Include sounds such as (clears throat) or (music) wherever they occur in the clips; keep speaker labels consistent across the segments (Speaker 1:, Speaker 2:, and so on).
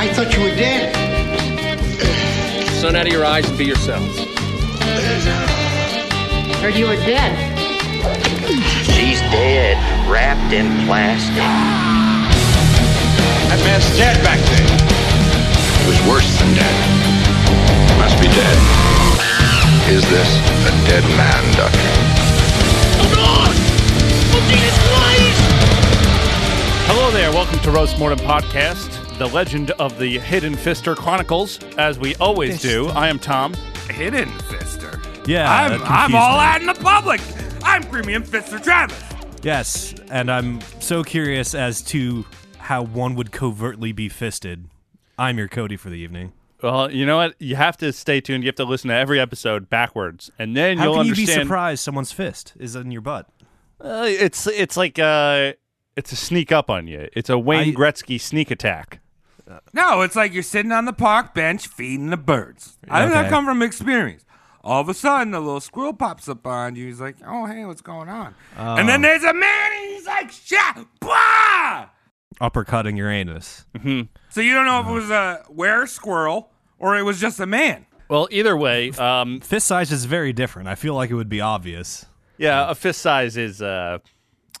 Speaker 1: I thought you were dead.
Speaker 2: Sun out of your eyes and be yourselves.
Speaker 3: Heard you were dead.
Speaker 4: She's dead, wrapped in plastic.
Speaker 5: That man's dead back there.
Speaker 6: It was worse than dead. Must be dead. Is this a dead man, Doctor?
Speaker 7: Hello there. Welcome to Roast Mortem Podcast, the legend of the Hidden Fister Chronicles. As we always do, I am Tom.
Speaker 8: Hidden Fister.
Speaker 9: Yeah,
Speaker 8: I'm,
Speaker 9: that
Speaker 8: I'm
Speaker 9: confused
Speaker 8: all
Speaker 9: me.
Speaker 8: out in the public. I'm Premium Fister Travis.
Speaker 9: Yes, and I'm so curious as to how one would covertly be fisted. I'm your Cody for the evening.
Speaker 7: Well, you know what? You have to stay tuned. You have to listen to every episode backwards, and then
Speaker 9: How
Speaker 7: you'll
Speaker 9: can
Speaker 7: understand.
Speaker 9: you be surprised someone's fist is in your butt?
Speaker 7: Uh, it's it's like uh, it's a sneak up on you. It's a Wayne
Speaker 9: I-
Speaker 7: Gretzky sneak attack.
Speaker 8: No, it's like you're sitting on the park bench feeding the birds. I think that
Speaker 9: Okay.
Speaker 8: come from experience. All of a sudden, a little squirrel pops up behind you. He's like, "Oh, hey, what's going on?" And then there's a man, and he's like, "Shot, bah!"
Speaker 9: Uppercutting your anus.
Speaker 8: So you don't know if it was a were squirrel or it was just a man.
Speaker 7: Well, either way, um,
Speaker 9: Fist size is very different. I feel like it would be obvious.
Speaker 7: yeah, a fist size is. Uh, (sighs)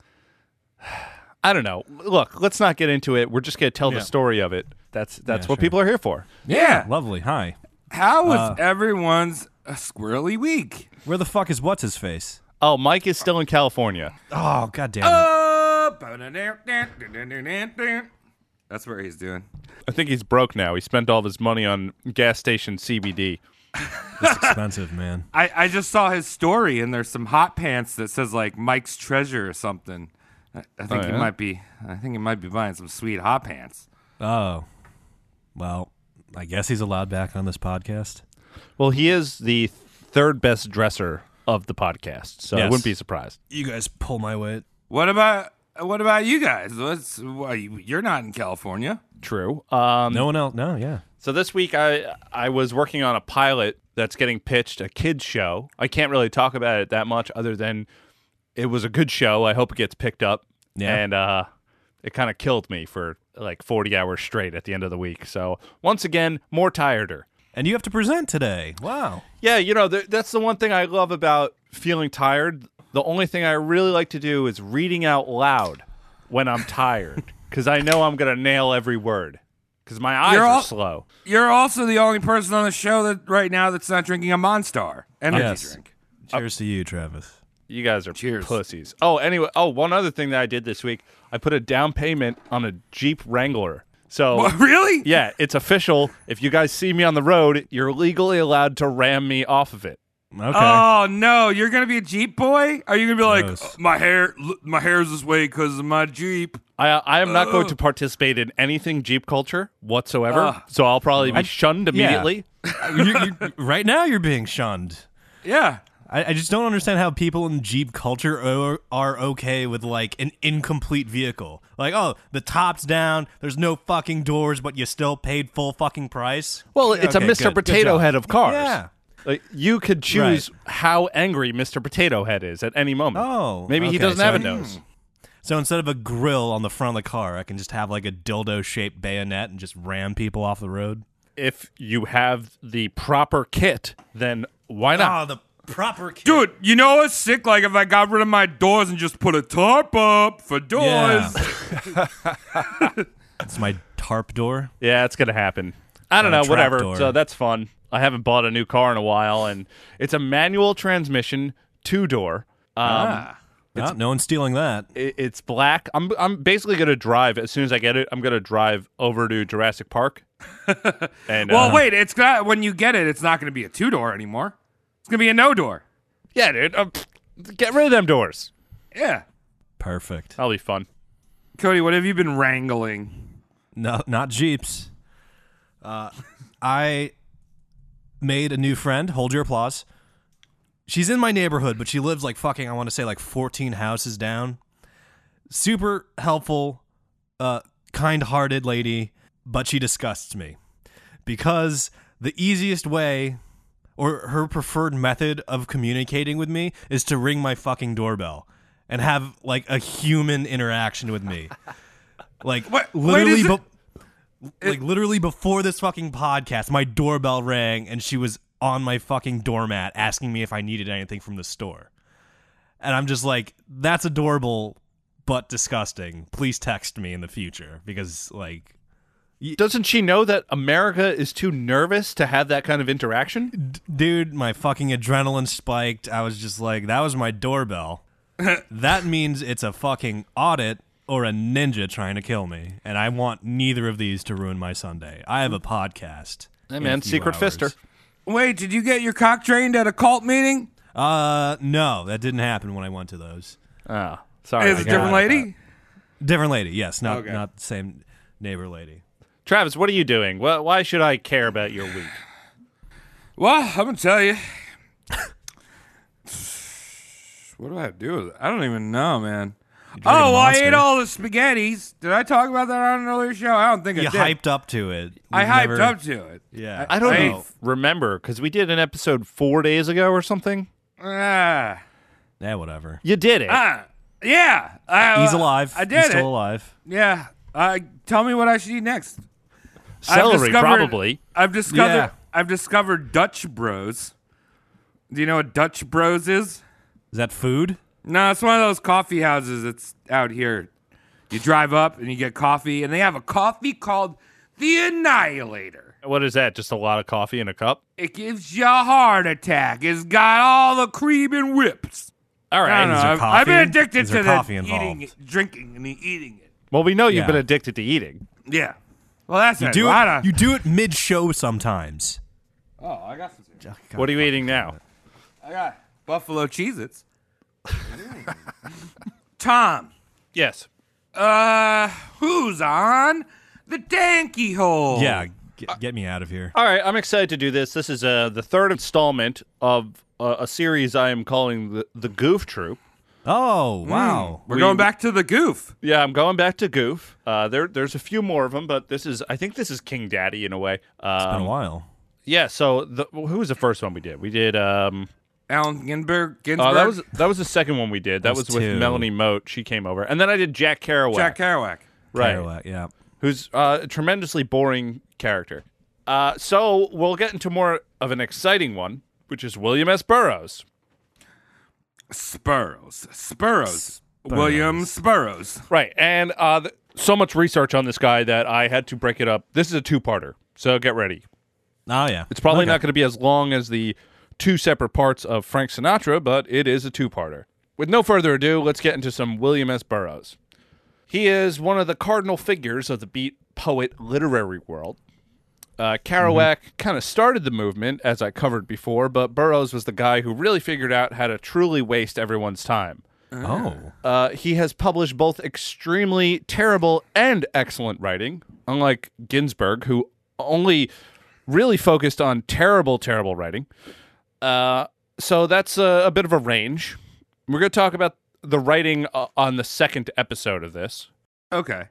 Speaker 7: I don't know. Look, let's not get into it. We're just gonna tell
Speaker 9: Yeah.
Speaker 7: the story of it. That's that's
Speaker 9: Yeah,
Speaker 7: what
Speaker 9: sure.
Speaker 7: people are here for.
Speaker 8: Yeah.
Speaker 9: Lovely. Hi.
Speaker 8: How was everyone's uh, squirrely week?
Speaker 9: Where the fuck is what's his face?
Speaker 7: Oh, Mike is still in California.
Speaker 9: Oh god damn it.
Speaker 8: Uh, ba-da-da-da-da-da-da-da-da. That's where he's doing.
Speaker 7: I think he's broke now. He spent all of his money on gas station CBD.
Speaker 8: (laughs)
Speaker 9: It's expensive, man.
Speaker 8: I, I just saw his story, and there's some hot pants that says like Mike's Treasure or something. I, I think
Speaker 7: yeah?
Speaker 8: he might be. I think he might be buying some sweet hot pants.
Speaker 9: Oh. Well, I guess he's allowed back on this podcast.
Speaker 7: Well, he is the third best dresser of the podcast, so I
Speaker 9: Yes.
Speaker 7: wouldn't be surprised.
Speaker 9: You guys pull my weight.
Speaker 8: What about what about you guys? What's why you- you're not in California?
Speaker 7: True. Um,
Speaker 9: No one else. No, yeah.
Speaker 7: So this week I I was working on a pilot that's getting pitched, a kids show. I can't really talk about it that much, other than it was a good show. I hope it gets picked up.
Speaker 9: Yeah.
Speaker 7: And uh, it kind of killed me for like 40 hours straight at the end of the week. So once again, more tireder.
Speaker 9: And you have to present today. Wow.
Speaker 7: Yeah, you know, th- that's the one thing I love about feeling tired. The only thing I really like to do is reading out loud when
Speaker 8: (laughs)
Speaker 7: I'm tired because I know I'm going to nail every word because my eyes
Speaker 8: You're
Speaker 7: are
Speaker 8: all-
Speaker 7: slow.
Speaker 8: You're also the only person on the show that right now that's not drinking a Monstar energy
Speaker 9: Yes.
Speaker 8: drink.
Speaker 9: Cheers to you, Travis.
Speaker 7: You guys are
Speaker 8: Cheers.
Speaker 7: pussies. Oh, anyway. Oh, one other thing that I did this week I put a down payment on a Jeep Wrangler. So.
Speaker 8: What, really?
Speaker 7: Yeah, it's official. If you guys see me on the road, you're legally allowed to ram me off of it.
Speaker 9: Okay.
Speaker 8: Oh no! You're gonna be a Jeep boy? Are you gonna be like
Speaker 9: Gross.
Speaker 8: my hair? l- My hair's this way because of my Jeep.
Speaker 7: I I am not going to participate in anything Jeep culture whatsoever. so I'll probably be shunned immediately.
Speaker 9: (laughs) You- you- right now, you're being shunned.
Speaker 8: Yeah.
Speaker 9: I, I just don't understand how people in Jeep culture are, are okay with like an incomplete vehicle. Like, oh, the top's down, there's no fucking doors, but you still paid full fucking price.
Speaker 7: Well, it's
Speaker 9: Okay,
Speaker 7: a Mr.
Speaker 9: good. Good
Speaker 7: Potato
Speaker 9: job.
Speaker 7: Head of cars.
Speaker 9: Yeah.
Speaker 7: Like, Uh, you could choose how angry Mr. Potato Head is at any moment.
Speaker 9: Oh,
Speaker 7: maybe he
Speaker 9: okay,
Speaker 7: doesn't
Speaker 9: so
Speaker 7: have a
Speaker 9: I-
Speaker 7: nose.
Speaker 9: So instead of a grill on the front of the car, I can just have like a dildo shaped bayonet and just ram people off the road.
Speaker 7: If you have the proper kit, then why
Speaker 9: Ah,
Speaker 7: not?
Speaker 9: the proper kid.
Speaker 8: Dude, Oh, you know what's sick? Like if I got rid of my doors and just put a tarp up for doors.
Speaker 9: Yeah. (laughs) it's my tarp door.
Speaker 7: yeah, it's gonna happen. I don't
Speaker 9: Uh,
Speaker 7: know, whatever.
Speaker 9: trapdoor.
Speaker 7: So that's fun. I haven't bought a new car in a while, and it's a manual transmission, two door. Um,
Speaker 9: Ah, no one's stealing that.
Speaker 7: it, it's black. I'm I'm basically gonna drive as soon as I get it. I'm gonna drive over to Jurassic (laughs) Park. and
Speaker 8: Well,
Speaker 7: uh,
Speaker 8: wait, it's got when you get it, it's not gonna be a two door anymore. It's gonna be a no door.
Speaker 7: yeah, dude, um, get rid of them doors.
Speaker 8: Yeah.
Speaker 9: Perfect.
Speaker 7: That'll be fun.
Speaker 8: Cody, what have you been wrangling?
Speaker 9: No, not Jeeps. Uh, I made a new friend. Hold your applause. She's in my neighborhood, but she lives like fucking, I want to say like 14 houses down. Super helpful, uh, kind hearted lady, but she disgusts me because the easiest way or her preferred method of communicating with me is
Speaker 8: (laughs)
Speaker 9: to ring my fucking doorbell and have like a human interaction with me. Like
Speaker 8: What- wait,
Speaker 9: literally,
Speaker 8: is it-
Speaker 9: be- like literally before this fucking podcast, my doorbell rang and she was on my fucking doormat asking me if I needed anything from the store. And I'm just like, that's adorable, but disgusting. Please text me in the future because like
Speaker 7: Doesn't she know that America is too nervous to have that kind of interaction?
Speaker 9: dude, my fucking adrenaline spiked. I was just like, that was
Speaker 8: (laughs)
Speaker 9: my doorbell. that means it's a fucking audit or a ninja trying to kill me, and I want neither of these to ruin my Sunday. I have a podcast.
Speaker 7: Hey
Speaker 9: in a
Speaker 7: man,
Speaker 9: few
Speaker 7: secret
Speaker 9: hours.
Speaker 7: fister.
Speaker 8: Wait, did you get your cock trained at a cult meeting?
Speaker 9: Uh, no, that didn't happen when I went to those.
Speaker 7: Oh, sorry.
Speaker 8: Is it
Speaker 7: I
Speaker 8: a
Speaker 7: got
Speaker 8: different
Speaker 7: it.
Speaker 8: lady?
Speaker 9: Different lady, yes, not
Speaker 8: Okay.
Speaker 9: not the same neighbor lady.
Speaker 7: Travis, what are you doing? Wh- Why should I care about your week?
Speaker 8: Well, I'm gonna tell you. what do I have to do with it? I don't even know, man. Oh, well, I
Speaker 9: Monster.
Speaker 8: ate all the spaghettis. Did I talk about that on another show? I don't think
Speaker 9: You
Speaker 8: I did.
Speaker 9: hyped up to it.
Speaker 8: I
Speaker 9: We've
Speaker 8: hyped
Speaker 9: never-
Speaker 8: up to it.
Speaker 9: Yeah,
Speaker 7: I don't
Speaker 8: I-
Speaker 7: even remember because we did an episode four days ago or something.
Speaker 8: Ah,
Speaker 9: yeah, whatever.
Speaker 7: You did it.
Speaker 8: ah, yeah. I,
Speaker 9: He's alive.
Speaker 8: Uh, I did
Speaker 9: He's still
Speaker 8: it.
Speaker 9: alive.
Speaker 8: Yeah. Uh, tell me what I should eat next. I've
Speaker 7: Celery,
Speaker 8: discovered-
Speaker 7: probably.
Speaker 8: I've discovered.
Speaker 9: Yeah.
Speaker 8: I've discovered Dutch Bros. Do you know what Dutch Bros is?
Speaker 9: Is that food?
Speaker 8: No, it's one of those coffee houses that's out here. You drive up and you get coffee, and they have a coffee called the Annihilator.
Speaker 7: What is that? Just a lot of coffee in a cup?
Speaker 8: It gives you a heart attack. It's got all the cream and whips.
Speaker 7: All
Speaker 8: I don't
Speaker 7: right.
Speaker 8: know.
Speaker 9: is there
Speaker 8: I've, I've been
Speaker 9: coffee?
Speaker 8: addicted
Speaker 9: Is
Speaker 8: to
Speaker 9: there
Speaker 8: the
Speaker 9: coffee
Speaker 8: eating,
Speaker 9: involved?
Speaker 8: it, drinking, and eating it.
Speaker 7: Well, we know you've
Speaker 9: Yeah.
Speaker 7: been addicted to eating.
Speaker 8: Yeah. Well, that's
Speaker 9: You
Speaker 8: a
Speaker 9: do
Speaker 8: lot
Speaker 9: it.
Speaker 8: of.
Speaker 9: You do it mid show sometimes.
Speaker 8: oh, I got some.
Speaker 7: what are you eating now?
Speaker 8: I got buffalo Cheez-Its. (laughs) Tom,
Speaker 7: Yes.
Speaker 8: uh, who's on the tanky hole?
Speaker 9: Yeah,
Speaker 8: Uh,
Speaker 9: get, get me out of here.
Speaker 7: All right, I'm excited to do this. This is uh, the third installment of uh, a series I am calling the, the Goof Troop.
Speaker 9: Oh wow,
Speaker 8: mm, Hmm. We're going back to the goof.
Speaker 7: Yeah, I'm going back to Goof. Uh, there, there's a few more of them, but this is, I think this is King Daddy in a way.
Speaker 9: been a
Speaker 7: Um,
Speaker 9: while.
Speaker 7: yeah. So the, who was the first one we did? We did. Um,
Speaker 8: Alan Ginsberg. Ginsberg.
Speaker 7: oh, that was that was the second one we did. That
Speaker 9: was
Speaker 7: was, with
Speaker 9: two.
Speaker 7: Melanie Moat. She came over, and then I did Jack Kerouac.
Speaker 8: Jack Kerouac.
Speaker 7: right?
Speaker 9: Kerouac, yeah.
Speaker 7: who's uh, a tremendously boring character. Uh, so we'll get into more of an exciting one, which is William S. Burroughs.
Speaker 8: Spurrows. Spurrows. William Spurrows.
Speaker 7: Right. And uh, th- so much research on this guy that I had to break it up. This is a two parter. So get ready.
Speaker 9: Oh yeah,
Speaker 7: It's probably not going to be as long as the two separate parts of Frank Sinatra, but it is a two parter. With no further ado, let's get into some William S. Burroughs. He is one of the cardinal figures of the beat poet literary world. Uh, Kerouac kind of started the movement, as I covered before, but Burroughs was the guy who really figured out how to truly waste everyone's time.
Speaker 9: Oh,
Speaker 7: Uh, he has published both extremely terrible and excellent writing, unlike Ginsberg, who only really focused on terrible, terrible writing. Uh, so that's a, a bit of a range. We're going to talk about the writing uh, on the second episode of this.
Speaker 8: Okay.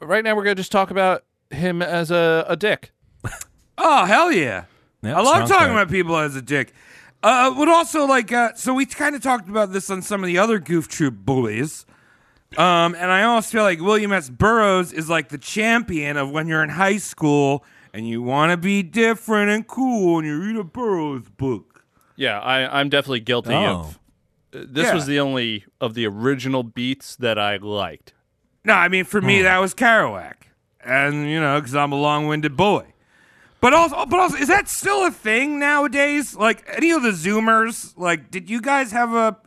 Speaker 7: Right now, we're going to just talk about him as a, a dick.
Speaker 8: Oh hell yeah!
Speaker 9: Yeah,
Speaker 8: I love
Speaker 9: sounds
Speaker 8: talking
Speaker 9: great.
Speaker 8: about people as a dick. Uh, would also like uh, so we kind of talked about this on some of the other Goof Troop bullies. Um, and I almost feel like William S. Burroughs is like the champion of when you're in high school and you want to be different and cool and you read a Burroughs book.
Speaker 7: Yeah, I, I'm definitely guilty
Speaker 9: oh,
Speaker 7: of. This
Speaker 8: Yeah.
Speaker 7: was the only of the original beats that I liked.
Speaker 8: No, I mean for me that was Kerouac, and you know because I'm a long-winded boy. But also, but also, is that still a thing nowadays? Like any of the Zoomers, like did you guys have a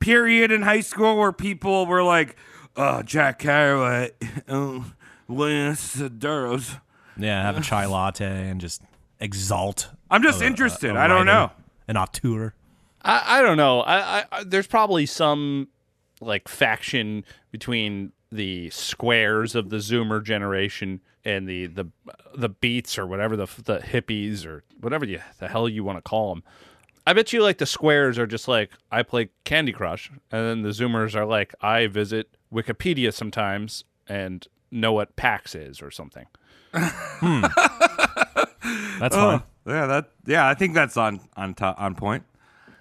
Speaker 8: period in high school where people were like, "Oh, Jack Kerouac, (laughs) oh, William Sedaris"?
Speaker 9: yeah. Have a chai latte and just exalt.
Speaker 8: I'm just
Speaker 9: a- a-
Speaker 8: interested.
Speaker 9: a
Speaker 8: I I don't
Speaker 9: writer,
Speaker 8: know.
Speaker 9: An auteur.
Speaker 7: I, I don't know. I, I, I there's probably some like faction between the squares of the Zoomer generation and the the the beats or whatever the the hippies or whatever you, the hell you want to call them. I bet you like the squares are just like I play Candy Crush, and then the Zoomers are like I visit Wikipedia sometimes and know what PAX is or something. Hmm.
Speaker 9: That's
Speaker 8: Oh.
Speaker 9: fun.
Speaker 8: Yeah, that. Yeah, I think that's on on top on point.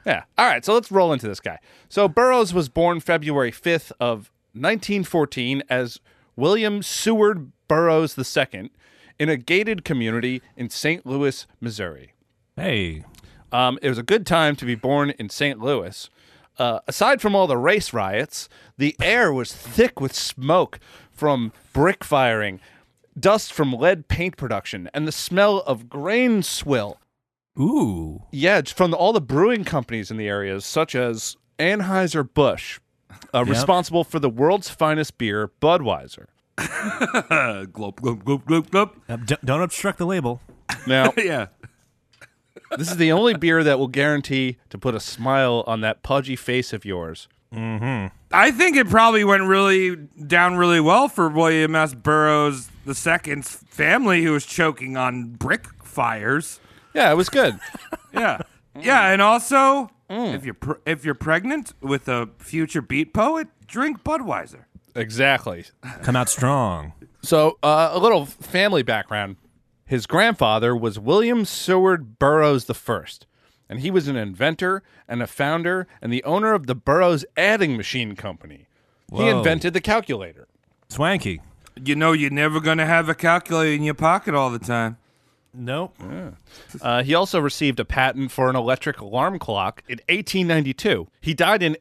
Speaker 7: Yeah. All right. So let's roll into this guy. So Burroughs was born February 5th of 1914 as William Seward Burroughs II in a gated community in St. Louis, Missouri.
Speaker 9: Hey,
Speaker 7: Um, it was a good time to be born in St. Louis. Uh, aside from all the race riots, the air was thick with smoke from brick firing, dust from lead paint production, and the smell of grain swill.
Speaker 9: ooh,
Speaker 7: Yeah, it's from all the brewing companies in the areas, such as Anheuser-Busch, uh, responsible for the world's finest beer, Budweiser.
Speaker 8: Uh, glop, glop, glop, glop, glop.
Speaker 9: Uh, d- don't obstruct the label.
Speaker 7: Now,
Speaker 8: (laughs) Yeah.
Speaker 7: this is the only beer that will guarantee to put a smile on that pudgy face of yours.
Speaker 8: I think it probably went really down really well for William S. Burroughs II's family who was choking on brick fires.
Speaker 7: Yeah, it was good.
Speaker 8: (laughs) Yeah. Yeah, and also if you're pr- if you're pregnant with a future beat poet, drink Budweiser.
Speaker 7: exactly.
Speaker 9: Come out strong.
Speaker 7: So, uh, a little family background. His grandfather was William Seward Burroughs I, and he was an inventor and a founder and the owner of the Burroughs Adding Machine Company. He
Speaker 9: Whoa.
Speaker 7: invented the calculator.
Speaker 9: Swanky.
Speaker 8: You know you're never going to have a calculator in your pocket all the time.
Speaker 9: Nope.
Speaker 7: Uh, he also received a patent for an electric alarm clock in 1892. He died in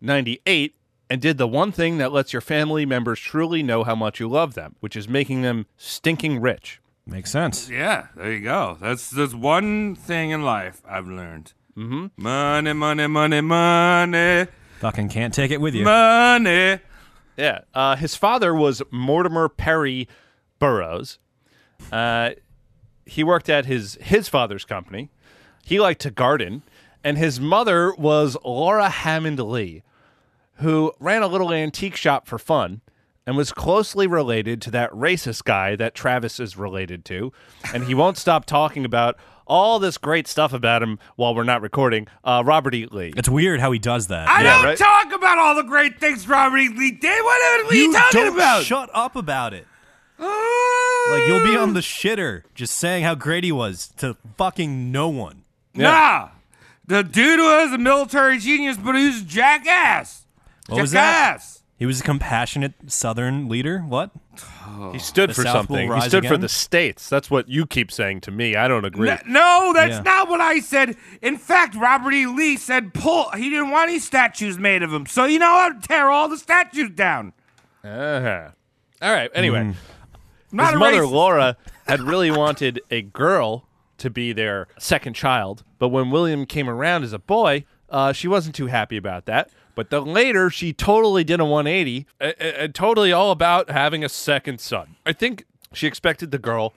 Speaker 7: 1898 and did the one thing that lets your family members truly know how much you love them, which is making them stinking rich.
Speaker 9: Makes sense.
Speaker 8: Yeah, there you go. That's that's one thing in life I've learned. Mm-hmm. Money, money, money, money,
Speaker 9: Fucking can't take it with you.
Speaker 8: money.
Speaker 7: Yeah. Uh, his father was Mortimer Perry Burroughs. Uh, he worked at his his father's company. He liked to garden, and his mother was Laura Hammond Lee, who ran a little antique shop for fun and was closely related to that racist guy that Travis is related to, and he won't stop talking about all this great stuff about him while we're not recording. Uh, Robert E. Lee.
Speaker 9: It's weird how he does that.
Speaker 8: I
Speaker 7: Yeah,
Speaker 8: don't
Speaker 7: right.
Speaker 8: talk about all the great things Robert E. Lee did. What are you, talking
Speaker 9: don't
Speaker 8: about? Uh,
Speaker 9: Shut up about it. Like you'll be on the shitter just saying how great he was to fucking no one.
Speaker 8: Nah, the dude was a military genius, but he was a jackass.
Speaker 9: What
Speaker 8: jackass.
Speaker 9: was that? He was a compassionate Southern leader. What?
Speaker 7: He stood
Speaker 9: The
Speaker 7: for
Speaker 9: South will
Speaker 7: something. He
Speaker 9: rise
Speaker 7: stood for
Speaker 9: again?
Speaker 7: the states. That's what you keep saying to me. I don't agree.
Speaker 8: N- No, that's
Speaker 9: Yeah.
Speaker 8: not what I said. In fact, Robert E. Lee said pull. He didn't want any statues made of him. So you know what? Tear all the statues down.
Speaker 7: Uh-huh. All right. Anyway,
Speaker 8: Not
Speaker 7: his
Speaker 8: a
Speaker 7: mother
Speaker 8: racist.
Speaker 7: Laura had really wanted a girl to be their second child, but when William came around as a boy, uh, she wasn't too happy about that. But then later, she totally did a 180, uh, uh, totally all about having a second son. I think she expected the girl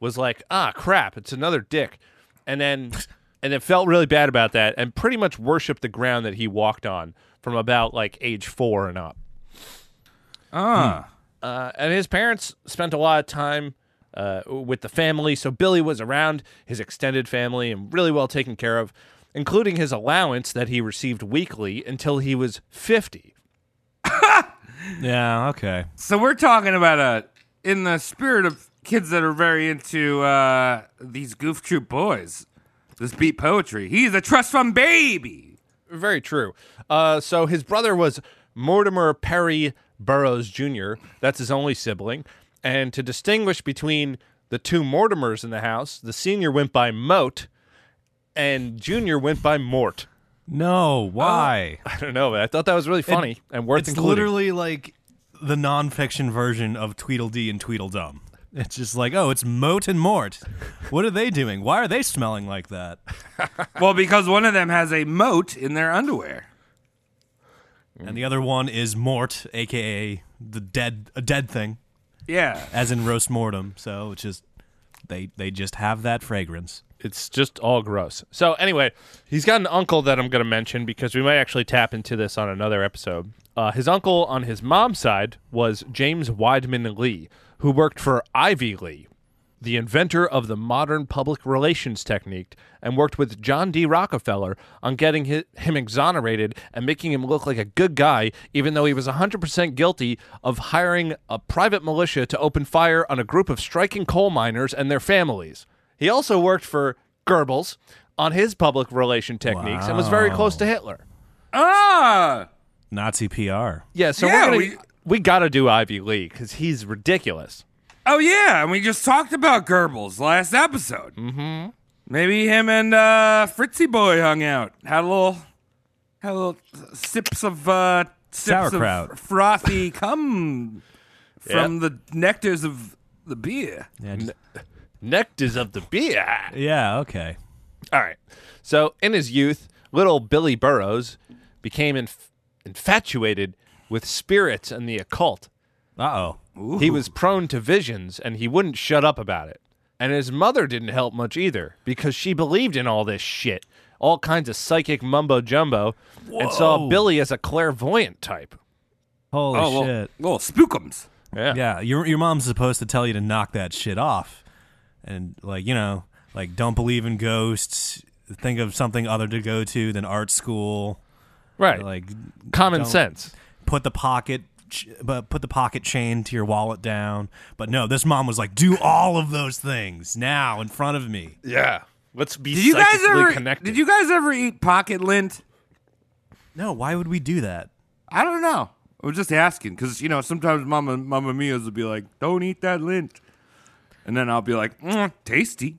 Speaker 7: was like, ah, crap, it's another dick, and then (laughs) and then felt really bad about that, and pretty much worshipped the ground that he walked on from about like age four and up. Uh, and his parents spent a lot of time uh, with the family. So Billy was around his extended family and really well taken care of, including his allowance that he received weekly until he was 50.
Speaker 9: Yeah. Okay.
Speaker 8: So we're talking about a in the spirit of kids that are very into uh, these goof troop boys. This beat poetry. He's a trust fund baby.
Speaker 7: Very true. Uh, so his brother was Mortimer Perry Burroughs Jr., that's his only sibling. And to distinguish between the two Mortimers in the house, the senior went by Moat and Junior went by Mort. (laughs)
Speaker 9: No. Why?
Speaker 7: I don't know, but I thought that was really Oh, funny and worth
Speaker 9: it's
Speaker 7: including.
Speaker 9: literally like the nonfiction version of Tweedledee and Tweedledum. It's just like, oh, it's Moat and Mort. What are they doing? Why are they smelling like that?
Speaker 8: Well, because one of them has a moat in their underwear.
Speaker 9: And the other one is Mort, aka the dead, a dead thing,
Speaker 8: Yeah.
Speaker 9: as in roast mortem. So it's just they they just have that fragrance.
Speaker 7: it's just all gross. So anyway, he's got an uncle that I'm going to mention because we might actually tap into this on another episode. Uh, his uncle on his mom's side was James Wideman Lee, who worked for Ivy Lee, the inventor of the modern public relations technique, and worked with John D. Rockefeller on getting hi- him exonerated and making him look like a good guy, even though he was 100% guilty of hiring a private militia to open fire on a group of striking coal miners and their families. He also worked for Goebbels on his public relation techniques and was very close to Hitler.
Speaker 8: Ah.
Speaker 9: Nazi PR.
Speaker 7: Yeah, so
Speaker 8: yeah.
Speaker 7: we're gonna
Speaker 8: we-
Speaker 7: we got to do Ivy Lee because he's ridiculous.
Speaker 8: Oh yeah, and we just talked about Goebbels last episode. Mm-hmm. Maybe him and uh, Fritzy boy hung out, had a little, had a little sips of uh, sips
Speaker 9: Sauerkraut.
Speaker 8: of frothy cum from
Speaker 7: Yeah.
Speaker 8: the nectars of the beer.
Speaker 9: Yeah, just-
Speaker 7: Nectars of the beer.
Speaker 9: yeah, okay.
Speaker 7: All right. So in his youth, little Billy Burrows became inf- infatuated with spirits and the occult.
Speaker 9: Uh oh.
Speaker 7: He was prone to visions and he wouldn't shut up about it. And his mother didn't help much either because she believed in all this shit, all kinds of psychic mumbo jumbo, and saw
Speaker 9: Whoa.
Speaker 7: Billy as a clairvoyant type.
Speaker 9: Holy
Speaker 8: oh well,
Speaker 9: shit.
Speaker 8: little spookums.
Speaker 9: Yeah, your your mom's supposed to tell you to knock that shit off, and like you know, like don't believe in ghosts. Think of something other to go to than art school.
Speaker 7: Right.
Speaker 9: Like
Speaker 7: Common
Speaker 9: don't-
Speaker 7: sense.
Speaker 9: put the pocket, ch- but put the pocket chain to your wallet down. But no, this mom was like, do all of those things now in front of me.
Speaker 7: Yeah. Let's be
Speaker 8: Did you guys
Speaker 7: psychically
Speaker 8: ever?
Speaker 7: connected.
Speaker 8: Did you guys ever eat pocket lint?
Speaker 9: No, why would we do that?
Speaker 8: I don't know. I was just asking because you know sometimes Mama Mama Mia's would be like, "Don't eat that lint," and then I'll be like, mm, "Tasty."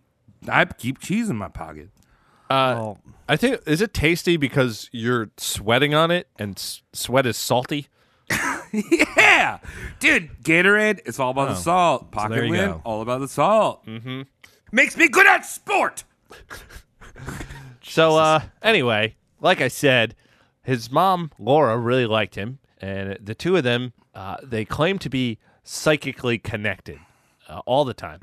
Speaker 8: I keep cheese in my pocket. (laughs)
Speaker 7: Uh,
Speaker 9: well,
Speaker 7: I think is it tasty because you're sweating on it and s- sweat is salty.
Speaker 8: Yeah, dude, Gatorade. It's all about the salt. Pocket
Speaker 9: Oh. there you
Speaker 8: lint.
Speaker 9: go.
Speaker 8: All about the salt. Mm-hmm. Makes me good at sport.
Speaker 7: So uh, anyway, like I said, his mom Laura really liked him, and the two of them uh, they claim to be psychically connected uh, all the time,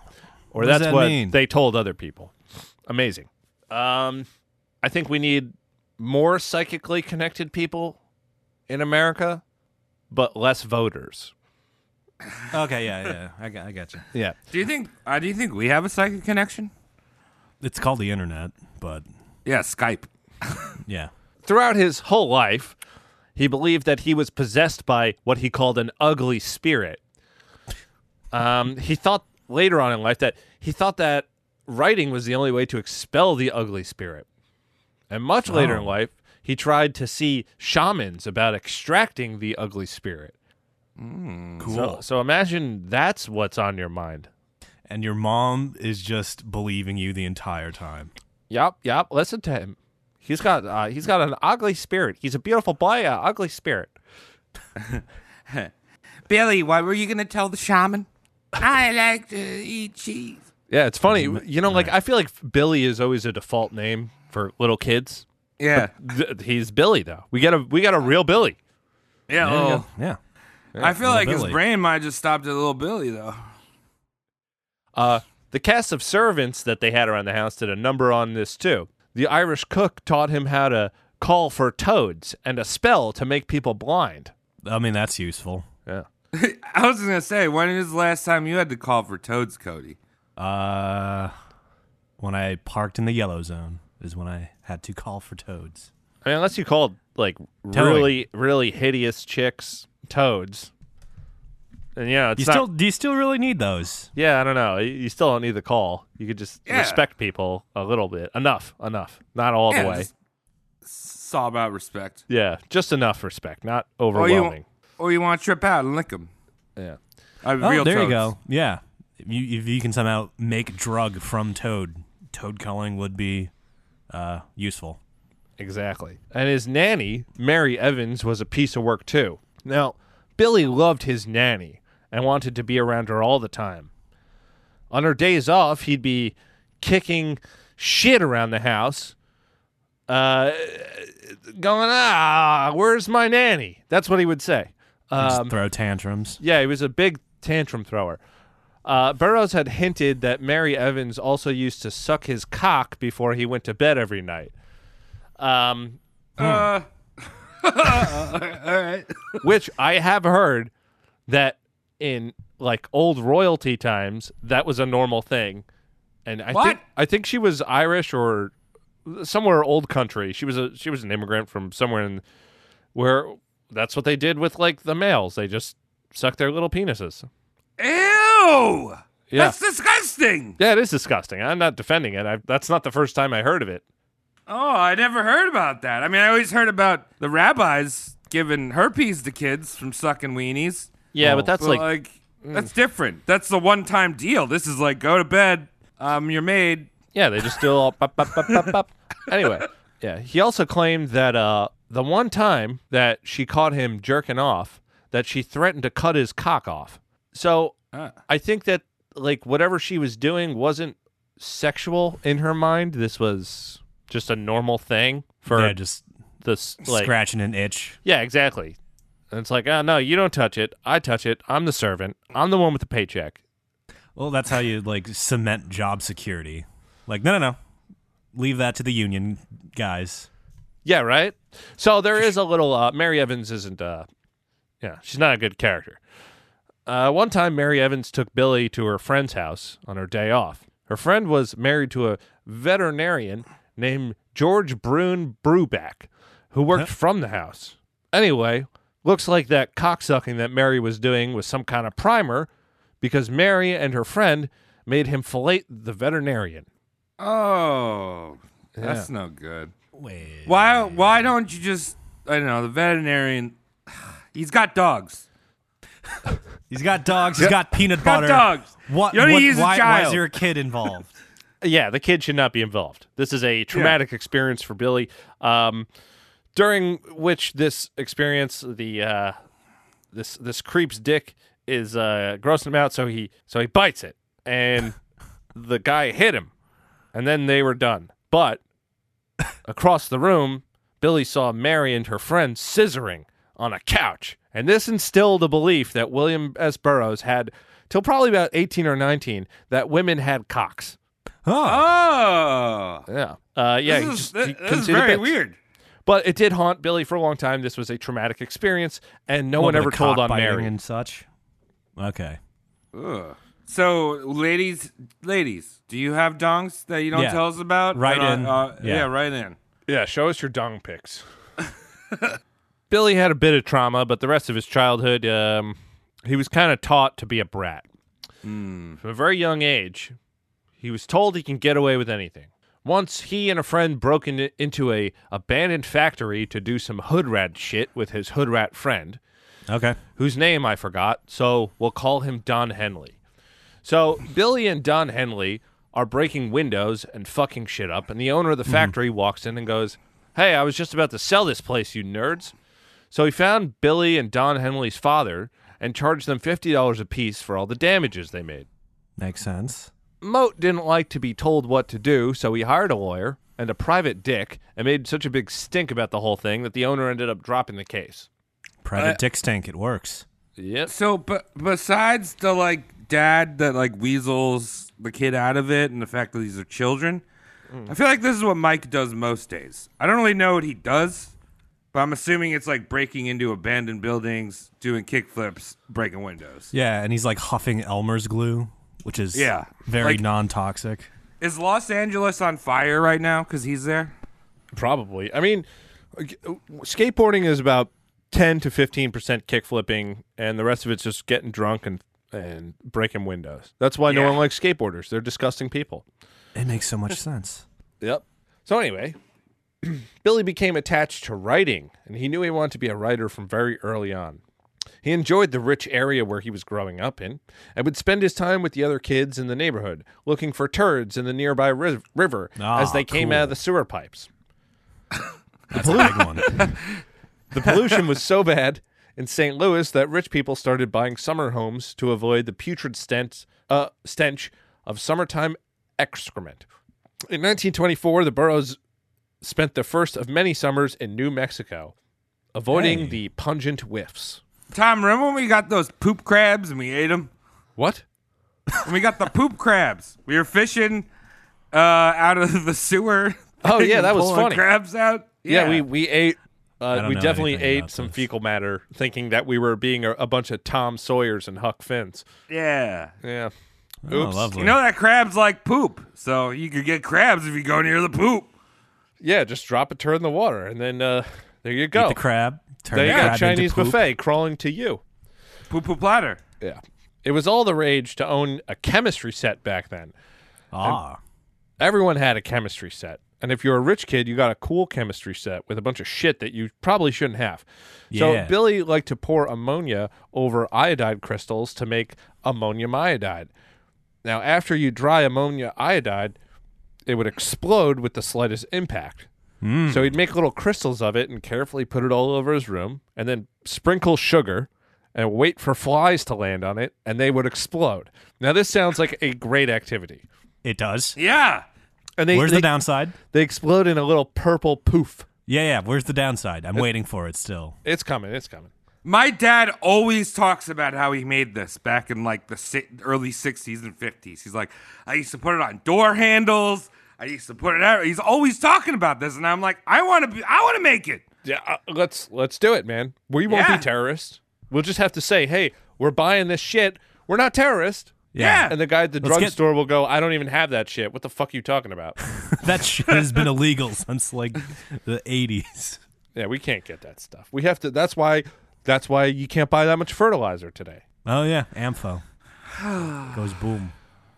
Speaker 7: or
Speaker 9: does
Speaker 7: that's
Speaker 9: that
Speaker 7: what
Speaker 9: mean?
Speaker 7: they told other people. Amazing. Um, I think we need more psychically connected people in America, but less voters.
Speaker 9: okay, yeah, yeah, I got, I got you.
Speaker 7: (laughs) Yeah.
Speaker 8: Do you think? Uh, do you think we have a psychic connection?
Speaker 9: It's called the internet, but
Speaker 8: Yeah, Skype.
Speaker 9: yeah.
Speaker 7: throughout his whole life, he believed that he was possessed by what he called an ugly spirit. Um, he thought later on in life that he thought that writing was the only way to expel the ugly spirit. And much later in life, he tried to see shamans about extracting the ugly spirit.
Speaker 9: Cool.
Speaker 7: Mm, So, so imagine that's what's on your mind.
Speaker 9: and your mom is just believing you the entire time.
Speaker 7: Yup, yup. Listen to him. He's got uh, he's got an ugly spirit. He's a beautiful boy, uh, ugly spirit.
Speaker 8: Billy, what were you gonna tell the shaman? I like to eat cheese.
Speaker 7: Yeah, it's funny.
Speaker 8: Mm-hmm.
Speaker 7: You know, like I feel like Billy is always a default name for little kids.
Speaker 8: Yeah,
Speaker 7: Th- He's Billy though. We got a we got a real Billy.
Speaker 8: yeah. Oh,
Speaker 9: Yeah.
Speaker 8: I feel like his
Speaker 9: Billy.
Speaker 8: brain might just stopped at little Billy though.
Speaker 7: Uh, the cast of servants that they had around the house did a number on this too. The Irish cook taught him how to call for toads and a spell to make people blind.
Speaker 9: I mean, that's useful.
Speaker 7: Yeah.
Speaker 8: I was gonna say, when is the last time you had to call for toads, Cody?
Speaker 9: Uh, when I parked in the yellow zone is when I had to call for toads.
Speaker 7: I mean, unless you called like
Speaker 9: Towing.
Speaker 7: really really hideous chicks toads. And yeah, it's
Speaker 9: You
Speaker 7: not-
Speaker 9: still do you still really need those?
Speaker 7: Yeah, I don't know. You- You still don't need the call. You could just
Speaker 8: Yeah.
Speaker 7: respect people a little bit. Enough, enough. Not all
Speaker 8: Yeah,
Speaker 7: the way.
Speaker 8: just- It's all about respect.
Speaker 7: yeah, just enough respect, not
Speaker 8: Or
Speaker 7: overwhelming.
Speaker 8: you, or you want to trip out and lick them.
Speaker 7: yeah.
Speaker 8: Uh,
Speaker 9: Oh,
Speaker 8: real
Speaker 9: there
Speaker 8: toads.
Speaker 9: you go. Yeah, if you, if you can somehow make drug from toad, toad culling would be uh, useful.
Speaker 7: Exactly. And his nanny, Mary Evans, was a piece of work too. Now, Billy loved his nanny and wanted to be around her all the time. On her days off, he'd be kicking shit around the house, uh, going, ah, where's my nanny? That's what he would say.
Speaker 9: Just throw tantrums.
Speaker 7: Um, Yeah, he was a big tantrum thrower. Uh, Burroughs had hinted that Mary Evans also used to suck his cock before he went to bed every night. Um, which I have heard that in like old royalty times that was a normal thing, and I
Speaker 8: What?
Speaker 7: think I think she was Irish or somewhere old country. She was a she was an immigrant from somewhere in where that's what they did with like the males. They just sucked their little penises.
Speaker 8: Ew!
Speaker 7: Yeah.
Speaker 8: That's disgusting.
Speaker 7: Yeah, it is disgusting. I'm not defending it. I, that's not the first time I heard of it.
Speaker 8: Oh, I never heard about that. I mean, I always heard about the rabbis giving herpes to kids from sucking weenies.
Speaker 7: Yeah, but that's
Speaker 8: But,
Speaker 7: like, mm.
Speaker 8: like, that's different. That's the one time deal. This is like go to bed. Um, you're made.
Speaker 7: yeah, they just do all pop, pop, pop, pop, pop. Anyway, yeah. He also claimed that uh, the one time that she caught him jerking off, that she threatened to cut his cock off. So
Speaker 9: Ah.
Speaker 7: I think that like whatever she was doing wasn't sexual in her mind. This was just a normal thing for
Speaker 9: yeah, just
Speaker 7: this like
Speaker 9: scratching an itch.
Speaker 7: Yeah, exactly. And it's like, oh no, you don't touch it. I touch it. I'm the servant. I'm the one with the paycheck.
Speaker 9: Well, that's how you like cement job security. Like, no, no, no, leave that to the union guys.
Speaker 7: Yeah, right. So there is a little. Uh, Mary Evans isn't. Uh, yeah, she's not a good character. Uh, one time, Mary Evans took Billy to her friend's house on her day off. Her friend was married to a veterinarian named George Brune Bruback, who worked from the house. Anyway, looks like that cocksucking that Mary was doing was some kind of primer because Mary and her friend made him fillet the veterinarian.
Speaker 8: Oh, that's no good.
Speaker 9: Wait,
Speaker 8: Why? Why don't you just? I don't know. The veterinarian. (sighs) He's got dogs.
Speaker 9: he's got dogs. He's got peanut
Speaker 8: Got
Speaker 9: butter.
Speaker 8: dogs.
Speaker 9: What?
Speaker 8: You only
Speaker 9: what-
Speaker 8: use a
Speaker 9: why, why is
Speaker 8: child.
Speaker 9: there a kid
Speaker 8: (laughs)
Speaker 9: involved?
Speaker 7: yeah, the kid should not be involved. This is a traumatic experience for Billy. Um, during which this experience, the uh, this this creep's dick is uh, grossing him out, so he so he bites it, and the guy hit him, and then they were done. But across the room, Billy saw Mary and her friend scissoring on a couch, and this instilled a belief that William S. Burroughs had. Till probably about 18 or 19, that women had cocks.
Speaker 9: Huh.
Speaker 8: Oh,
Speaker 7: Yeah. Uh, yeah.
Speaker 8: this
Speaker 7: he
Speaker 8: is,
Speaker 7: just-
Speaker 8: thi-
Speaker 7: he
Speaker 8: this is
Speaker 7: considered
Speaker 8: very
Speaker 7: bits.
Speaker 8: weird.
Speaker 7: But it did haunt Billy for a long time. This was a traumatic experience, and no one
Speaker 9: Well,
Speaker 7: ever
Speaker 9: the
Speaker 7: told
Speaker 9: cock
Speaker 7: on
Speaker 9: biting
Speaker 7: Mary.
Speaker 9: and such. Okay.
Speaker 8: So, ladies, ladies, do you have dongs that you don't
Speaker 9: Yeah.
Speaker 8: tell us about?
Speaker 9: Write
Speaker 8: And, uh,
Speaker 9: in.
Speaker 8: Uh, yeah.
Speaker 9: Yeah.
Speaker 8: right in.
Speaker 7: Yeah, show us your dong
Speaker 8: (laughs)
Speaker 7: pics. Billy had a bit of trauma, but the rest of his childhood, um, he was kind of taught to be a brat.
Speaker 8: Hmm.
Speaker 7: From a very young age, he was told he can get away with anything. Once he and a friend broke in, into a abandoned factory to do some hoodrat shit with his hoodrat friend.
Speaker 9: Okay.
Speaker 7: whose name I forgot, so we'll call him Don Henley. So Billy and Don Henley are breaking windows and fucking shit up, and the owner of the factory walks in and goes, Hey, I was just about to sell this place, you nerds. So he found Billy and Don Henley's father and charged them $50 apiece for all the damages they made.
Speaker 9: Makes sense.
Speaker 7: Moat didn't like to be told what to do, so he hired a lawyer and a private dick and made such a big stink about the whole thing that the owner ended up dropping the case. Uh,
Speaker 9: Private dick stink. It works.
Speaker 7: Yep.
Speaker 8: So, but besides the like dad that like weasels the kid out of it, and the fact that these are children,
Speaker 7: Mm.
Speaker 8: I feel like this is what Mike does most days. I don't really know what he does, but I'm assuming it's like breaking into abandoned buildings, doing kickflips, breaking windows.
Speaker 9: Yeah, and he's like huffing Elmer's glue, which is
Speaker 8: Yeah.
Speaker 9: very
Speaker 8: Like-
Speaker 9: non-toxic.
Speaker 8: Is Los Angeles on fire right now because he's there?
Speaker 7: Probably. I mean, g- skateboarding is about ten to fifteen percent kick flipping, and the rest of it's just getting drunk and and breaking windows. That's why no
Speaker 8: Yeah.
Speaker 7: one likes skateboarders. They're disgusting people.
Speaker 9: It makes
Speaker 7: (laughs)
Speaker 9: so much sense.
Speaker 7: Yep. So anyway, (clears throat) Billy became attached to writing, and he knew he wanted to be a writer from very early on. He enjoyed the rich area where he was growing up in, and would spend his time with the other kids in the neighborhood, looking for turds in the nearby ri- river as
Speaker 9: Ah,
Speaker 7: they came
Speaker 9: cool.
Speaker 7: out of the sewer pipes.
Speaker 9: The
Speaker 7: (laughs)
Speaker 9: big one.
Speaker 7: Uh, The pollution was so bad in St. Louis that rich people started buying summer homes to avoid the putrid stench, uh, stench of summertime excrement. In 1924, the Burroughs spent the first of many summers in New Mexico, avoiding
Speaker 9: Hey.
Speaker 7: the pungent whiffs.
Speaker 8: Tom, remember when we got those poop crabs and we ate them?
Speaker 7: What?
Speaker 8: And we got the poop (laughs) crabs. We were fishing uh, out of the sewer.
Speaker 7: Oh,
Speaker 8: thing (laughs)
Speaker 7: yeah,
Speaker 8: and
Speaker 7: that was
Speaker 8: pulling
Speaker 7: funny.
Speaker 8: Crabs out.
Speaker 7: Yeah, we we ate. Uh,
Speaker 9: don't
Speaker 7: we
Speaker 9: know
Speaker 7: definitely
Speaker 9: anything
Speaker 7: ate
Speaker 9: about
Speaker 7: some
Speaker 9: this.
Speaker 7: fecal matter, thinking that we were being a, a bunch of Tom Sawyer's and Huck Finns.
Speaker 8: yeah.
Speaker 7: Yeah. Oops.
Speaker 9: Oh, lovely.
Speaker 8: You know that crabs like poop, so you could get crabs if you go near the poop.
Speaker 7: Yeah, just drop a turd in the water, and then uh, there you go.
Speaker 9: Eat the crab. Turn
Speaker 7: There
Speaker 9: the
Speaker 7: you go,
Speaker 9: crab
Speaker 7: Chinese
Speaker 9: into poop.
Speaker 7: buffet crawling to you.
Speaker 8: Poop poop platter.
Speaker 7: Yeah. It was all the rage to own a chemistry set back then.
Speaker 9: Ah,
Speaker 7: Everyone had a chemistry set. And if you're a rich kid, you got a cool chemistry set with a bunch of shit that you probably shouldn't have.
Speaker 9: Yeah.
Speaker 7: So Billy liked to pour ammonia over iodide crystals to make ammonium iodide. Now, after you dry ammonia iodide, it would explode with the slightest impact.
Speaker 9: Hmm.
Speaker 7: So he'd make little crystals of it and carefully put it all over his room and then sprinkle sugar and wait for flies to land on it and they would explode. Now, this sounds like a great activity.
Speaker 9: It does.
Speaker 8: Yeah.
Speaker 7: And they,
Speaker 9: Where's
Speaker 7: they,
Speaker 9: the downside?
Speaker 7: they explode in a little purple poof.
Speaker 9: Yeah, yeah. Where's the downside? I'm waiting for it still. (laughs)
Speaker 7: It's coming. It's coming.
Speaker 8: My dad always talks about how he made this back in like the si- early 60s and 50s. He's like, I used to put it on door handles. I used to put it out. He's always talking about this and I'm like, I want to be I want to make it.
Speaker 7: Yeah, uh, let's let's do it, man. We won't
Speaker 8: Yeah.
Speaker 7: be terrorists. We'll just have to say, "Hey, we're buying this shit. We're not terrorists."
Speaker 8: Yeah.
Speaker 7: And the guy at the
Speaker 9: Let's get-
Speaker 7: drugstore will go, "I don't even have that shit. What the fuck you talking (laughs) about?"
Speaker 9: That shit has been illegal (laughs) since like the 80s.
Speaker 7: yeah, we can't get that stuff. We have to. That's why. That's why you can't buy that much fertilizer today.
Speaker 9: Oh yeah,
Speaker 7: (sighs)
Speaker 9: Ampho goes boom.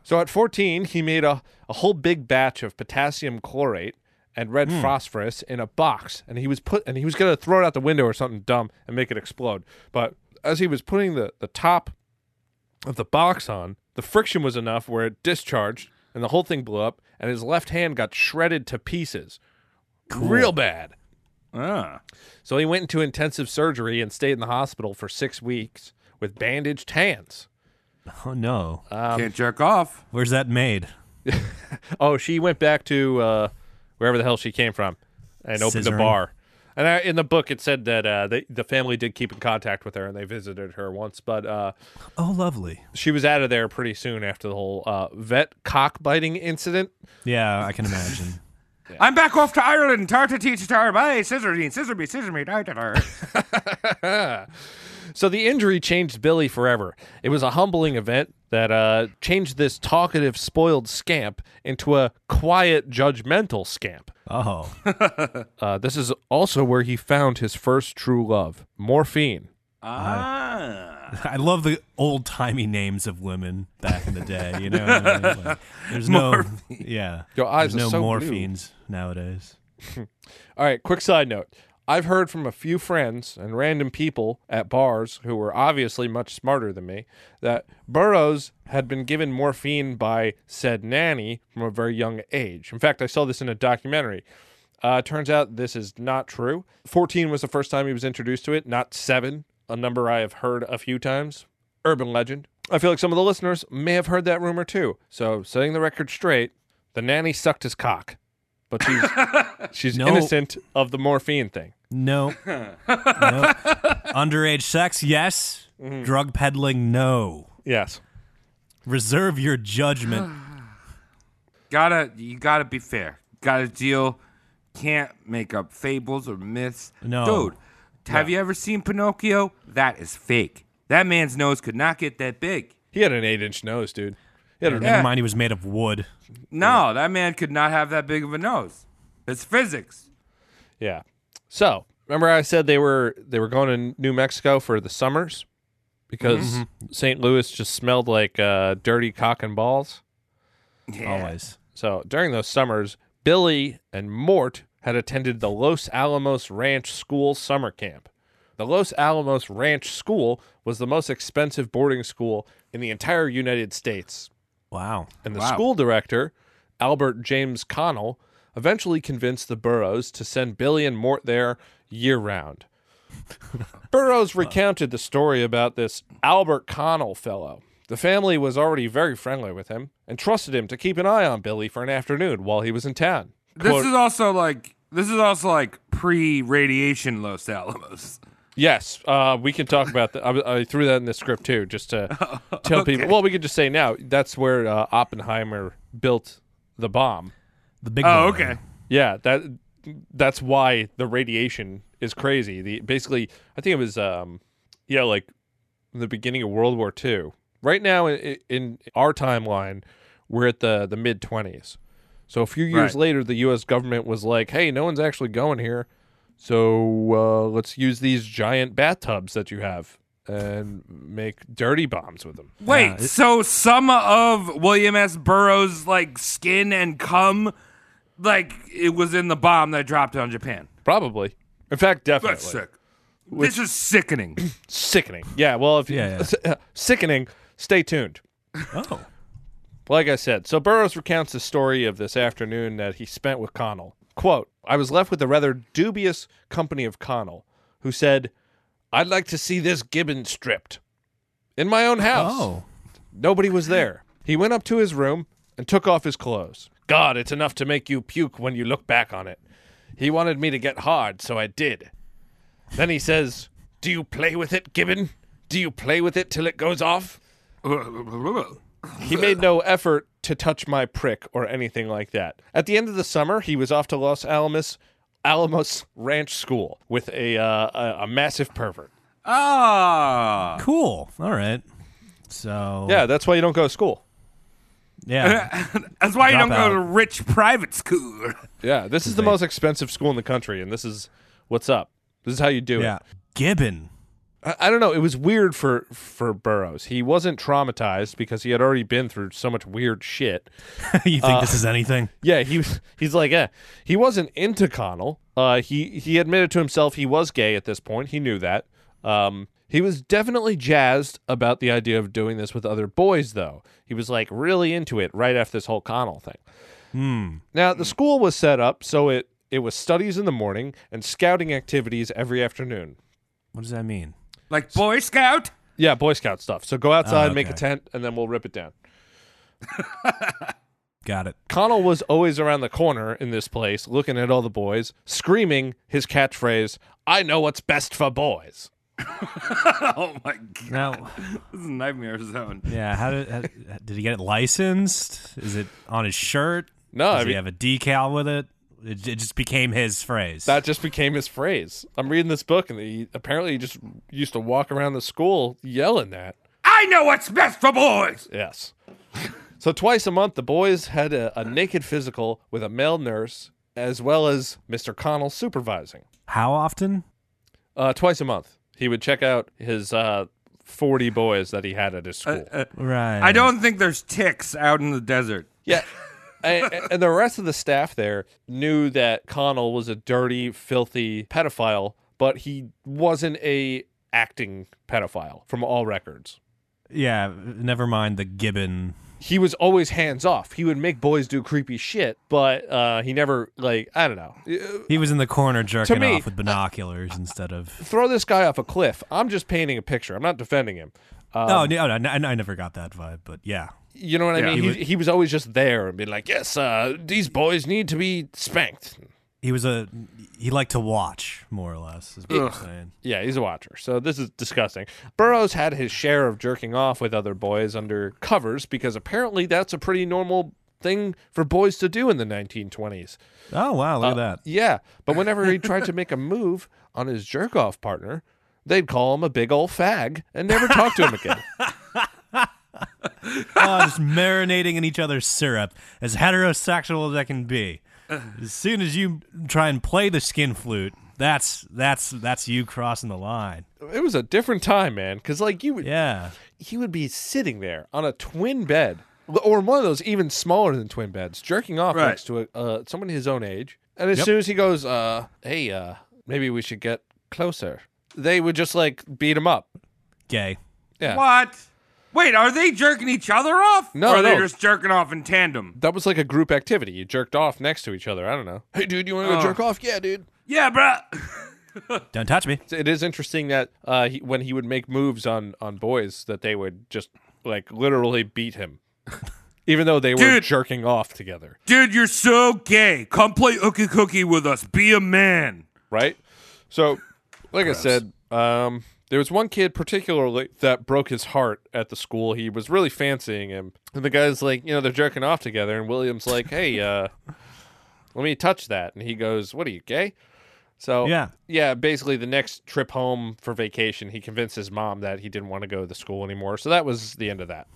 Speaker 7: So at 14, he made a, a whole big batch of potassium chlorate and red phosphorus in a box, and he was put and he was gonna throw it out the window or something dumb and make it explode. But as he was putting the, the top of the box on, the friction was enough where it discharged and the whole thing blew up, and his left hand got shredded to pieces, real bad.
Speaker 8: Ah.
Speaker 7: So he went into intensive surgery and stayed in the hospital for six weeks with bandaged hands.
Speaker 9: Oh no,
Speaker 7: Uh, Um,
Speaker 8: Can't jerk off.
Speaker 9: where's that made?
Speaker 7: Oh, she went back to uh, wherever the hell she came from and opened a
Speaker 9: Scissoring.
Speaker 7: bar. And I, in the book, it said that uh, they, the family did keep in contact with her and they visited her once, but uh,
Speaker 9: Oh lovely.
Speaker 7: she was out of there pretty soon after the whole uh, vet cock biting incident.
Speaker 9: Yeah, I can imagine.
Speaker 8: I'm back off to Ireland. Tar to teach tar by scissor me, scissor me, scissor me, tar tar tar.
Speaker 7: So the injury changed Billy forever. It was a humbling event that uh, changed this talkative, spoiled scamp into a quiet, judgmental scamp.
Speaker 9: Oh, (laughs)
Speaker 7: Uh, this is also where he found his first true love, morphine.
Speaker 8: Ah.
Speaker 9: I love the old timey names of women back in the day. You know, what
Speaker 7: (laughs)
Speaker 9: I mean? Like, there's no yeah,
Speaker 7: Your eyes
Speaker 9: there's
Speaker 7: are
Speaker 9: no
Speaker 7: so blue.
Speaker 9: morphines nowadays.
Speaker 7: All right, quick side note. I've heard from a few friends and random people at bars who were obviously much smarter than me that Burroughs had been given morphine by said nanny from a very young age. In fact, I saw this in a documentary. Uh, turns out this is not true. 14 was the first time he was introduced to it, not seven, a number I have heard a few times. Urban legend. I feel like some of the listeners may have heard that rumor too. So, setting the record straight, the nanny sucked his cock, but she's, she's
Speaker 9: No.
Speaker 7: innocent of the morphine thing.
Speaker 9: No, no.
Speaker 7: (laughs)
Speaker 9: Underage sex, yes.
Speaker 7: Mm-hmm.
Speaker 9: Drug peddling, no.
Speaker 7: Yes.
Speaker 9: Reserve
Speaker 7: (gasps)
Speaker 9: your judgment.
Speaker 8: gotta you gotta be fair. Gotta deal. Can't make up fables or myths.
Speaker 9: No.
Speaker 8: dude. Have you ever seen Pinocchio? That is fake. That man's nose could not get that big.
Speaker 7: He had an eight inch nose, dude. He had a,
Speaker 9: Never mind, he was made of wood.
Speaker 8: No, that man could not have that big of a nose. It's physics.
Speaker 7: yeah. So remember I said they were they were going to New Mexico for the summers because St. Louis just smelled like uh, dirty cock and balls.
Speaker 9: Always.
Speaker 7: So during those summers, Billy and Mort had attended the Los Alamos Ranch School summer camp. The Los Alamos Ranch School was the most expensive boarding school in the entire United States.
Speaker 9: Wow.
Speaker 7: And the school director, Albert James Connell, eventually convinced the Burroughs to send Billy and Mort there
Speaker 8: (laughs)
Speaker 7: year round. Burroughs recounted the story about this Albert Connell fellow. The family was already very friendly with him and trusted him to keep an eye on Billy for an afternoon while he was in town.
Speaker 8: This
Speaker 7: Quote,
Speaker 8: is also like this is also like pre-radiation Los
Speaker 9: (laughs)
Speaker 8: Alamos.
Speaker 7: yes, uh, we can talk about that. I, I threw that in the script too,
Speaker 8: (laughs)
Speaker 7: just to tell people. Well, we could just say now that's where uh, Oppenheimer built the bomb.
Speaker 9: The big
Speaker 8: Oh,
Speaker 9: boy.
Speaker 8: okay.
Speaker 7: Yeah, that that's why the radiation is crazy. The basically, I think it was um yeah, like the beginning of World War II. Right now in, in our timeline, we're at the the mid 20s. So a few years
Speaker 8: Right.
Speaker 7: later the US government was like, "Hey, no one's actually going here. So uh, let's use these giant bathtubs that you have and make dirty bombs with them."
Speaker 8: Wait, so some of William S. Burroughs' like skin and cum like it was in the bomb that dropped on Japan.
Speaker 7: Probably. In fact, definitely.
Speaker 8: That's sick. this is
Speaker 7: (clears throat)
Speaker 8: sickening.
Speaker 7: Sickening. Yeah. Well, if
Speaker 9: Yeah,
Speaker 7: (laughs) sickening, stay tuned.
Speaker 9: Oh.
Speaker 7: Like I said, so Burroughs recounts the story of this afternoon that he spent with Connell. Quote, I was left with the rather dubious company of Connell, who said, I'd like to see this gibbon stripped in my own house.
Speaker 9: Oh.
Speaker 7: Nobody was there. He went up to his room and took off his clothes. God, it's enough to make you puke when you look back on it. He wanted me to get hard, so I did. Then he says, Do you play with it, Gibbon? Do you play with it till it goes off? He made no effort to touch my prick or anything like that. At the end of the summer, he was off to Los Alamos, Alamos Ranch School with a uh, a, a massive pervert.
Speaker 8: Ah,
Speaker 9: Cool. All right. So
Speaker 7: Yeah, that's why you don't go to school.
Speaker 9: yeah.
Speaker 8: that's why you
Speaker 9: Drop
Speaker 8: don't
Speaker 9: out.
Speaker 8: go to rich private school.
Speaker 7: Yeah, this is the most expensive school in the country, and this is what's up. This is how you (laughs) do
Speaker 9: yeah.
Speaker 7: it.
Speaker 9: Gibbon. (laughs)
Speaker 7: I, I don't know. It was weird for for Burroughs. He wasn't traumatized because he had already been through so much weird shit.
Speaker 9: you think
Speaker 7: Uh,
Speaker 9: this is anything?
Speaker 7: Yeah, he was. (laughs) He's like, eh. He wasn't into Connell. Uh, he he admitted to himself he was gay at this point. He knew that. Um, he was definitely jazzed about the idea of doing this with other boys, though. He was like really into it right after this whole Connell thing. Now the school was set up so it it was studies in the morning and scouting activities every afternoon.
Speaker 9: What does that mean?
Speaker 8: Like Boy Scout. (laughs)
Speaker 7: Yeah, Boy Scout stuff. So go outside, make a
Speaker 9: okay.
Speaker 7: tent, and then we'll rip it down.
Speaker 9: Got it.
Speaker 7: Connell was always around the corner in this place, looking at all the boys, screaming his catchphrase, I know what's best for boys.
Speaker 8: Oh my god,
Speaker 9: Now,
Speaker 8: this is a nightmare zone.
Speaker 9: yeah, how did how, did he get it licensed? Is it on his shirt?
Speaker 7: No,
Speaker 9: Does
Speaker 7: I
Speaker 9: he
Speaker 7: mean-
Speaker 9: have a decal with it? It, it just became his phrase.
Speaker 7: That just became his phrase. I'm reading this book, and he apparently he just used to walk around the school yelling that.
Speaker 8: I know what's best for boys.
Speaker 7: Yes. (laughs) so twice a month, the boys had a, a naked physical with a male nurse, as well as Mr. Connell supervising.
Speaker 9: how often?
Speaker 7: Uh, twice a month, he would check out his uh, 40 boys that he had at his school.
Speaker 9: Right.
Speaker 8: I don't think there's ticks out in the desert.
Speaker 7: Yeah. and, and the rest of the staff there knew that Connell was a dirty, filthy pedophile, but he wasn't a acting pedophile from all records.
Speaker 9: Yeah. Never mind the gibbon.
Speaker 7: He was always hands off. He would make boys do creepy shit, but uh, he never like I don't know. Uh,
Speaker 9: He was in the corner jerking
Speaker 7: me- uh,
Speaker 9: off with binoculars instead of.
Speaker 7: Throw this guy off a cliff. I'm just painting a picture. I'm not defending him.
Speaker 9: oh no, no, no, I I never got that vibe, but yeah.
Speaker 7: You know what I
Speaker 8: Yeah.
Speaker 7: mean? He,
Speaker 8: He
Speaker 7: he, was, always just there and being like, "Yes, uh, these boys need to be spanked."
Speaker 9: He was a he liked to watch more or less. Is what I'm saying.
Speaker 7: Yeah, he's a watcher. So this is disgusting. Burroughs had his share of jerking off with other boys under covers because apparently that's a pretty normal thing for boys to do in the 1920s.
Speaker 9: Oh wow, look at that.
Speaker 7: Yeah, but whenever he tried to make a move on his jerk off partner, they'd call him a big old fag and never talk to him again.
Speaker 9: Oh, just marinating in each other's syrup, as heterosexual as I can be. As soon as you try and play the skin flute, that's that's that's you crossing the line.
Speaker 7: It was a different time, man, cuz like you would
Speaker 9: Yeah.
Speaker 7: he would be sitting there on a twin bed or one of those even smaller than twin beds jerking off
Speaker 8: Right.
Speaker 7: next to a, uh, someone his own age and as soon as he goes uh, hey uh, maybe we should get closer they would just like beat him up
Speaker 9: Gay.
Speaker 7: yeah
Speaker 8: What? Wait, are they jerking each other off?
Speaker 7: No,
Speaker 8: or are they
Speaker 7: no.
Speaker 8: just jerking off in tandem?
Speaker 7: that was like a group activity you jerked off next to each other i don't know Oh. hey dude you want to go jerk off yeah dude
Speaker 8: Yeah, bruh.
Speaker 9: Don't touch me.
Speaker 7: it is interesting that uh, he, when he would make moves on on boys that they would just like literally beat him (laughs) even though they were
Speaker 8: Dude.
Speaker 7: jerking off together
Speaker 8: Dude, you're so gay. Come play Ookie Cookie with us. Be a man.
Speaker 7: right? So, like I said, um, there was one kid particularly that broke his heart at the school. He was really fancying him, and the guy's like, you know, they're jerking off together, and William's like, hey, uh, let me touch that, and he goes, what are you gay? So
Speaker 9: Yeah.
Speaker 7: yeah. Basically, the next trip home for vacation, he convinced his mom that he didn't want to go to the school anymore. So that was the end of that.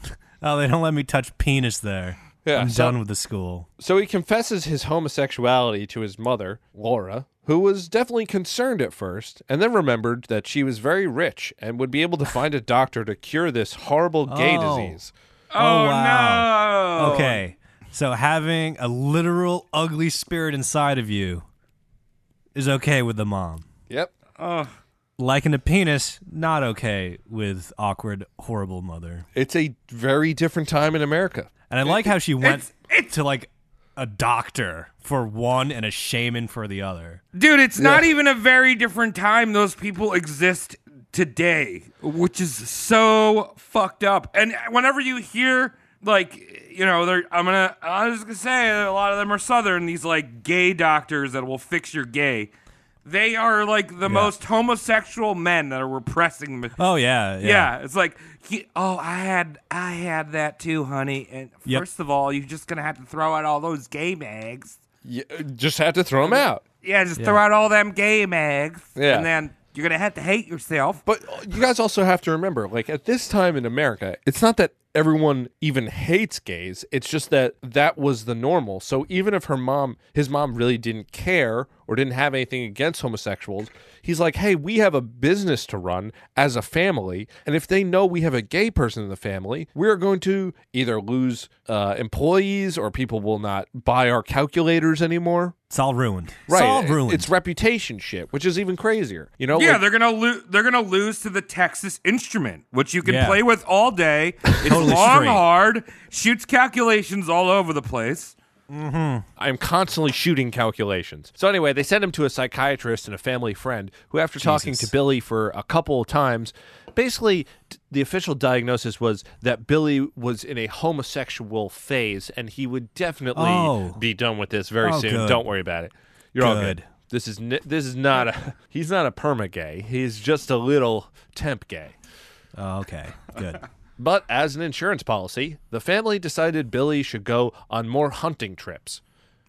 Speaker 9: Oh, they don't let me touch penis there.
Speaker 7: Yeah,
Speaker 9: I'm
Speaker 7: so-
Speaker 9: done with the school.
Speaker 7: So he confesses his homosexuality to his mother, Laura, who was definitely concerned at first, and then remembered that she was very rich and would be able to find a doctor to cure this horrible gay
Speaker 9: Oh.
Speaker 7: disease.
Speaker 9: Oh, wow.
Speaker 8: no.
Speaker 9: Okay. So having a literal ugly spirit inside of you is okay with the mom.
Speaker 7: Yep.
Speaker 9: Liking a penis, not okay with awkward, horrible mother.
Speaker 7: It's a very different time in America.
Speaker 9: And I like how she went
Speaker 8: it's- it's-
Speaker 9: to like a doctor for one and a shaman for the other.
Speaker 8: Dude, it's not even a very different time. Those people exist today, which is so fucked up. And whenever you hear, like, you know, they're, I'm gonna, I'm just gonna say that a lot of them are Southern, these like gay doctors that will fix your gay. They are like the most homosexual men that are repressing. me.
Speaker 9: Oh yeah, yeah.
Speaker 8: Yeah, it's like, he, oh, I had I had that too, honey. And
Speaker 9: Yep.
Speaker 8: first of all, you're just gonna have to throw out all those game eggs.
Speaker 7: You just had to throw them out.
Speaker 8: Yeah, just throw out all them game eggs.
Speaker 7: Yeah.
Speaker 8: and then you're gonna have to hate yourself.
Speaker 7: But you guys also have to remember, like at this time in America, it's not that everyone even hates gays. It's just that that was the normal. So even if her mom, his mom, really didn't care or didn't have anything against homosexuals, he's like, hey, we have a business to run as a family, and if they know we have a gay person in the family, we are going to either lose uh, employees or people will not buy our calculators anymore.
Speaker 9: It's all ruined.
Speaker 7: Right?
Speaker 9: It's all
Speaker 7: It-
Speaker 9: ruined.
Speaker 7: It's reputation shit, which is even crazier. You know?
Speaker 8: Yeah,
Speaker 7: like-
Speaker 8: they're gonna lose. They're gonna lose to the Texas Instrument, which you can
Speaker 9: Yeah.
Speaker 8: play with all day. It's
Speaker 9: Totally
Speaker 8: long,
Speaker 9: straight.
Speaker 8: hard, shoots calculations all over the place.
Speaker 7: I'm constantly shooting calculations. So anyway, they sent him to a psychiatrist and a family friend who after talking to Billy for a couple of times, basically d- the official diagnosis was that Billy was in a homosexual phase and he would definitely
Speaker 9: Oh.
Speaker 7: be done with this very
Speaker 9: Oh,
Speaker 7: soon.
Speaker 9: good.
Speaker 7: Don't worry about it. You're all good.
Speaker 9: Good.
Speaker 7: This is n- this is not a (laughs) he's not a perma gay. He's just a little temp gay.
Speaker 9: oh, okay, good.
Speaker 7: But as an insurance policy, the family decided Billy should go on more hunting trips.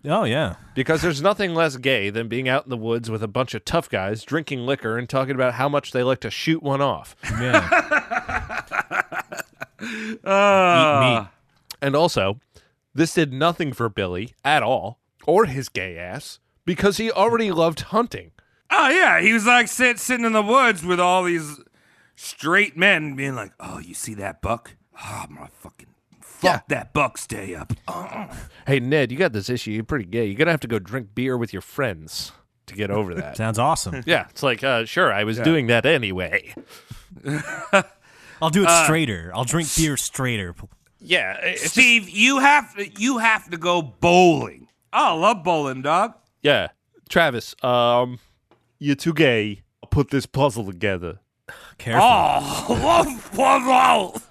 Speaker 9: Oh yeah.
Speaker 7: Because there's nothing less gay than being out in the woods with a bunch of tough guys drinking liquor and talking about how much they like to shoot one (laughs) off.
Speaker 9: Yeah. Eat meat.
Speaker 7: And also, this did nothing for Billy at all, or his gay ass, because he already loved hunting.
Speaker 8: Oh yeah, he was like sit, sitting in the woods with all these straight men, being like, "Oh, you see that buck? Oh, I'm gonna fucking fuck that buck. Stay up." Uh-uh.
Speaker 7: Hey, Ned, you got this issue. You're pretty gay. You're going to have to go drink beer with your friends to get (laughs) over that.
Speaker 9: Sounds awesome.
Speaker 7: yeah, it's like, uh, sure, I was doing that anyway.
Speaker 9: I'll do it straighter. I'll drink beer straighter.
Speaker 7: Yeah. it's just-
Speaker 8: Steve, you have to you have to go bowling. I love bowling, dog.
Speaker 7: yeah. Travis, um, you're too gay. I'll put this puzzle (laughs) together.
Speaker 9: Careful.
Speaker 8: Oh, love puzzles.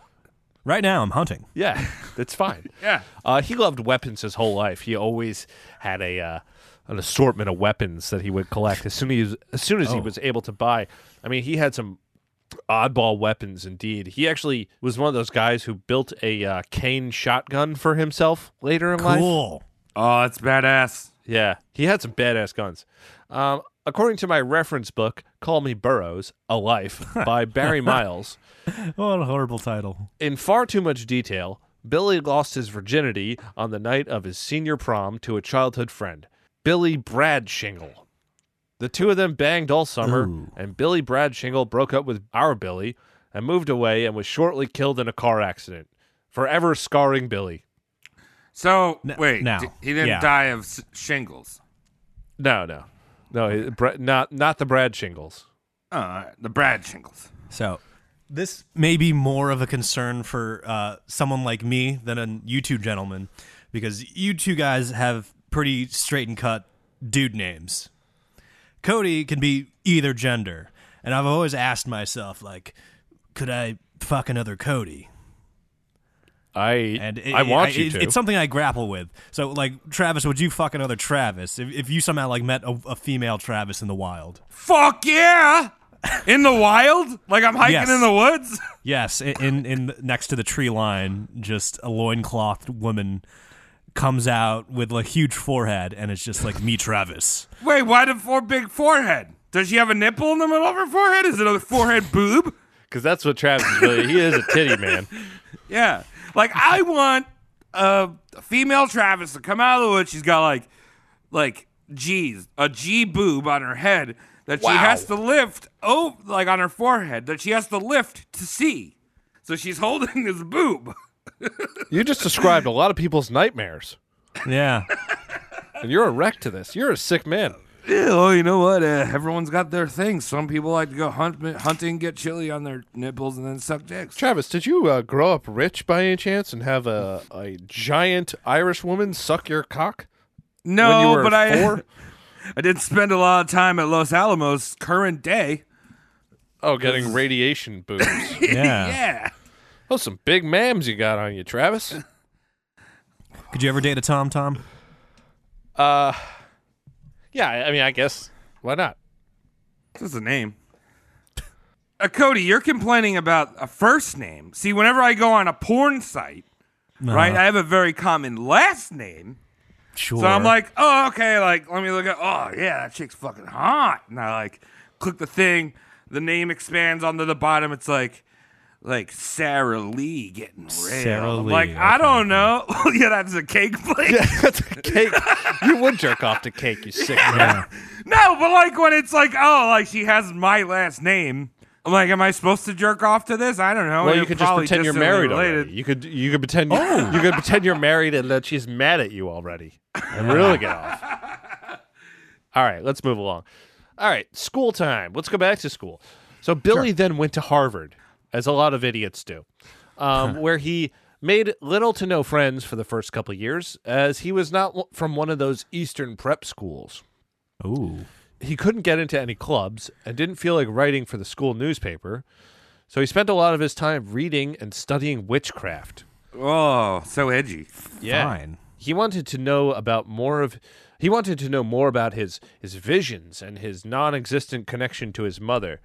Speaker 9: Right now, I'm hunting.
Speaker 7: Yeah, (laughs) that's fine.
Speaker 8: Yeah.
Speaker 7: Uh, he loved weapons his whole life. He always had a uh, an assortment of weapons that he would collect as soon as he was, as soon as he was able to buy. I mean, he had some oddball weapons indeed. He actually was one of those guys who built a uh, cane shotgun for himself later in life.
Speaker 9: Cool.
Speaker 8: Oh, that's badass.
Speaker 7: Yeah, he had some badass guns. Um, according to my reference book, "Call Me Burroughs: A Life" by Barry Miles.
Speaker 9: What a horrible title.
Speaker 7: In far too much detail, Billy lost his virginity on the night of his senior prom to a childhood friend, Billy Bradshingle. The two of them banged all summer, and Billy Bradshingle broke up with our Billy and moved away and was shortly killed in a car accident, forever scarring Billy.
Speaker 8: So
Speaker 9: N-
Speaker 8: wait,
Speaker 9: now.
Speaker 8: d- he didn't
Speaker 9: Yeah.
Speaker 8: die of s- shingles.
Speaker 7: No, no. No, he- Bra- not not the Bradshingles.
Speaker 8: Uh, the Brad shingles.
Speaker 9: So, this may be more of a concern for uh, someone like me than a you two gentlemen, because you two guys have pretty straight and cut dude names. Cody can be either gender, and I've always asked myself, like, could I fuck another Cody?
Speaker 7: I
Speaker 9: And it,
Speaker 7: I want
Speaker 9: it-
Speaker 7: you
Speaker 9: it-
Speaker 7: to.
Speaker 9: It's something I grapple with. So, like, Travis, would you fuck another Travis if, if you somehow like met a, a female Travis in the wild?
Speaker 8: Fuck yeah! In the wild, like I'm hiking
Speaker 9: Yes.
Speaker 8: in the woods.
Speaker 9: Yes, i- in in next to the tree line, just a loincloth woman comes out with a huge forehead, and it's just like me, Travis.
Speaker 8: Wait, why the four big forehead? Does she have a nipple in the middle of her forehead? Is it a forehead boob?
Speaker 7: Because that's what Travis is really. He is a titty man.
Speaker 8: Yeah. Like I want a female Travis to come out of the woods. She's got like like G's a G boob on her head that she has to lift oh like on her forehead that she has to lift to see. So she's holding this boob.
Speaker 7: You just described a lot of people's nightmares,
Speaker 9: (laughs) Yeah.
Speaker 7: and you're a wreck to this. You're a sick man.
Speaker 8: Yeah, well, you know what? Uh, everyone's got their thing. Some people like to go hunt, hunting, get chili on their nipples, and then suck dicks.
Speaker 7: Travis, did you uh, grow up rich by any chance and have a, a giant Irish woman suck your cock?
Speaker 8: No,
Speaker 7: you were
Speaker 8: but I
Speaker 7: (laughs) four?
Speaker 8: (laughs) I did spend a lot of time at Los Alamos. Current day,
Speaker 7: Oh, getting radiation (laughs) boobs.
Speaker 9: Yeah.
Speaker 8: yeah.
Speaker 7: Those some big mams you got on you, Travis.
Speaker 9: Could you ever date a Tom Tom?
Speaker 7: Yeah, I I mean, I guess why (laughs) not?
Speaker 8: That's a name. Uh, Cody, you're complaining about a first name. See, whenever I go on a porn site, right, I have a very common last name.
Speaker 9: Uh-huh. Sure.
Speaker 8: So I'm like, oh, okay, like, let me look at, oh, yeah, that chick's fucking hot. And I like click the thing, the name expands onto the bottom. It's like, like Sarah Lee getting real.
Speaker 9: Sarah
Speaker 8: I'm
Speaker 9: Lee,
Speaker 8: Like, I
Speaker 9: okay.
Speaker 8: don't know. (laughs) yeah, that's a cake place.
Speaker 7: That's a cake. You would jerk off to cake, you sick man.
Speaker 8: (laughs) No, but like when it's like, oh, like she has my last name. I'm like, am I supposed to jerk off to this? I don't know.
Speaker 7: Well,
Speaker 8: It
Speaker 7: you could just
Speaker 8: probably
Speaker 7: pretend you're
Speaker 8: distantly
Speaker 7: married.
Speaker 8: related. Oh.
Speaker 7: Already. You could you could pretend (laughs) you could pretend you're married and that she's mad at you already. And really get off.
Speaker 8: (laughs)
Speaker 7: All right, let's move along. All right, school time. Let's go back to school. So Billy then went to Harvard, as a lot of idiots do,
Speaker 8: (laughs)
Speaker 7: um, where he made little to no friends for the first couple years, as he was not w- from one of those Eastern prep schools
Speaker 9: ooh.
Speaker 7: he couldn't get into any clubs and didn't feel like writing for the school newspaper. So he spent a lot of his time reading and studying witchcraft.
Speaker 8: Oh, so edgy.
Speaker 9: Fine.
Speaker 7: He wanted to know about more of he wanted to know more about his his visions and his non-existent connection to his mother.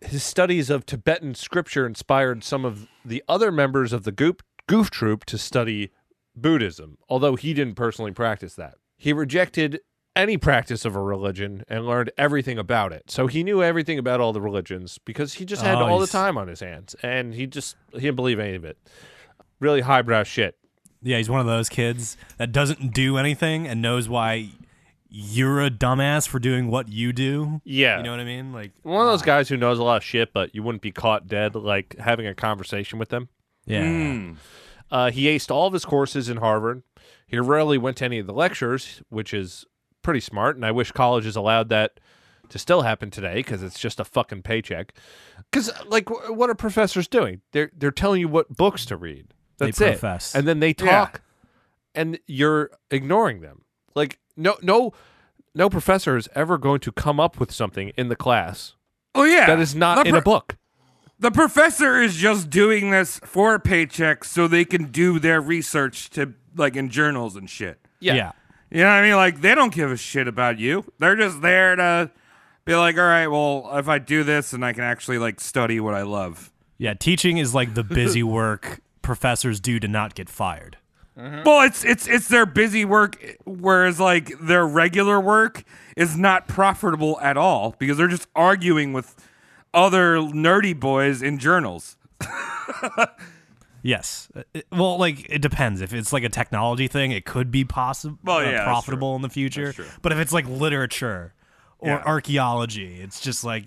Speaker 7: His studies of Tibetan scripture inspired some of the other members of the Goop, Goof Troop to study Buddhism, although he didn't personally practice that. He rejected any practice of a religion and learned everything about it. So he knew everything about all the religions because he just had
Speaker 9: Oh,
Speaker 7: all the
Speaker 9: he's-
Speaker 7: time on his hands and he just he didn't believe any of it. Really highbrow shit.
Speaker 9: Yeah, he's one of those kids that doesn't do anything and knows why you're a dumbass for doing what you do.
Speaker 7: Yeah.
Speaker 9: You know what I mean? Like,
Speaker 7: One of those guys who knows a lot of shit, but you wouldn't be caught dead like having a conversation with them.
Speaker 9: yeah.
Speaker 7: Uh, he aced all of his courses in Harvard. He rarely went to any of the lectures, which is pretty smart. And I wish colleges allowed that to still happen today because it's just a fucking paycheck. Because like, wh- what are professors doing? They're they're telling you what books to read. That's it.
Speaker 9: profess.
Speaker 7: And then they talk, and you're ignoring them. Like no no no professor is ever going to come up with something in the class
Speaker 8: Oh yeah,
Speaker 7: that is not
Speaker 8: the
Speaker 7: in a
Speaker 8: pro-
Speaker 7: book.
Speaker 8: The professor is just doing this for a paycheck, so they can do their research to like in journals and shit.
Speaker 9: Yeah.
Speaker 8: You know what I mean? Like they don't give a shit about you. They're just there to be like, all right, well, if I do this, then I can actually like study what I love.
Speaker 9: Yeah, Teaching is like the (laughs) busy work professors do to not get fired.
Speaker 8: Well, it's it's it's their busy work, whereas like their regular work is not profitable at all because they're just arguing with other nerdy boys in journals.
Speaker 9: Yes. Uh, it- well, like it depends. If it's like a technology thing, it could be possible
Speaker 8: Well, Oh, yeah, that's
Speaker 9: profitable in the future. But if it's like literature or
Speaker 8: Yeah.
Speaker 9: archaeology, it's just like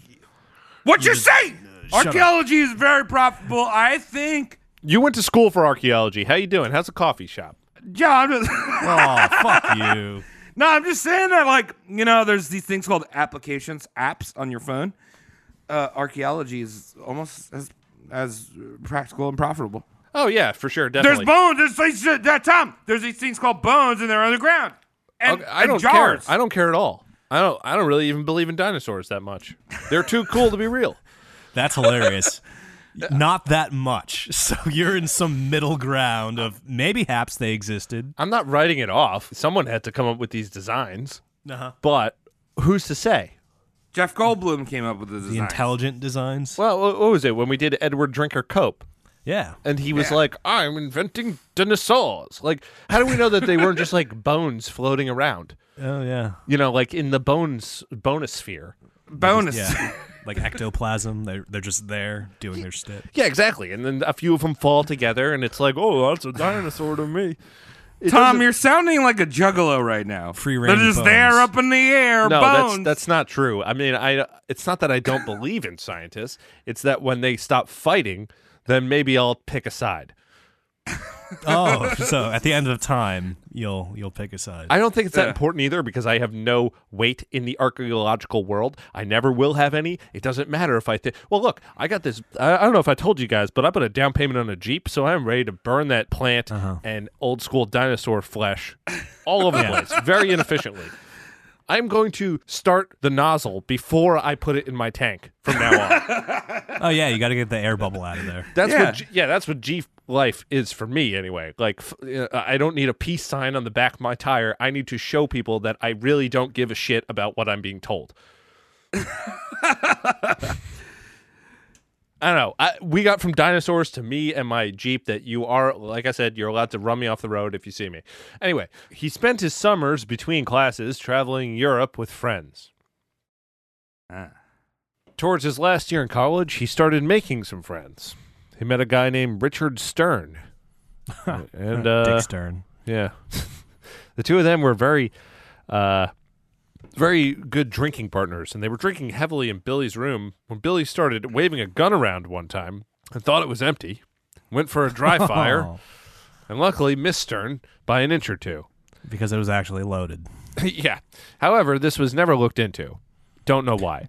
Speaker 8: What you, say?
Speaker 9: Mm-hmm. shut up.
Speaker 8: Archaeology is very profitable, I think.
Speaker 7: You went to school for archaeology. How you doing? How's the coffee shop?
Speaker 8: Yeah, I'm just (laughs)
Speaker 9: oh fuck you.
Speaker 8: no, I'm just saying that like you know, there's these things called applications, apps on your phone. Uh, archaeology is almost as as practical and profitable.
Speaker 7: Oh yeah, for sure,
Speaker 8: There's
Speaker 7: definitely.
Speaker 8: bones. There's things that- that Tom. There's these things called bones, and they're on the ground. And,
Speaker 7: Okay, I
Speaker 8: and
Speaker 7: don't
Speaker 8: jars.
Speaker 7: care. I don't care at all. I don't. I don't really even believe in dinosaurs that much. They're too cool to be real.
Speaker 9: That's hilarious. Not that much. (laughs) So you're in some middle ground of maybe haps they existed.
Speaker 7: (laughs)
Speaker 8: Oh,
Speaker 7: I'm not writing it off. Someone had to come up with these designs,
Speaker 9: Uh-huh.
Speaker 7: but who's to say?
Speaker 8: Jeff Goldblum came up with the
Speaker 9: The
Speaker 8: design.
Speaker 9: intelligent designs.
Speaker 7: Well, wh- what was it when we did Edward Drinker Cope?
Speaker 9: Yeah.
Speaker 8: uh,
Speaker 7: And he was like, "I'm inventing dinosaurs." Like, how do we know that they weren't just like (laughs) bones floating around?
Speaker 9: Oh yeah.
Speaker 7: You know, like in the bones bonosphere.
Speaker 8: Bonus. (laughs)
Speaker 9: Yeah. (laughs) like ectoplasm. They're they're just there doing their shit.
Speaker 7: Yeah, exactly. And then a few of them fall together, and it's like, "Oh, that's a dinosaur to me." It
Speaker 8: Tom,
Speaker 7: doesn't-
Speaker 8: you're sounding like a juggalo right now.
Speaker 9: Free
Speaker 8: They're
Speaker 9: range
Speaker 8: just
Speaker 9: bones.
Speaker 8: there up in the air.
Speaker 7: no,
Speaker 8: bones.
Speaker 7: that's that's not true. I mean, I it's not that I don't believe in scientists. It's that when they stop fighting, then maybe I'll pick a side.
Speaker 9: Oh, so at the end of time, you'll you'll pick a side.
Speaker 7: I don't think it's that important either because I have no weight in the archaeological world. I never will have any. It doesn't matter if I think. Well, look, I got this. I, I don't know if I told you guys, but I put a down payment on a Jeep, so I'm ready to burn that plant and old school dinosaur flesh all over the place very inefficiently. I'm going to start the nozzle before I put it in my tank from now on.
Speaker 9: oh yeah, you got to get the air bubble out of there.
Speaker 7: That's
Speaker 8: Yeah.
Speaker 7: what G- yeah, that's what G life is for me anyway. Like f- uh, I don't need a peace sign on the back of my tire. I need to show people that I really don't give a shit about what I'm being told. I don't know. I, we got from dinosaurs to me and my Jeep that you are, like I said, you're allowed to run me off the road if you see me. Anyway, he spent his summers between classes traveling Europe with friends. Towards his last year in college, he started making some friends. He met a guy named Richard Stern. and uh,
Speaker 9: Dick Stern.
Speaker 7: yeah. (laughs) the two of them were very uh very good drinking partners and they were drinking heavily in Billy's room when Billy started waving a gun around one time and thought it was empty. Went for a dry fire
Speaker 9: Oh,
Speaker 7: and luckily missed Stern by an inch or two. (laughs)
Speaker 9: because it was actually loaded.
Speaker 7: yeah. However, this was never looked into. Don't know why.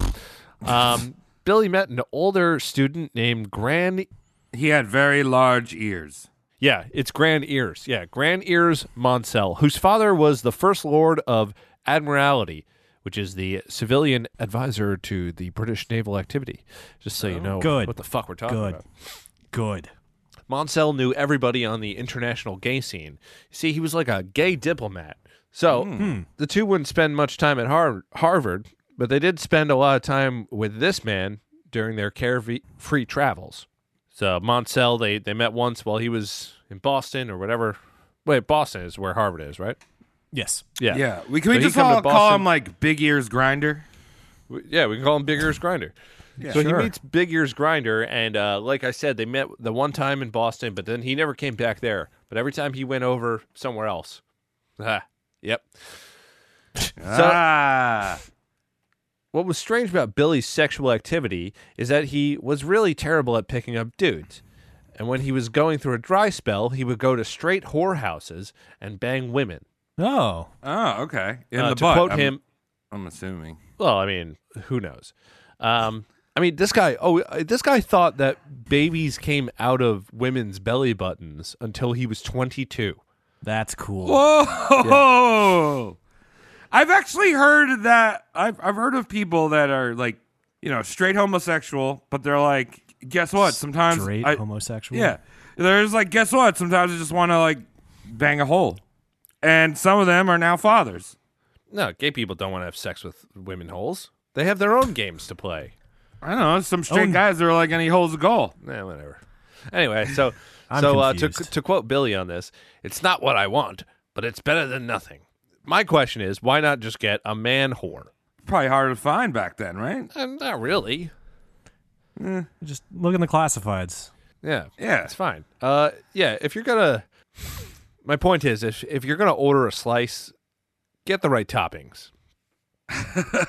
Speaker 7: Um Billy met an older student named Gran
Speaker 8: He had very large ears.
Speaker 7: Yeah, it's Grand Ears. Yeah, Grand Ears Monsell, whose father was the first lord of Admiralty, which is the civilian advisor to the British naval activity. Just so you know
Speaker 9: Oh. good.
Speaker 7: Oh, what the fuck we're talking
Speaker 9: Good,
Speaker 7: about.
Speaker 9: good.
Speaker 7: Monsell knew everybody on the international gay scene. See, he was like a gay diplomat. So the two wouldn't spend much time at Har- Harvard, but they did spend a lot of time with this man during their carefree travels. So Monsell, they, they met once while he was in Boston or whatever. Wait, Boston is where Harvard is, right?
Speaker 9: Yes.
Speaker 7: Yeah.
Speaker 8: Yeah. We, can we
Speaker 7: So he
Speaker 8: just
Speaker 7: come to
Speaker 8: all call
Speaker 7: Boston-
Speaker 8: him like Big Ears Grinder?
Speaker 7: We- Yeah, we can call him Big Ears Grinder. so he meets Big Ears Grinder, and uh, like I said, they met the one time in Boston, but then he never came back there. But every time he went over somewhere else. Ah, yep. so
Speaker 8: ah.
Speaker 7: what was strange about Billy's sexual activity is that he was really terrible at picking up dudes. And when he was going through a dry spell, he would go to straight whorehouses and bang women.
Speaker 9: Oh,
Speaker 8: Oh, okay. In
Speaker 7: Uh,
Speaker 8: the
Speaker 7: to
Speaker 8: butt,
Speaker 7: quote
Speaker 8: I'm-
Speaker 7: him,
Speaker 8: I'm assuming.
Speaker 7: Well, I mean, who knows? Um, I mean, this guy. Oh, uh, this guy thought that babies came out of women's belly buttons until he was twenty-two.
Speaker 9: that's cool.
Speaker 8: Oh, I've actually heard that. I've I've heard of people that are like, you know, straight homosexual, but they're like, guess what? Sometimes
Speaker 9: Straight
Speaker 8: I-
Speaker 9: homosexual.
Speaker 8: Yeah, there's like, guess what? Sometimes I just want to like bang a hole, and some of them are now fathers.
Speaker 7: No, gay people don't want to have sex with women holes. They have their own games to play.
Speaker 8: I don't know. Some straight
Speaker 9: Oh.
Speaker 8: guys are like, any hole's a goal.
Speaker 7: Eh, whatever. Anyway, (laughs) so
Speaker 9: I'm
Speaker 7: so uh, to
Speaker 9: confused.
Speaker 7: to quote Billy on this, it's not what I want, but it's better than nothing. My question is, why not just get a man whore?
Speaker 8: Probably harder to find back then, right?
Speaker 7: Uh, not really.
Speaker 9: Just look in the classifieds.
Speaker 7: Yeah.
Speaker 8: Yeah.
Speaker 7: It's fine. Uh yeah, if you're gonna my point is if if you're gonna order a slice, get the right toppings.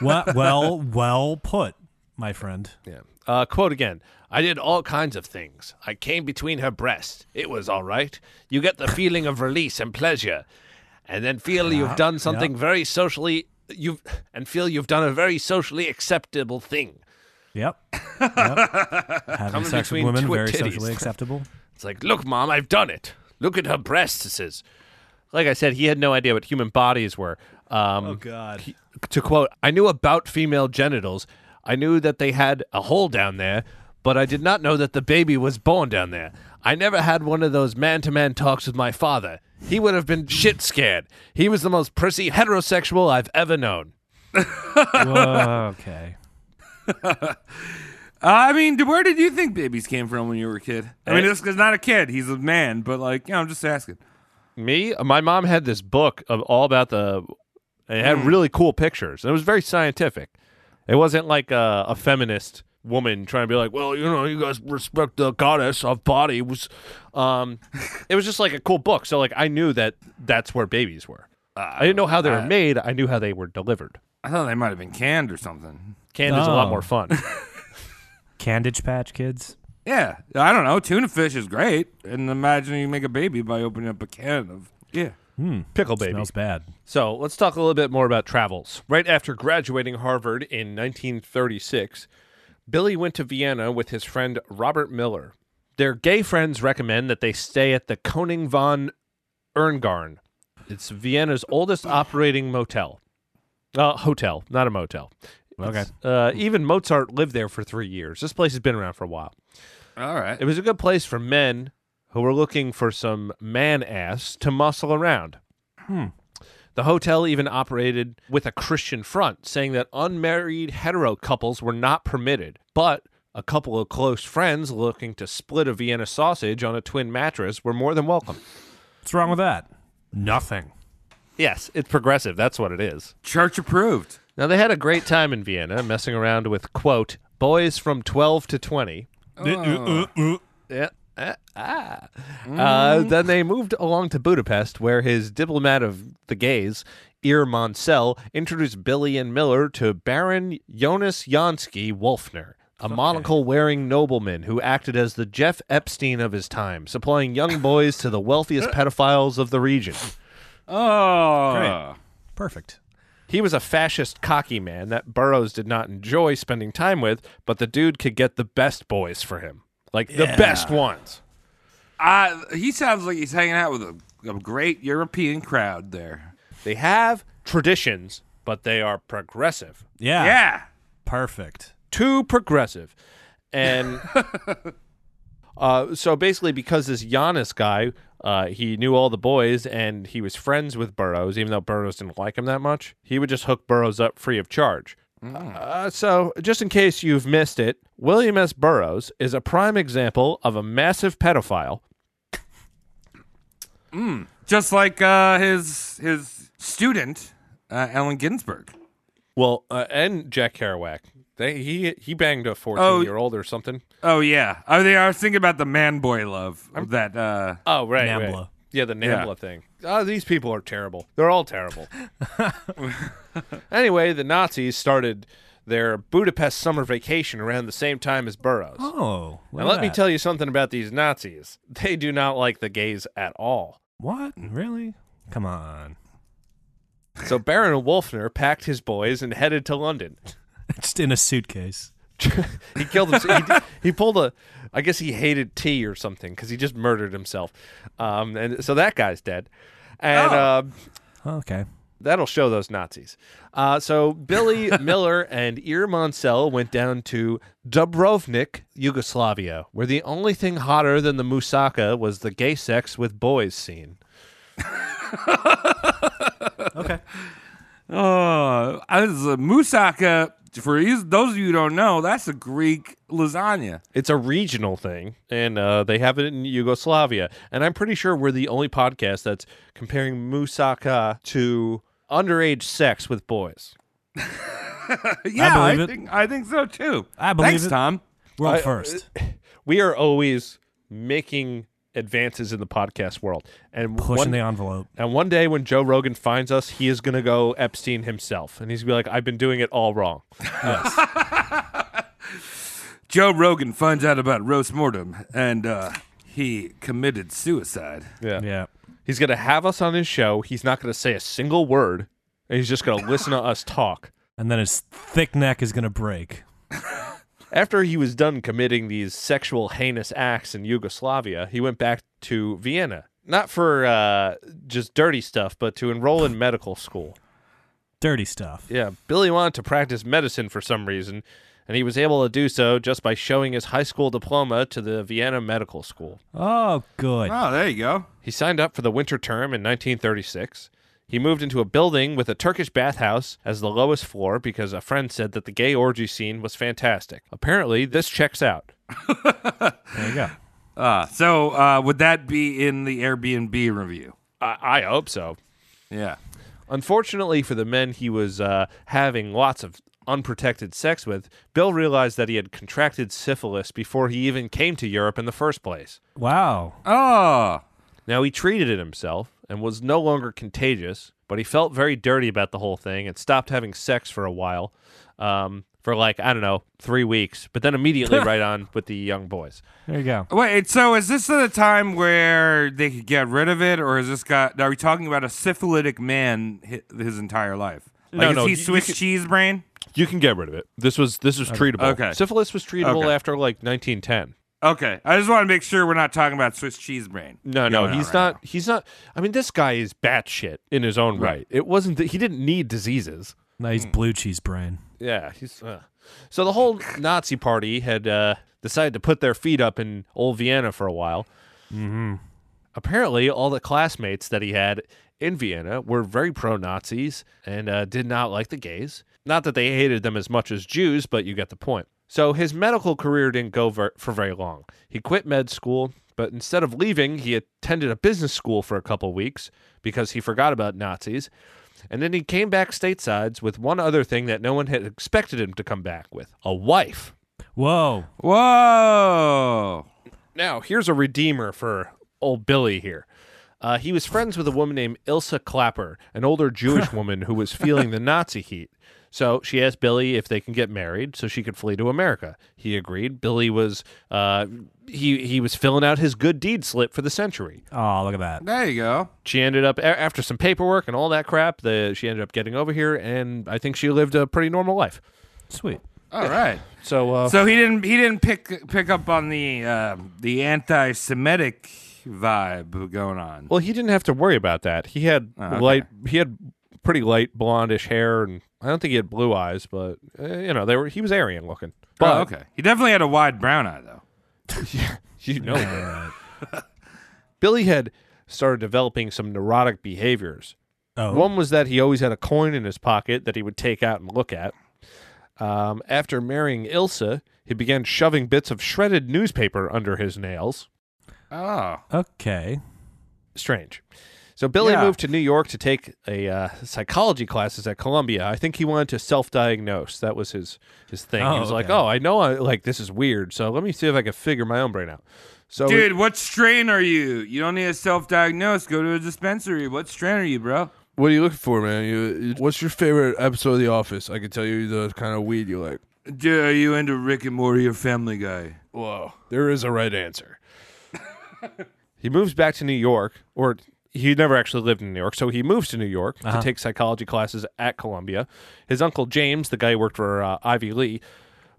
Speaker 9: well, well, well put, my friend.
Speaker 7: Yeah. Uh quote again. I did all kinds of things. I came between her breasts. It was all right. You get the feeling of release and pleasure. And then feel you've done something very socially you've and feel you've done a very socially acceptable thing. (laughs)
Speaker 9: Yep. Yep. Having
Speaker 7: Coming
Speaker 9: sex with
Speaker 7: between
Speaker 9: women
Speaker 7: two
Speaker 9: very
Speaker 7: titties. (laughs)
Speaker 9: socially acceptable.
Speaker 7: It's like, look, mom, I've done it. Look at her breasts. Like I said, he had no idea what human bodies were. Um, oh
Speaker 9: God.
Speaker 7: to quote, I knew about female genitals. I knew that they had a hole down there, but I did not know that the baby was born down there. I never had one of those man to man talks with my father. He would have been shit scared. He was the most prissy heterosexual I've ever known.
Speaker 9: (laughs) Whoa, okay.
Speaker 8: I mean, d- where did you think babies came from when you were a kid? I mean, this guy's not a kid; he's a man. But like, you know, I'm just asking.
Speaker 7: Me, my mom had this book of all about the. It had really cool pictures. It was very scientific. It wasn't like a, a feminist woman trying to be like, well, you know, you guys respect the goddess of body. It was, um, it was just like a cool book. So like, I knew that that's where babies were. I didn't know how they were made. I knew how they were delivered.
Speaker 8: I thought they might have been canned or something.
Speaker 7: Canned is a lot
Speaker 9: Oh.
Speaker 7: more fun.
Speaker 9: Candage Patch Kids.
Speaker 8: Yeah, I don't know. Tuna fish is great, and imagine you make a baby by opening up a can of yeah.
Speaker 7: Pickle baby.
Speaker 9: Smells bad.
Speaker 7: So let's talk a little bit more about travels. Right after graduating Harvard in 1936, Billy went to Vienna with his friend Robert Miller. Their gay friends recommend that they stay at the Koning von Erngarn. It's Vienna's oldest operating motel. Uh, hotel, not a motel.
Speaker 9: Okay.
Speaker 7: It's, Uh, even Mozart lived there for three years. This place has been around for a while.
Speaker 8: All right.
Speaker 7: It was a good place for men who were looking for some man ass to muscle around. The hotel even operated with a Christian front, saying that unmarried hetero couples were not permitted, but a couple of close friends looking to split a Vienna sausage on a twin mattress were more than welcome.
Speaker 9: What's wrong with that? Nothing.
Speaker 7: Yes, it's progressive. That's what it is.
Speaker 8: Church approved.
Speaker 7: Now, they had a great time in Vienna, messing around with, quote, boys from 12 to 20.
Speaker 9: uh,
Speaker 7: Uh. Yeah. Ah, ah. Uh, then they moved along to Budapest, where his diplomat of the gays, Ir Monsell, introduced Billy and Miller to Baron Jonas Jansky Wolfner, a monocle wearing nobleman who acted as the Jeff Epstein of his time, supplying young boys to the wealthiest pedophiles of the region.
Speaker 8: Oh,
Speaker 9: Perfect.
Speaker 7: He was a fascist, cocky man that Burroughs did not enjoy spending time with, but the dude could get the best boys for him. Like the best ones.
Speaker 8: I, he sounds like he's hanging out with a, a great European crowd there.
Speaker 7: They have traditions, but they are progressive.
Speaker 9: Yeah.
Speaker 8: Yeah.
Speaker 9: Perfect.
Speaker 7: Too progressive. And uh, so basically, because this Giannis guy, uh, he knew all the boys and he was friends with Burroughs, even though Burroughs didn't like him that much, he would just hook Burroughs up free of charge. Uh, so, just in case you've missed it, William S. Burroughs is a prime example of a massive pedophile
Speaker 8: Just like uh, his his student, uh, Ellen Ginsberg.
Speaker 7: Well, uh, and Jack Kerouac. They, he he banged a fourteen
Speaker 8: Oh.
Speaker 7: year old or something.
Speaker 8: Oh yeah. I, mean, I was thinking about the man boy love of that. Uh,
Speaker 7: Oh right,
Speaker 9: right. Nambla.
Speaker 7: Yeah, the Nambla thing. Oh, these people are terrible. They're all terrible. anyway, the Nazis started their Budapest summer vacation around the same time as Burroughs.
Speaker 9: Oh.
Speaker 7: now, let me tell you something about these Nazis. They do not like the gays at all.
Speaker 9: What? Really? Come on. (laughs)
Speaker 7: So Baron Wolfner packed his boys and headed to London. (laughs)
Speaker 9: Just in a suitcase.
Speaker 7: he killed himself. he, he pulled a. I guess he hated tea or something because he just murdered himself, um, and so that guy's dead, and
Speaker 9: Oh.
Speaker 7: uh,
Speaker 9: Okay.
Speaker 7: that'll show those Nazis. Uh, so
Speaker 9: (laughs)
Speaker 7: Billy Miller and Ir Monsell went down to Dubrovnik, Yugoslavia, where the only thing hotter than the moussaka was the gay sex with boys scene.
Speaker 8: oh, I was a moussaka. For these- those of you who don't know, that's a Greek lasagna.
Speaker 7: It's a regional thing, and uh, they have it in Yugoslavia. And I'm pretty sure we're the only podcast that's comparing moussaka to underage sex with boys.
Speaker 8: Yeah, I,
Speaker 9: believe it.
Speaker 8: think I think so too.
Speaker 9: I believe
Speaker 8: Thanks,
Speaker 9: it.
Speaker 8: Tom.
Speaker 9: World
Speaker 7: I- uh,
Speaker 9: first.
Speaker 7: We are always making advances in the podcast world, and
Speaker 9: Pushing
Speaker 7: one,
Speaker 9: the envelope.
Speaker 7: and one day when Joe Rogan finds us, he is going to go Epstein himself, and he's gonna be like, "I've been doing it all wrong."
Speaker 8: Joe Rogan finds out about roast mortem and uh, he committed suicide.
Speaker 9: Yeah.
Speaker 7: He's going to have us on his show. He's not going to say a single word, and he's just going to listen to us talk.
Speaker 9: And then his thick neck is going to break.
Speaker 7: After he was done committing these sexual heinous acts in Yugoslavia, he went back to Vienna, not for uh, just dirty stuff, but to enroll in medical school.
Speaker 9: Dirty stuff.
Speaker 7: Yeah, Billy wanted to practice medicine for some reason, and he was able to do so just by showing his high school diploma to the Vienna Medical School.
Speaker 9: Oh, good.
Speaker 8: Oh, there you go.
Speaker 7: He signed up for the winter term in 1936. He moved into a building with a Turkish bathhouse as the lowest floor because a friend said that the gay orgy scene was fantastic. Apparently, this checks out.
Speaker 9: There you go.
Speaker 8: Uh, so uh, would that be in the Airbnb review?
Speaker 7: I, I hope so.
Speaker 8: Yeah.
Speaker 7: Unfortunately for the men he was uh, having lots of unprotected sex with, Bill realized that he had contracted syphilis before he even came to Europe in the first place.
Speaker 9: Wow.
Speaker 8: Oh,
Speaker 7: Now, he treated it himself and was no longer contagious, but he felt very dirty about the whole thing and stopped having sex for a while. Um, for like I don't know three weeks, but then (laughs) immediately right on with the young boys.
Speaker 9: There you go.
Speaker 8: Wait, so is this at a time where they could get rid of it, or is this got? Are we talking about a syphilitic man hi- his entire life? Like,
Speaker 7: No,
Speaker 8: is
Speaker 7: no,
Speaker 8: he
Speaker 7: you- you
Speaker 8: Swiss
Speaker 7: could-
Speaker 8: cheese brain?
Speaker 7: You can get rid of it. This was this was treatable.
Speaker 8: Okay.
Speaker 7: syphilis was treatable
Speaker 8: Okay.
Speaker 7: after like 1910.
Speaker 8: Okay, I just want to make sure we're not talking about Swiss cheese brain.
Speaker 7: No, no,
Speaker 8: Going on
Speaker 7: he's
Speaker 8: right
Speaker 7: not.
Speaker 8: now.
Speaker 7: He's not. I mean, this guy is batshit in his own right. It wasn't that he didn't need diseases.
Speaker 9: Nice
Speaker 7: Hmm.
Speaker 9: blue cheese brain.
Speaker 7: Yeah, he's. Uh. So the whole Nazi party had uh, decided to put their feet up in old Vienna for a while. Mm-hmm. Apparently, all the classmates that he had in Vienna were very pro Nazis and uh, did not like the gays. Not that they hated them as much as Jews, but you get the point. So his medical career didn't go ver- for very long. He quit med school, but instead of leaving, he attended a business school for a couple weeks because he forgot about Nazis. And then he came back statesides with one other thing that no one had expected him to come back with a wife.
Speaker 9: Whoa.
Speaker 8: Whoa!
Speaker 7: Now, here's a redeemer for old Billy here. Uh, he was friends with a woman named Ilsa Clapper, an older (laughs) Jewish woman who was feeling the Nazi heat. So she asked Billy if they can get married so she could flee to America. He agreed. Billy was uh, he he was filling out his good deed slip for the century.
Speaker 9: Oh, look at that.
Speaker 8: There you go.
Speaker 7: She ended up a- after some paperwork and all that crap. The, she ended up getting over here, and I think she lived a pretty normal life.
Speaker 9: Sweet.
Speaker 8: All right.
Speaker 7: So
Speaker 8: (laughs)
Speaker 7: uh,
Speaker 8: So he didn't. He didn't pick pick up on the uh, the anti-Semitic vibe going on.
Speaker 7: Well, he didn't have to worry about that. He had
Speaker 8: Ah, okay.
Speaker 7: light. He had pretty light blondish hair, and I don't think he had blue eyes, but uh, you know, they were. He was Aryan looking. But
Speaker 8: Oh, okay. He definitely had a wide brown eye though.
Speaker 7: you
Speaker 8: (laughs)
Speaker 7: know, that. (laughs) Billy had started developing some neurotic behaviors.
Speaker 9: Oh.
Speaker 7: One was that he always had a coin in his pocket that he would take out and look at. Um, after marrying Ilsa, he began shoving bits of shredded newspaper under his nails.
Speaker 8: Oh,
Speaker 9: Okay.
Speaker 7: strange. So Billy
Speaker 8: Yeah.
Speaker 7: moved to New York to take a uh, psychology classes at Columbia. I think he wanted to self-diagnose. That was his his thing. he
Speaker 9: Oh,
Speaker 7: was like,
Speaker 9: okay.
Speaker 7: "Oh, I know, I like this is weird. So let me see if I can figure my own brain out." So
Speaker 8: dude, what strain are you? You don't need to self-diagnose. Go to a dispensary. What strain are you, bro?
Speaker 10: What are you looking for, man? You, you- what's your favorite episode of The Office? I can tell you the kind of weed you like.
Speaker 8: Dude, are you into Rick and Morty or Family Guy?
Speaker 10: Whoa, there is a right answer.
Speaker 7: he moves back to New York, or he never actually lived in New York. So he moves to New York
Speaker 8: Uh-huh.
Speaker 7: to take psychology classes at Columbia. His uncle James, the guy who worked for uh, Ivy Lee,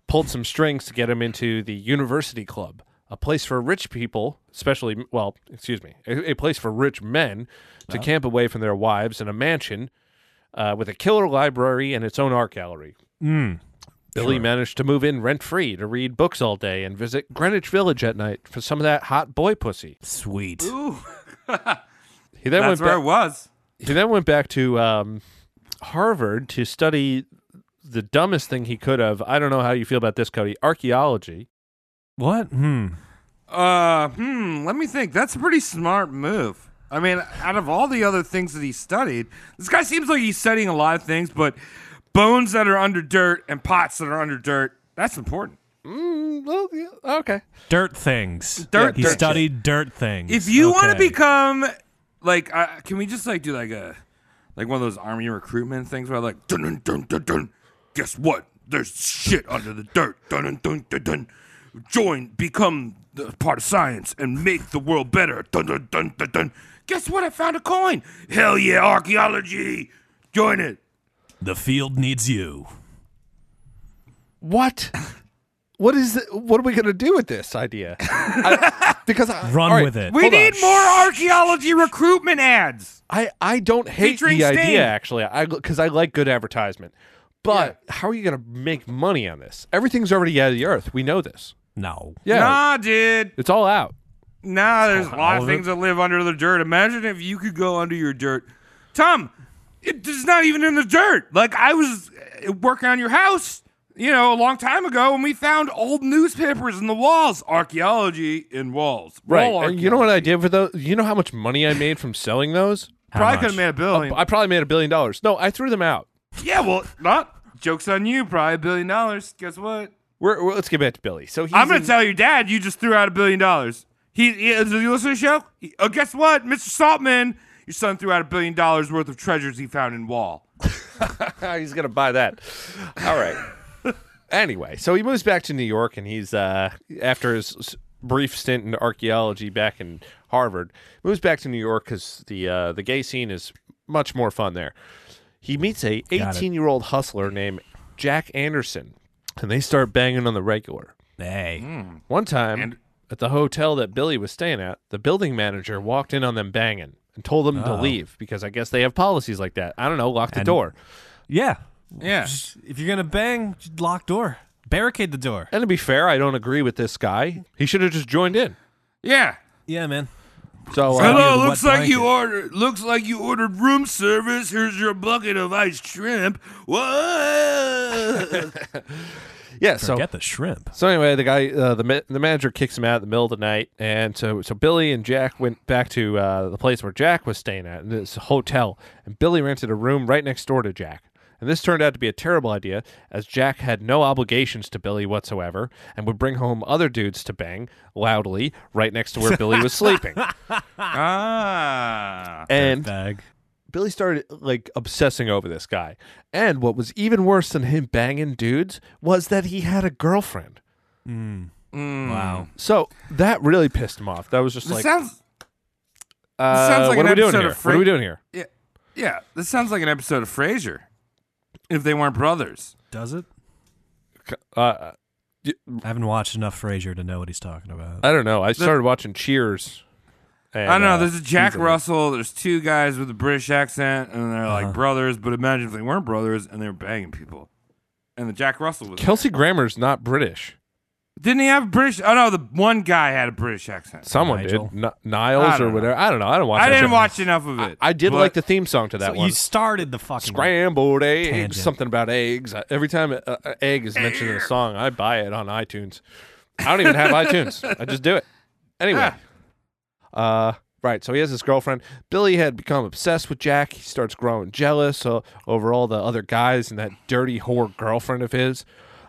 Speaker 7: pulled some strings to get him into the University Club, a place for rich people, especially, well, excuse me, a, a place for rich men
Speaker 8: Uh-huh.
Speaker 7: to camp away from their wives in a mansion uh, with a killer library and its own art gallery.
Speaker 9: Hmm.
Speaker 7: Billy managed to move in rent free to read books all day and visit Greenwich Village at night for some of that hot boy pussy.
Speaker 9: Sweet.
Speaker 7: He then
Speaker 8: That's
Speaker 7: went
Speaker 8: where
Speaker 7: back.
Speaker 8: it was.
Speaker 7: he then went back to um, Harvard to study the dumbest thing he could have. I don't know how you feel about this, Cody. Archaeology.
Speaker 9: What? Hmm.
Speaker 8: Uh, hmm. Let me think. That's a pretty smart move. I mean, out of all the other things that he studied, this guy seems like he's studying a lot of things, but bones that are under dirt and pots that are under dirt, that's important.
Speaker 7: okay.
Speaker 9: Dirt things.
Speaker 8: Dirt-
Speaker 9: He
Speaker 8: dirt
Speaker 9: studied dirt things.
Speaker 8: If you want to
Speaker 9: Okay.
Speaker 8: become like, uh, can we just like do like a like one of those army recruitment things where like dun dun dun dun dun. Guess what? There's shit under the dirt. Dun dun dun dun dun. Join, become the part of science, and make the world better. Dun dun dun dun dun. Guess what? I found a coin. Hell yeah, archaeology. Join it.
Speaker 9: the field needs you.
Speaker 7: What? What is? The, what are we gonna do with this idea?
Speaker 8: (laughs)
Speaker 7: I- because I,
Speaker 9: Run
Speaker 7: all right,
Speaker 9: with it.
Speaker 8: We
Speaker 7: hold on.
Speaker 8: need more archaeology recruitment ads.
Speaker 7: I I don't hate the
Speaker 8: Featuring Sting.
Speaker 7: idea actually. I because I like good advertisement. But how are you gonna make money on this? Everything's already out of the earth. We know this.
Speaker 9: No.
Speaker 7: Yeah,
Speaker 8: Nah, dude.
Speaker 7: it's all out.
Speaker 8: Nah, there's (laughs) a lot
Speaker 9: all
Speaker 8: of
Speaker 9: of it.
Speaker 8: things that live under the dirt. Imagine if you could go under your dirt. Tom, it- it's not even in the dirt. Like, I was uh, working on your house, you know, a long time ago, and we found old newspapers in the walls. Archaeology in walls.
Speaker 7: Right.
Speaker 8: Wall
Speaker 7: And you know what I
Speaker 8: archaeology.
Speaker 7: did for those? You know how much money I made from selling those?
Speaker 8: Probably
Speaker 9: much?
Speaker 8: could have made a billion.
Speaker 7: I probably made a billion dollars. No, I threw them out.
Speaker 8: yeah, well, not. Joke's on you. Probably a billion dollars. Guess what?
Speaker 7: We're, we're- let's get back to Billy. So he's
Speaker 8: I'm going
Speaker 7: in-
Speaker 8: to tell your dad you just threw out a billion dollars. He, he is- you listen to the show? He- oh, guess what? Mr. Saltman, your son threw out a billion dollars worth of treasures he found in wall.
Speaker 7: (laughs) he's gonna buy that. All right. Anyway, so he moves back to New York, and he's uh, after his s- brief stint in archaeology back in Harvard, moves back to New York because the uh, the gay scene is much more fun there. He meets a 18 year old hustler named Jack Anderson, and they start banging on the regular.
Speaker 9: Hey.
Speaker 7: One time at the hotel that Billy was staying at, the building manager walked in on them banging and told them to leave because I guess they have policies like that. I don't know, lock the
Speaker 9: And-
Speaker 7: door.
Speaker 9: Yeah.
Speaker 8: Yeah.
Speaker 9: Just- If you're gonna bang, just lock door, barricade the door.
Speaker 7: And to be fair, I don't agree with this guy. He should have just joined in.
Speaker 8: Yeah.
Speaker 9: Yeah, man.
Speaker 7: So uh,
Speaker 9: Idea of
Speaker 8: Hello,
Speaker 9: the
Speaker 8: looks
Speaker 9: wet
Speaker 8: like you
Speaker 9: blanket.
Speaker 8: ordered looks like you ordered room service. Here's your bucket of ice shrimp.
Speaker 7: (laughs)
Speaker 8: What?
Speaker 7: yeah, so
Speaker 9: Get
Speaker 7: (laughs)
Speaker 9: the shrimp.
Speaker 7: so anyway, the guy, uh, the ma- the manager kicks him out in the middle of the night, and so so Billy and Jack went back to uh, the place where Jack was staying at, this hotel, and Billy rented a room right next door to Jack. And this turned out to be a terrible idea, as Jack had no obligations to Billy whatsoever, and would bring home other dudes to bang loudly right next to where Billy was sleeping.
Speaker 8: ah.
Speaker 7: And
Speaker 9: Bag.
Speaker 7: Billy started like obsessing over this guy. And what was even worse than him banging dudes was that he had a girlfriend.
Speaker 9: Mm. Wow.
Speaker 7: So that really pissed him off. That was just
Speaker 8: Mm. This
Speaker 7: like,
Speaker 8: sounds
Speaker 7: uh,
Speaker 8: sounds like
Speaker 7: what
Speaker 8: an
Speaker 7: are we doing
Speaker 8: episode
Speaker 7: here?
Speaker 8: of
Speaker 7: what are we
Speaker 8: Fra-
Speaker 7: doing here?
Speaker 8: yeah, yeah, this sounds like an episode of Frasier. If they weren't brothers.
Speaker 9: Does it?
Speaker 7: Uh,
Speaker 9: I haven't watched enough Frasier to know what he's talking about.
Speaker 7: I don't know. I started watching Cheers. and,
Speaker 8: I don't know.
Speaker 7: uh,
Speaker 8: There's a Jack
Speaker 7: he's a-
Speaker 8: Russell. There's two guys with a British accent, and they're
Speaker 7: Uh-huh.
Speaker 8: like brothers. But imagine if they weren't brothers and they were banging people. And the Jack Russell was.
Speaker 7: Kelsey Grammer's not British.
Speaker 8: Didn't he have a British? Oh no, the one guy had a British accent.
Speaker 7: Someone
Speaker 9: Nigel?
Speaker 7: did. N-
Speaker 8: I
Speaker 7: Niles
Speaker 8: don't
Speaker 7: or
Speaker 8: know.
Speaker 7: whatever. I don't know. I don't watch.
Speaker 8: I
Speaker 7: that
Speaker 8: didn't
Speaker 7: show.
Speaker 8: watch enough of it.
Speaker 7: I did
Speaker 8: but-
Speaker 7: like the theme song to that one.
Speaker 9: You started the fucking.
Speaker 7: scrambled eggs,
Speaker 9: Tangent.
Speaker 7: something about eggs. I- Every time uh, uh, egg is mentioned in a song, I buy it on iTunes. I don't even have iTunes. I just do it. Anyway. Uh right, so he has this girlfriend. Billy had become obsessed with Jack. He starts growing jealous uh, over all the other guys and that dirty whore girlfriend of his.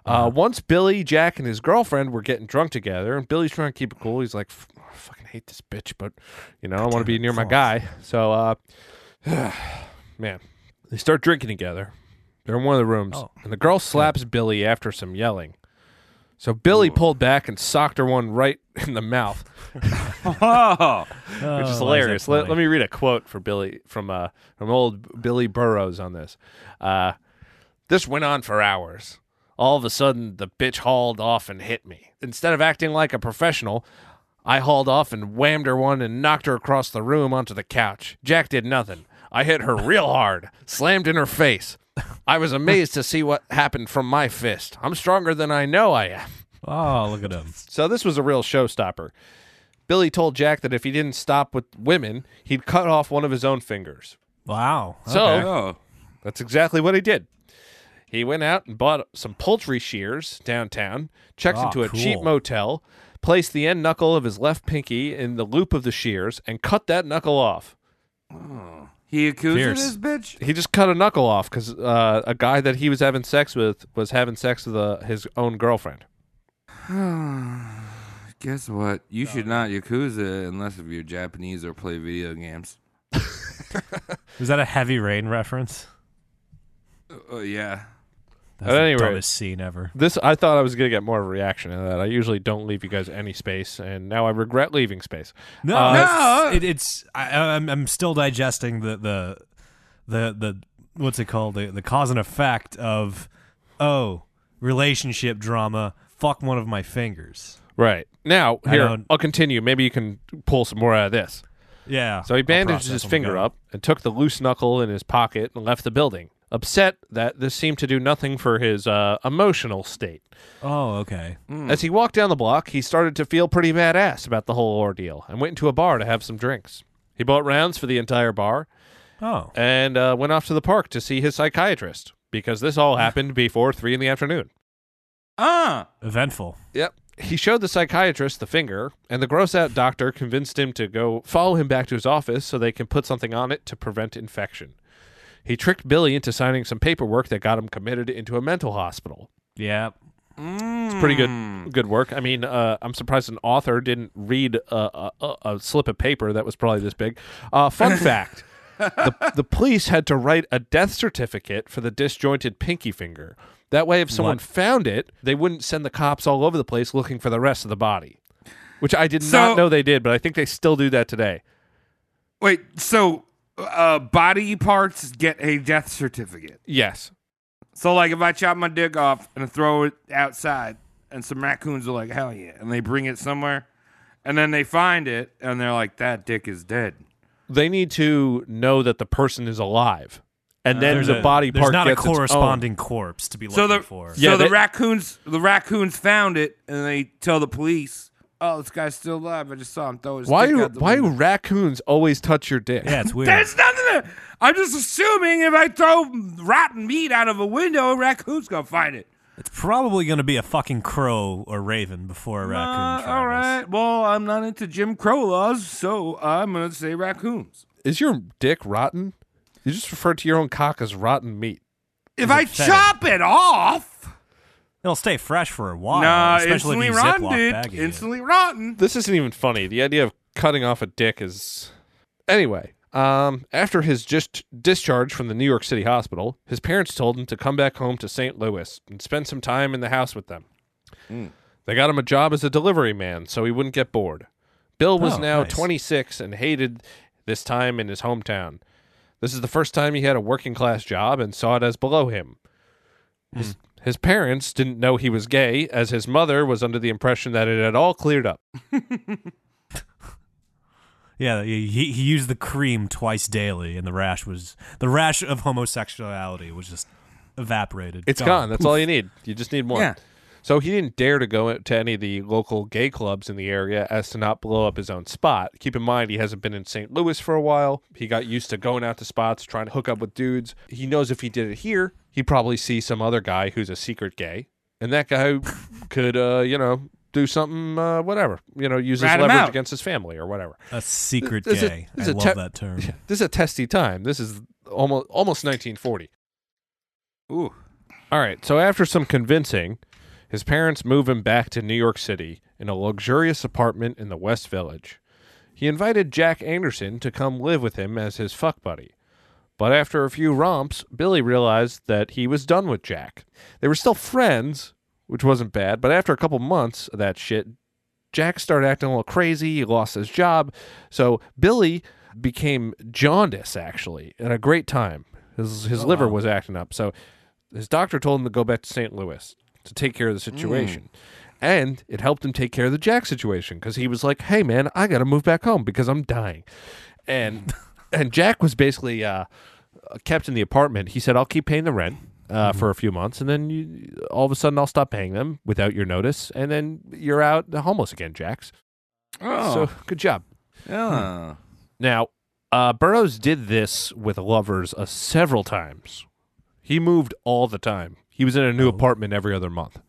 Speaker 7: Uh, once Billy, Jack, and his girlfriend were getting drunk together, and Billy's trying to keep it cool. He's like, "F- I fucking hate this bitch, but you know, I want to be near my guy. So, uh, man, they start drinking together. They're in one of the rooms,
Speaker 9: Oh.
Speaker 7: and the girl slaps Billy after some yelling. So Billy pulled back and socked her one right (laughs) in the mouth,
Speaker 8: Oh,
Speaker 7: which is
Speaker 9: Oh, why is that
Speaker 7: hilarious. Let,
Speaker 9: funny?
Speaker 7: let me read a quote for Billy from uh, from old Billy Burrows on this. Uh, this went on for hours. All of a sudden, the bitch hauled off and hit me. Instead of acting like a professional, I hauled off and whammed her one and knocked her across the room onto the couch. Jack did nothing. I hit her real hard, slammed in her face. I was amazed to see what happened from my fist. I'm stronger than I know I am.
Speaker 9: Oh, look at him.
Speaker 7: So this was a real showstopper. Billy told Jack that if he didn't stop with women, he'd cut off one of his own fingers.
Speaker 9: Wow.
Speaker 7: So
Speaker 8: oh,
Speaker 7: that's exactly what he did. He went out and bought some poultry shears downtown, checked
Speaker 9: Ah,
Speaker 7: into a
Speaker 9: cool.
Speaker 7: cheap motel, placed the end knuckle of his left pinky in the loop of the shears, and cut that knuckle off.
Speaker 8: he accused
Speaker 9: Fierce.
Speaker 8: this bitch.
Speaker 7: He just cut a knuckle off because uh, a guy that he was having sex with was having sex with uh his own girlfriend.
Speaker 8: Guess what? You should not yakuza unless if you're Japanese or play video games.
Speaker 9: Is that a heavy rain reference?
Speaker 8: Oh yeah.
Speaker 9: That's
Speaker 7: At
Speaker 9: the
Speaker 7: any rate-
Speaker 9: dumbest scene ever.
Speaker 7: This I thought I was gonna get more of a reaction to that. I usually don't leave you guys any space, and now I regret leaving space.
Speaker 9: No,
Speaker 7: Uh,
Speaker 9: it's- it, it's I, I'm I'm still digesting the the the the what's it called the the cause and effect of oh relationship drama. Fuck one of my fingers.
Speaker 7: Right now,
Speaker 9: I
Speaker 7: here
Speaker 9: don't-
Speaker 7: I'll continue. Maybe you can pull some more out of this.
Speaker 9: Yeah.
Speaker 7: So he
Speaker 9: I'll
Speaker 7: bandaged
Speaker 9: process
Speaker 7: his
Speaker 9: on the
Speaker 7: finger
Speaker 9: go.
Speaker 7: up and took the loose knuckle in his pocket and left the building, upset that this seemed to do nothing for his uh, emotional state.
Speaker 9: Oh, okay.
Speaker 7: As he walked down the block, he started to feel pretty badass about the whole ordeal and went into a bar to have some drinks. He bought rounds for the entire bar
Speaker 9: Oh,
Speaker 7: and uh, went off to the park to see his psychiatrist because this all happened before three in the afternoon.
Speaker 8: Ah.
Speaker 9: eventful.
Speaker 7: Yep. He showed the psychiatrist the finger, and the gross out doctor convinced him to go follow him back to his office so they can put something on it to prevent infection. He tricked Billy into signing some paperwork that got him committed into a mental hospital.
Speaker 9: Yeah.
Speaker 7: It's pretty
Speaker 9: Hmm.
Speaker 7: good, good work. I mean, uh, I'm surprised an
Speaker 9: (laughs)
Speaker 7: author didn't read a, a, a- a slip of paper that was probably this big. Uh, fun fact: the, the police had to write a death certificate for the disjointed pinky finger. That way, if someone
Speaker 8: What?
Speaker 7: found it, they wouldn't send the cops all over the place looking for the rest of the body, which I did
Speaker 8: So-
Speaker 7: not know they did, but I think they still do that today.
Speaker 8: Wait, so uh, body parts get a death certificate.
Speaker 7: Yes.
Speaker 8: So, like, if I chop my dick off and throw it outside, and some raccoons are like, hell yeah, and they bring it somewhere, and then they find it, and they're like, that dick is dead.
Speaker 7: They need to know that the person is alive. And then
Speaker 9: Uh, There's
Speaker 7: the
Speaker 9: a-
Speaker 7: body
Speaker 9: there's
Speaker 7: part
Speaker 9: not
Speaker 7: gets
Speaker 9: a
Speaker 7: its own.
Speaker 9: corresponding corpse to be looking
Speaker 8: So the
Speaker 9: for.
Speaker 8: so
Speaker 7: Yeah,
Speaker 8: the
Speaker 7: they-
Speaker 8: raccoons the raccoons found it, and they tell the police, "Oh, this guy's still alive. I just saw him throw his
Speaker 7: Why
Speaker 8: dick
Speaker 7: do
Speaker 8: out the
Speaker 7: why do
Speaker 8: window."
Speaker 7: raccoons always touch your dick?
Speaker 9: Yeah, it's weird.
Speaker 8: There's nothing. there. I'm just assuming if I throw rotten meat out of a window, a raccoon's gonna find it.
Speaker 9: It's probably going to be a fucking crow or raven before a raccoon.
Speaker 8: Uh,
Speaker 9: tries.
Speaker 8: all right. Well, I'm not into Jim Crow laws, so I'm gonna say raccoons.
Speaker 7: Is your dick rotten? You just refer to your own cock as rotten meat.
Speaker 8: If I
Speaker 9: upsetting.
Speaker 8: chop it off,
Speaker 9: It'll stay fresh for a while,
Speaker 8: nah, instantly
Speaker 9: especially if you
Speaker 8: rotten,
Speaker 9: Ziploc
Speaker 8: dude.
Speaker 9: baggie it.
Speaker 8: Instantly rotten.
Speaker 7: This isn't even funny. The idea of cutting off a dick is anyway. Um, after his just discharge from the New York City hospital, his parents told him to come back home to St. Louis and spend some time in the house with them.
Speaker 9: Hmm.
Speaker 7: They got him a job as a delivery man so he wouldn't get bored. Bill was
Speaker 9: Oh,
Speaker 7: now
Speaker 9: nice.
Speaker 7: 26 and hated this time in his hometown. This is the first time he had a working class job and saw it as below him. His,
Speaker 9: Hmm.
Speaker 7: his parents didn't know he was gay, as his mother was under the impression that it had all cleared up.
Speaker 9: Yeah, he, he he used the cream twice daily, and the rash was the rash of homosexuality was just evaporated.
Speaker 7: It's gone. That's all you need. You just need one.
Speaker 8: Yeah.
Speaker 7: So he didn't dare to go to any of the local gay clubs in the area as to not blow up his own spot. Keep in mind, he hasn't been in St. Louis for a while. He got used to going out to spots, trying to hook up with dudes. He knows if he did it here, he'd probably see some other guy who's a secret gay. And that
Speaker 9: (laughs)
Speaker 7: guy could, uh, you know, do something, uh, whatever, you know, use his
Speaker 8: Rat him
Speaker 7: leverage
Speaker 8: out.
Speaker 7: against his family or whatever.
Speaker 9: A secret
Speaker 7: This is-
Speaker 9: gay.
Speaker 7: this
Speaker 9: I
Speaker 7: is a
Speaker 9: love
Speaker 7: te-
Speaker 9: that term.
Speaker 7: (laughs) This is a testy time. This is almost almost 1940.
Speaker 8: Ooh.
Speaker 7: All right. So after some convincing, his parents move him back to New York City in a luxurious apartment in the West Village. He invited Jack Anderson to come live with him as his fuck buddy. But after a few romps, Billy realized that he was done with Jack. They were still friends, which wasn't bad, but after a couple months of that shit, Jack started acting a little crazy. He lost his job. So Billy became jaundice, actually, and a great time. His, his liver was acting up. So his doctor told him to go back to St. Louis to take care of the situation. And it helped him take care of the Jack situation because he was like, hey, man, I got to move back home because I'm dying. And, and Jack was basically uh, kept in the apartment. He said, I'll keep paying the rent. Uh, For a few months, and then you, all of a sudden, I'll stop paying them without your notice, and then you're out homeless again, Jax.
Speaker 8: Oh.
Speaker 7: So good job.
Speaker 8: yeah.
Speaker 7: Now, uh, Burroughs did this with lovers uh, several times. He moved all the time. He was in a new apartment every other month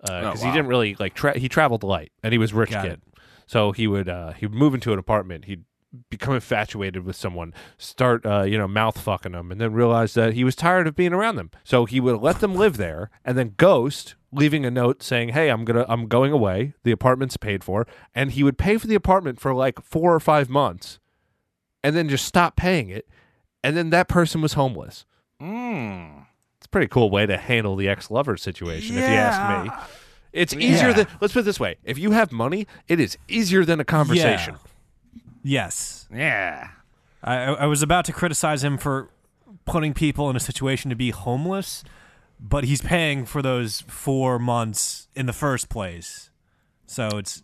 Speaker 7: because
Speaker 8: Oh,
Speaker 7: he
Speaker 8: wow.
Speaker 7: didn't really like. Tra- he traveled light, and he was a rich
Speaker 9: Got
Speaker 7: kid,
Speaker 9: it.
Speaker 7: so he would uh, he would move into an apartment. He'd become infatuated with someone, start uh, you know mouth fucking them, and then realize that he was tired of being around them. So he would let them live there, and then ghost, leaving a note saying, "Hey, I'm gonna I'm going away. The apartment's paid for," and he would pay for the apartment for like four or five months and then just stop paying it, and then that person was homeless.
Speaker 9: Mm.
Speaker 7: It's a pretty cool way to handle the ex-lover situation, if you ask me. It's easier
Speaker 9: Yeah.
Speaker 7: than let's put it this way: if you have money, it is easier than a conversation.
Speaker 9: Yes,
Speaker 8: Yeah.
Speaker 9: I, I I was about to criticize him for putting people in a situation to be homeless, but he's paying for those four months in the first place, so it's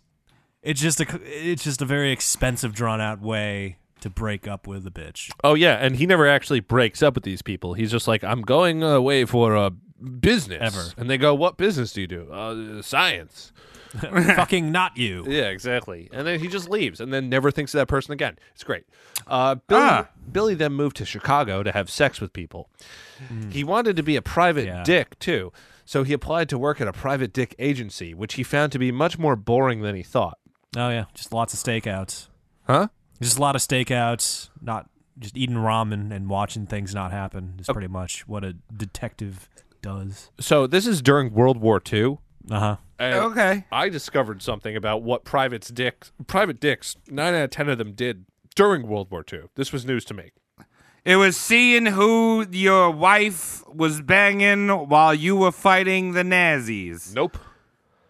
Speaker 9: it's just a it's just a very expensive, drawn out way to break up with
Speaker 7: (laughs)
Speaker 9: a bitch.
Speaker 7: Oh yeah, and he never actually breaks up with these people. He's just like, "I'm going away for a business,"
Speaker 9: Ever.
Speaker 7: and they go, "What business do you do?" Uh, science.
Speaker 9: Fucking not you.
Speaker 7: Yeah, exactly. And then he just leaves and then never thinks of that person again. It's great. Uh, Billy,
Speaker 8: Ah.
Speaker 7: Billy then moved to Chicago to have sex with people. He wanted to be a private
Speaker 9: Yeah.
Speaker 7: dick, too. So he applied to work at a private dick agency, which he found to be much more boring than he thought.
Speaker 9: Oh yeah, just lots of stakeouts.
Speaker 7: Huh?
Speaker 9: Just a lot of stakeouts, not just eating ramen and watching things not happen is pretty much what a detective does.
Speaker 7: So this is during World War II.
Speaker 9: Uh huh.
Speaker 7: And
Speaker 8: Okay.
Speaker 7: I discovered something about what privates dick private dicks, nine out of ten of them did during World War II. This was news to me.
Speaker 8: It was seeing who your wife was banging while you were fighting the Nazis.
Speaker 7: Nope.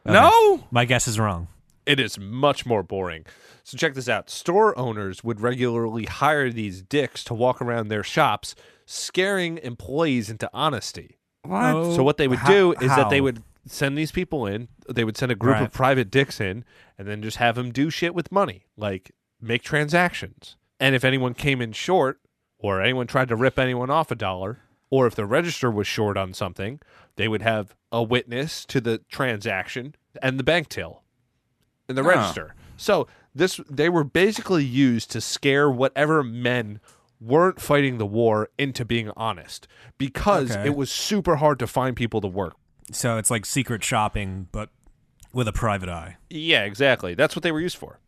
Speaker 8: No?
Speaker 9: My guess is wrong.
Speaker 7: It is much more boring. So check this out. Store owners would regularly hire these dicks to walk around their shops, scaring employees into honesty.
Speaker 8: What?
Speaker 7: So what they would
Speaker 8: How-
Speaker 7: do is that they
Speaker 8: how?
Speaker 7: would send these people in. They would send a group
Speaker 9: Right.
Speaker 7: of private dicks in, and then just have them do shit with money, like make transactions. And if anyone came in short, or anyone tried to rip anyone off a dollar, or if the register was short on something, they would have a witness to the transaction and the bank till in
Speaker 8: Oh.
Speaker 7: the register. So this they were basically used to scare whatever men weren't fighting the war into being honest because
Speaker 9: Okay.
Speaker 7: it was super hard to find people to work.
Speaker 9: So it's like secret shopping, but with a private eye.
Speaker 7: Yeah, exactly. That's what they were used for.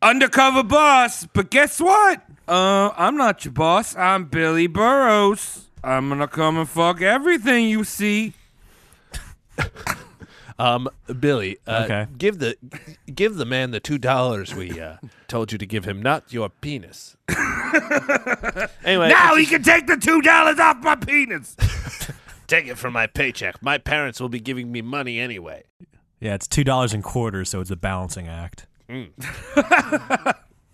Speaker 8: Undercover boss, but guess what? Uh, I'm not your boss. I'm Billy Burrows. I'm gonna come and fuck everything you see.
Speaker 7: Um, Billy, uh,
Speaker 9: Okay.
Speaker 7: give the give the man the two dollars we
Speaker 9: (laughs)
Speaker 7: uh, told you to give him, not your (laughs) penis. anyway,
Speaker 8: Now he can take the two dollars off my penis.
Speaker 7: take it from my paycheck. My parents will be giving me money anyway.
Speaker 9: Yeah, it's two dollars and quarters, so it's a balancing act.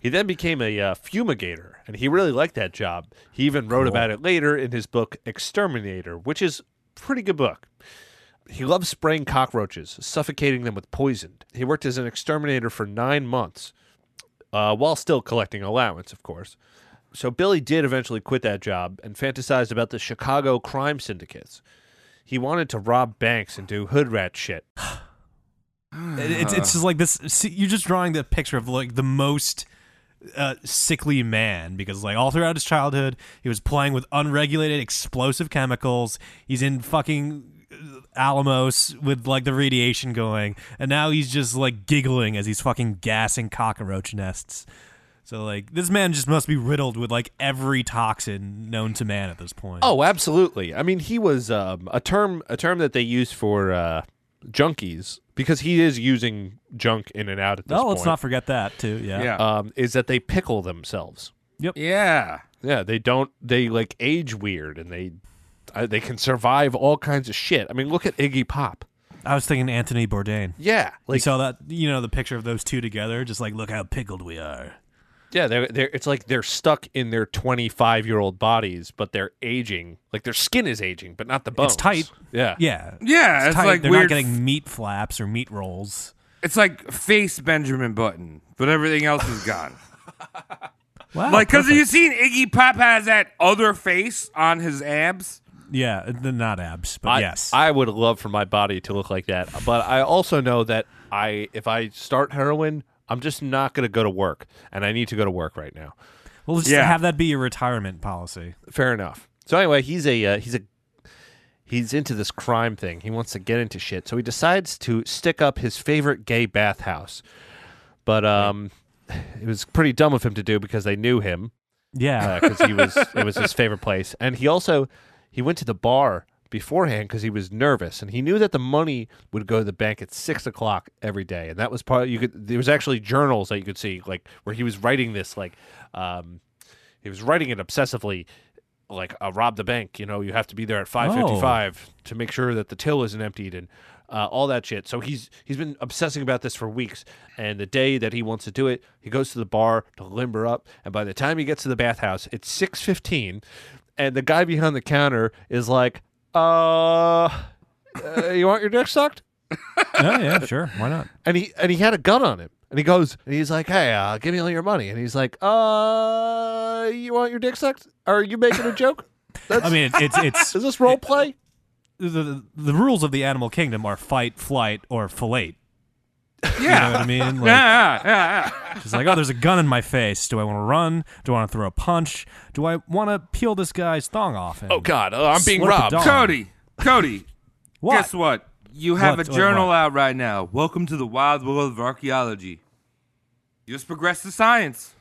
Speaker 7: He then became a uh, fumigator, and he really liked that job. He even wrote about it later in his book Exterminator, which is a pretty good book. He loved spraying cockroaches, suffocating them with poison. He worked as an exterminator for nine months, uh, while still collecting allowance, of course. So Billy did eventually quit that job and fantasized about the Chicago crime syndicates. He wanted to rob banks and do hood rat shit.
Speaker 9: It- It's it's just like this. See, you're just drawing the picture of like the most uh, sickly man because like all throughout his childhood, he was playing with unregulated explosive chemicals. He's in fucking uh, Alamos with like the radiation going, and now he's just like giggling as he's fucking gassing cockroach nests. So like this man just must be riddled with like every toxin known to man at this point.
Speaker 7: Oh, absolutely. I mean, he was um, a term a term that they use for uh, junkies because he is using junk in and out at this
Speaker 9: no,
Speaker 7: point.
Speaker 9: let's not forget that too. Yeah.
Speaker 8: Yeah.
Speaker 7: um, is that they pickle themselves?
Speaker 8: Yeah.
Speaker 7: Yeah, they don't. They like age weird, and they uh, they can survive all kinds of shit. I mean, look at Iggy Pop.
Speaker 9: I was thinking Anthony Bourdain.
Speaker 7: Yeah,
Speaker 9: you
Speaker 7: like
Speaker 9: saw that, you know, the picture of those two together, just like look how pickled we are.
Speaker 7: yeah, they're, they're it's like they're stuck in their twenty five year old bodies, but they're aging. Like their skin is aging, but not the bones.
Speaker 9: It's tight.
Speaker 7: Yeah,
Speaker 9: Yeah,
Speaker 8: Yeah, it's
Speaker 9: tight.
Speaker 8: like
Speaker 9: they're
Speaker 8: weird-
Speaker 9: not getting meat flaps or meat rolls.
Speaker 8: It's like face Benjamin Button, but everything else is gone. (laughs)
Speaker 9: Wow,
Speaker 8: like, cause have you
Speaker 9: perfect.
Speaker 8: seen Iggy Pop has that other face on his abs?
Speaker 9: yeah, uh, they're not abs, but
Speaker 7: I,
Speaker 9: yes,
Speaker 7: I would love for my body to look like that. But I also know that I if I start heroin, I'm just not going to go to work, and I need to go to work right now.
Speaker 9: well, just
Speaker 8: yeah.
Speaker 9: have that be your retirement policy.
Speaker 7: Fair enough. So anyway, he's a uh, he's a he's into this crime thing. He wants to get into shit, so he decides to stick up his favorite gay bathhouse. But um, it was pretty dumb of him to do because they knew him
Speaker 9: Yeah, (laughs)
Speaker 7: because uh, he was it was his favorite place, and he also he went to the bar beforehand because he was nervous, and he knew that the money would go to the bank at six o'clock every day, and that was part you could there was actually journals that you could see like where he was writing this like um he was writing it obsessively like uh, rob the bank you know you have to be there at five fifty five to make sure that the till isn't emptied and. Uh, all that shit. So he's he's been obsessing about this for weeks. And the day that he wants to do it, he goes to the bar to limber up. And by the time he gets to the bathhouse, it's six fifteen, and the guy behind the counter is like, "Uh, uh, you want your dick sucked?"
Speaker 9: yeah, Oh, yeah, sure, why not?
Speaker 7: And he and he had a gun on him. And he goes, and he's like, "Hey, uh, give me all your money." And he's like, "Uh, you want your dick sucked? Are you making a joke? That's,
Speaker 9: I mean, it, it's it's
Speaker 7: is this role play?"
Speaker 9: the, the the rules of the animal kingdom are fight, flight, or fillate.
Speaker 8: Yeah.
Speaker 9: You know what I mean? Like,
Speaker 8: yeah, yeah, yeah.
Speaker 9: Just like, oh, there's a gun in my face. Do I want to run? Do I want to throw a punch? Do I want to peel this guy's thong off? and
Speaker 7: Oh God, oh, I'm being
Speaker 9: slurp a
Speaker 7: robbed.
Speaker 9: dong?
Speaker 8: Cody, Cody,
Speaker 9: What?
Speaker 8: guess what? You have
Speaker 9: What?
Speaker 8: a
Speaker 9: What?
Speaker 8: journal
Speaker 9: What?
Speaker 8: out right now. Welcome to the wild world of archaeology. You just progress the science.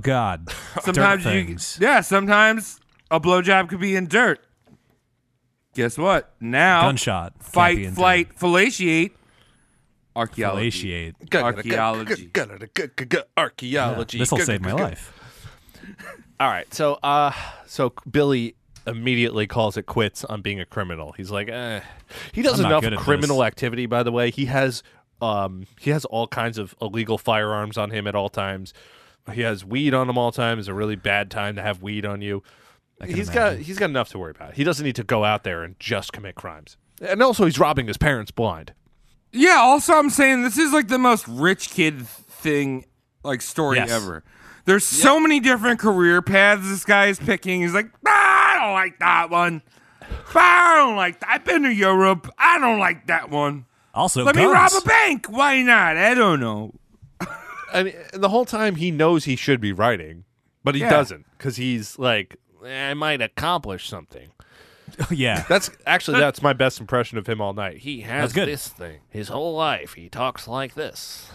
Speaker 7: (laughs)
Speaker 9: God!
Speaker 8: Sometimes
Speaker 9: Dirt
Speaker 8: you,
Speaker 9: things.
Speaker 8: yeah. Sometimes a blowjob could be in dirt. Guess what? Now
Speaker 9: gunshot. Can't be
Speaker 8: fight,
Speaker 9: in
Speaker 8: flight,
Speaker 9: time.
Speaker 8: fellatiate, archaeology,
Speaker 9: Glaciate.
Speaker 8: archaeology.
Speaker 7: Archaeology.
Speaker 9: This will save my life.
Speaker 7: All right. So uh so Billy immediately calls it quits on being a criminal. He's like, eh. He does
Speaker 9: I'm not
Speaker 7: enough
Speaker 9: good at
Speaker 7: criminal activity, by the way. He has um he has all kinds of illegal firearms on him at all times. He has weed on him all times. It's a really bad time to have weed on you. He's got he's got enough to worry about. He doesn't need to go out there and just commit crimes. And also he's robbing his parents blind.
Speaker 8: Yeah, also I'm saying this is like the most rich kid thing like story
Speaker 7: Yes.
Speaker 8: ever. There's so many different career paths this guy is picking. He's like, "Ah, I don't like that one. Ah, I don't like that. I've been to Europe. I don't like that one.
Speaker 9: Also,
Speaker 8: Let me
Speaker 9: guns.
Speaker 8: rob a
Speaker 9: (laughs)
Speaker 8: bank. Why not? I don't know.
Speaker 7: and the whole time he knows he should be writing, but he
Speaker 8: Yeah.
Speaker 7: doesn't because he's like, "Eh, I might accomplish something.
Speaker 9: Oh, yeah.
Speaker 7: That's actually that's my best impression of him all night. He has
Speaker 9: That's good.
Speaker 2: This thing. His whole life, he talks like this.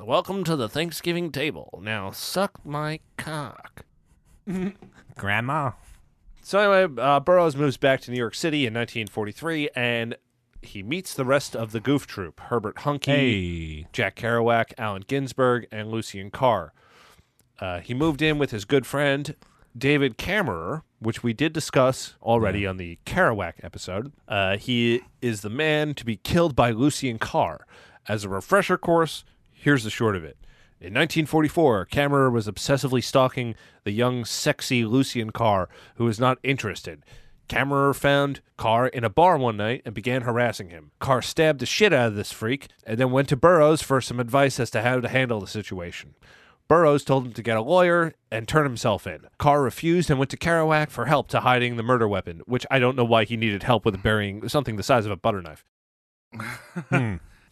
Speaker 2: Welcome to the Thanksgiving table. Now suck my cock.
Speaker 9: Grandma.
Speaker 7: so anyway. Uh, Burroughs moves back to New York City in 1943, and he meets the rest of the Goof Troop: Herbert Hunky,
Speaker 9: Hey.
Speaker 7: Jack Kerouac, Allen Ginsberg, and Lucien Carr. Uh, he moved in with his good friend David Kammerer, which we did discuss already on the Kerouac episode. Uh, he is the man to be killed by Lucien Carr. As a refresher course, here's the short of it. In 1944, Kammerer was obsessively stalking the young, sexy Lucien Carr, who was not interested. Kammerer found Carr in a bar one night and began harassing him. Carr stabbed the shit out of this freak and then went to Burroughs for some advice as to how to handle the situation. Burroughs told him to get a lawyer and turn himself in. Carr refused and went to Kerouac for help to hiding the murder weapon, which I don't know why he needed help with burying something the size of a butter knife.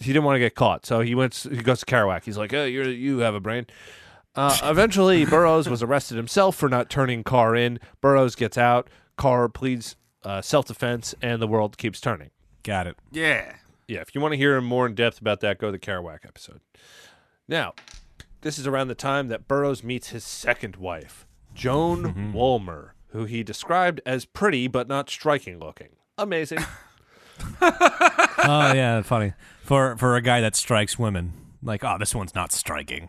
Speaker 7: He didn't want to get caught, so he went. He goes to Kerouac. He's like, "Oh, you you have a brain." Uh, eventually, Burroughs was arrested himself for not turning Carr in. Burroughs gets out. Carr pleads uh, self-defense, and the world keeps turning.
Speaker 9: Got
Speaker 7: (laughs)
Speaker 9: it.
Speaker 8: Yeah.
Speaker 7: Yeah, if you want to hear more in depth about that, go to the Kerouac episode. Now, this is around the time that Burroughs meets his second wife, Joan Woolmer, who he described as pretty but not striking looking. Amazing.
Speaker 9: Oh yeah, funny. For for a guy that strikes women. Like, oh, this one's not striking.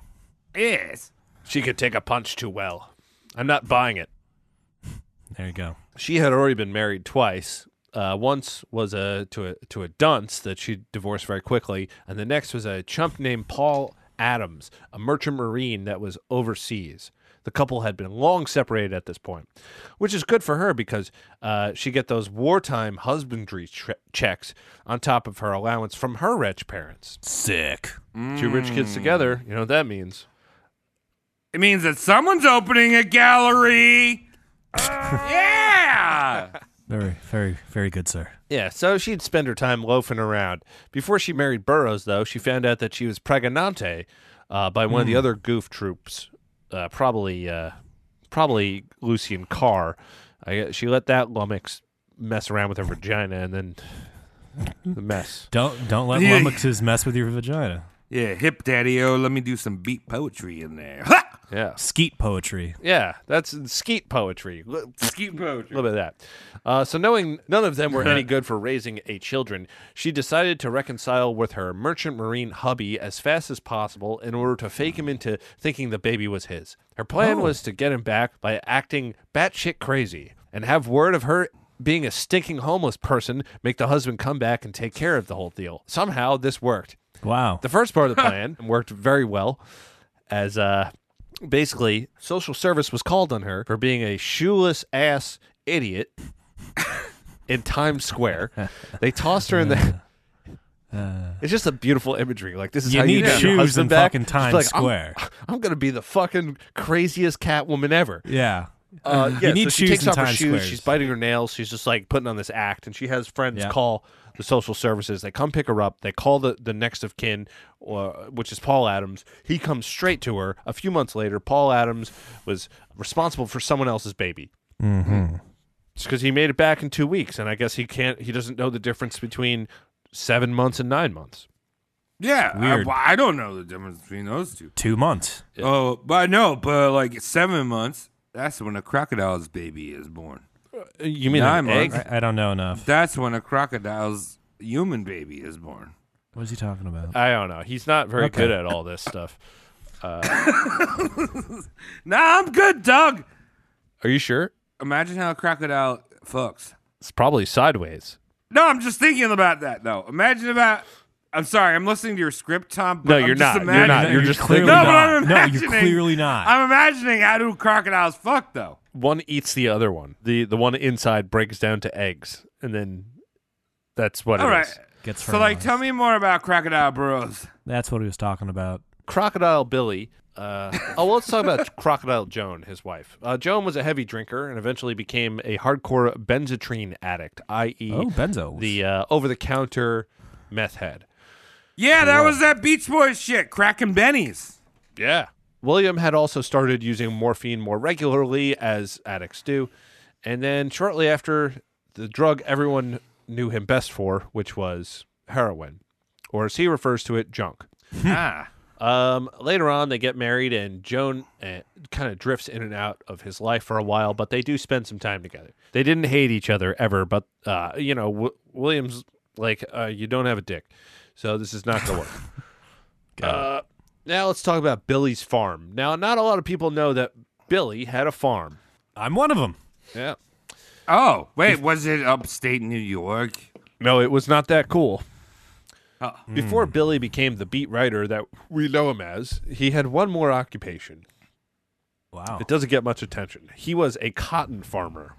Speaker 8: Yes.
Speaker 7: (laughs) she could take a punch too well. I'm not buying it.
Speaker 9: There you go.
Speaker 7: She had already been married twice. Uh, once was a to a to a dunce that she divorced very quickly, and the next was a chump named Paul Adams, a merchant marine that was overseas. The couple had been long separated at this point, which is good for her because uh, she get those wartime husbandry tre- checks on top of her allowance from her rich parents.
Speaker 9: Sick.
Speaker 7: Two rich kids together, you know what that means.
Speaker 8: It means that someone's opening a (laughs) gallery. yeah.
Speaker 9: Very, very, very good, sir.
Speaker 7: Yeah, so she'd spend her time loafing around. Before she married Burroughs, though, she found out that she was pregnante uh, by one of the other goof troops, uh, probably uh, probably Lucian Carr. I, guess she let that lummox mess around with her vagina, and then the mess.
Speaker 9: Don't
Speaker 7: (laughs)
Speaker 9: don't let
Speaker 8: Yeah.
Speaker 9: lummoxes mess with your vagina.
Speaker 8: Yeah, hip daddy o, let me do some beat poetry in there. Ha!
Speaker 7: Yeah,
Speaker 9: Skeet poetry.
Speaker 7: yeah, that's skeet poetry.
Speaker 8: Skeet poetry.
Speaker 7: A little bit of that. Uh, so, knowing none of them were any good for raising eight children, she decided to reconcile with her merchant marine hubby as fast as possible in order to fake him into thinking the baby was his. Her plan was to get him back by acting batshit crazy and have word of her being a stinking homeless person make the husband come back and take care of the whole deal. Somehow, this worked.
Speaker 9: Wow.
Speaker 7: The first part of the plan worked very well, as uh, basically social service was called on her for being a shoeless ass idiot in Times Square. They tossed her in
Speaker 9: (laughs)
Speaker 7: the. It's just a beautiful imagery. Like this is
Speaker 9: You
Speaker 7: how you
Speaker 9: need
Speaker 7: get your
Speaker 9: shoes
Speaker 7: husband
Speaker 9: in
Speaker 7: back.
Speaker 9: fucking
Speaker 7: She's
Speaker 9: Times
Speaker 7: like, I'm-
Speaker 9: Square.
Speaker 7: I'm, gonna be the fucking craziest Catwoman ever.
Speaker 9: yeah.
Speaker 7: Uh, yeah,
Speaker 9: need
Speaker 7: so she
Speaker 9: shoes
Speaker 7: takes
Speaker 9: in
Speaker 7: off her
Speaker 9: Times
Speaker 7: shoes.
Speaker 9: Squares.
Speaker 7: She's biting her nails. She's just like putting on this act, and she has friends
Speaker 9: Yeah.
Speaker 7: call the social services. They come pick her up. They call the the next of kin, or, which is Paul Adams. He comes straight to her. A few months later, Paul Adams was responsible for someone else's baby. Mm-hmm. It's because he made it back in two weeks, and I guess he can't. He doesn't know the difference between seven months and nine months.
Speaker 8: Yeah,
Speaker 9: Weird.
Speaker 8: I, I don't know the difference between those two.
Speaker 9: Two months.
Speaker 8: Oh, but I know, but like seven months, that's when a crocodile's baby is born.
Speaker 7: Uh, You mean
Speaker 8: Nine
Speaker 7: an egg?
Speaker 8: months.
Speaker 9: I, I don't know enough.
Speaker 8: That's when a crocodile's human baby is born.
Speaker 9: What is he talking about?
Speaker 7: I don't know. He's not very
Speaker 9: Okay.
Speaker 7: good at all this stuff.
Speaker 8: Nah, I'm good, Doug.
Speaker 7: Are you sure?
Speaker 8: Imagine how a crocodile fucks.
Speaker 7: It's probably sideways.
Speaker 8: No, I'm just thinking about that though. Imagine about. I'm sorry, I'm listening to your script, Tom. But
Speaker 7: No,
Speaker 8: I'm
Speaker 7: you're
Speaker 8: just
Speaker 7: not. You're not.
Speaker 8: imagining-
Speaker 7: You're just
Speaker 9: clearly
Speaker 7: thinking.
Speaker 8: No,
Speaker 9: not.
Speaker 8: but I'm
Speaker 9: No, you're
Speaker 8: imagining.
Speaker 9: clearly not.
Speaker 8: I'm imagining how do crocodiles fuck though.
Speaker 7: One eats the other one. The the one inside breaks down to eggs, and then that's what
Speaker 8: All
Speaker 7: it
Speaker 8: right.
Speaker 7: is.
Speaker 9: Gets
Speaker 8: so like,
Speaker 9: fertilized.
Speaker 8: tell me more about crocodile bros.
Speaker 9: That's what he was talking about.
Speaker 7: Crocodile Billy. Uh, oh, well, let's talk about (laughs) Crocodile Joan, his wife. Uh, Joan was a heavy drinker and eventually became a hardcore benzatrine addict, i.e.,
Speaker 9: Oh, benzos.
Speaker 7: the uh, over-the-counter meth head.
Speaker 8: Yeah, that was that Beach Boys shit, cracking bennies.
Speaker 7: Yeah. William had also started using morphine more regularly, as addicts do. And then shortly after, the drug everyone knew him best for, which was heroin, or as he refers to it, junk.
Speaker 8: ah.
Speaker 7: (laughs) Um, later on, they get married, and Joan uh, kind of drifts in and out of his life for a while, but they do spend some time together. They didn't hate each other ever, but uh, you know, w- Williams like uh, you don't have a dick, so this is not gonna work. uh, now let's talk about Billy's farm. Now, not a lot of people know that Billy had a farm.
Speaker 9: I'm one of them.
Speaker 7: Yeah.
Speaker 8: Oh wait, was it upstate New York?
Speaker 7: No, it was not that cool.
Speaker 8: Oh.
Speaker 7: Before Billy became the beat writer that we know him as, he had one more occupation.
Speaker 9: Wow.
Speaker 7: It doesn't get much attention. He was a cotton farmer.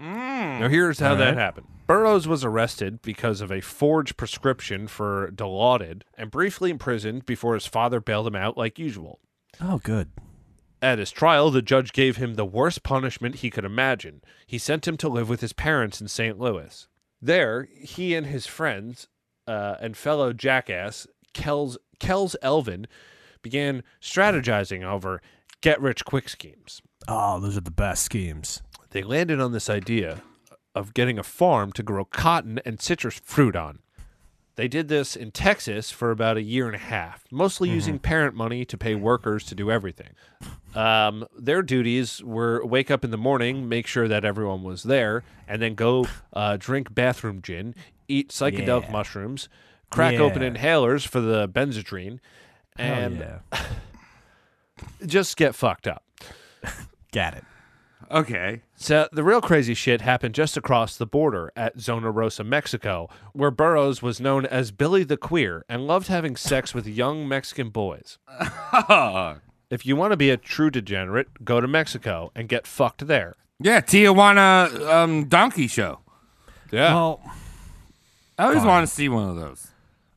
Speaker 8: Mm.
Speaker 7: Now, here's how that
Speaker 9: Alright.
Speaker 7: happened. Burroughs was arrested because of a forged prescription for Dilaudid and briefly imprisoned before his father bailed him out, like usual.
Speaker 9: Oh, good.
Speaker 7: At his trial, the judge gave him the worst punishment he could imagine. He sent him to live with his parents in St. Louis. There, he and his friends uh, and fellow jackass, Kells, Kells Elvin, began strategizing over get rich quick schemes.
Speaker 9: Oh, those are the best schemes.
Speaker 7: They landed on this idea of getting a farm to grow cotton and citrus fruit on. They did this in Texas for about a year and a half, mostly
Speaker 9: Mm-hmm.
Speaker 7: using parent money to pay workers to do everything. Um, their duties were wake up in the morning, make sure that everyone was there, and then go uh, drink bathroom gin, eat psychedelic
Speaker 9: Yeah.
Speaker 7: mushrooms, crack
Speaker 9: Yeah.
Speaker 7: open inhalers for the benzatrine,
Speaker 9: Hell
Speaker 7: and
Speaker 9: yeah.
Speaker 7: (laughs) just get fucked up.
Speaker 9: Got it.
Speaker 8: Okay.
Speaker 7: So the real crazy shit happened just across the border at Zona Rosa, Mexico, where Burroughs was known as Billy the Queer and loved having sex with young Mexican boys. If you want to be a true degenerate, go to Mexico and get fucked there.
Speaker 8: Yeah, Tijuana um, Donkey Show.
Speaker 7: Yeah.
Speaker 9: Well,
Speaker 8: I always
Speaker 9: Fine.
Speaker 8: want to see one of those.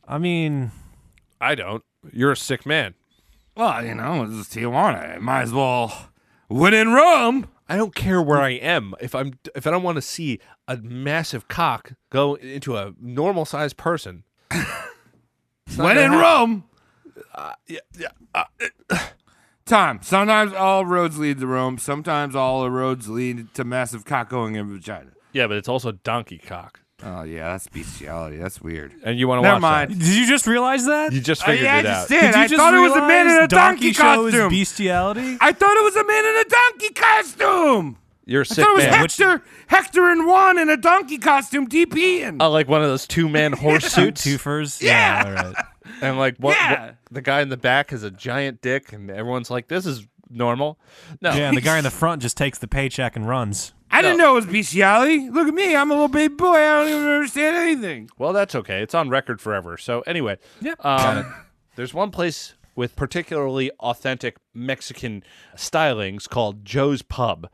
Speaker 9: I mean,
Speaker 7: I don't. You're a sick man.
Speaker 8: Well, you know, this is Tijuana. I might as well win in Rome.
Speaker 7: I don't care where I am. If I'm if I don't want to see a massive cock go into a normal sized person.
Speaker 8: Win in Rome. uh, Time. Sometimes all roads lead to Rome. Sometimes all the roads lead to massive cock going in vagina.
Speaker 7: Yeah, but it's also donkey cock.
Speaker 8: Oh yeah, that's bestiality. That's weird.
Speaker 7: And you want to
Speaker 8: Never
Speaker 7: watch
Speaker 8: mind.
Speaker 7: that.
Speaker 9: did you just realize that?
Speaker 7: You just
Speaker 8: Oh,
Speaker 7: figured
Speaker 8: yeah, I
Speaker 7: it out.
Speaker 8: just did.
Speaker 9: Did you
Speaker 8: I
Speaker 9: just
Speaker 8: thought it was a man in a
Speaker 9: realize
Speaker 8: donkey,
Speaker 9: Show is
Speaker 8: costume.
Speaker 9: bestiality.
Speaker 8: I thought it was a man in a donkey costume.
Speaker 7: You're a
Speaker 8: I
Speaker 7: sick (laughs)
Speaker 8: thought it was
Speaker 7: man.
Speaker 8: Hector, Hector and Juan in a donkey costume DPing.
Speaker 7: Oh, like one of those
Speaker 8: (laughs)
Speaker 7: two man horse suits,
Speaker 9: Twofers.
Speaker 8: Yeah.
Speaker 9: all right.
Speaker 7: and like one,
Speaker 8: Yeah.
Speaker 7: one- the guy in the back has a giant dick, and everyone's like, "This is normal." No,
Speaker 9: Yeah, and the
Speaker 7: (laughs)
Speaker 9: guy in the front just takes the paycheck and runs.
Speaker 8: I didn't know it was bestiality. Look at me. I'm a little baby boy. I don't even understand anything.
Speaker 7: well, that's okay. It's on record forever. So anyway,
Speaker 9: Yeah.
Speaker 7: um, there's one place with particularly authentic Mexican stylings called Joe's Pub.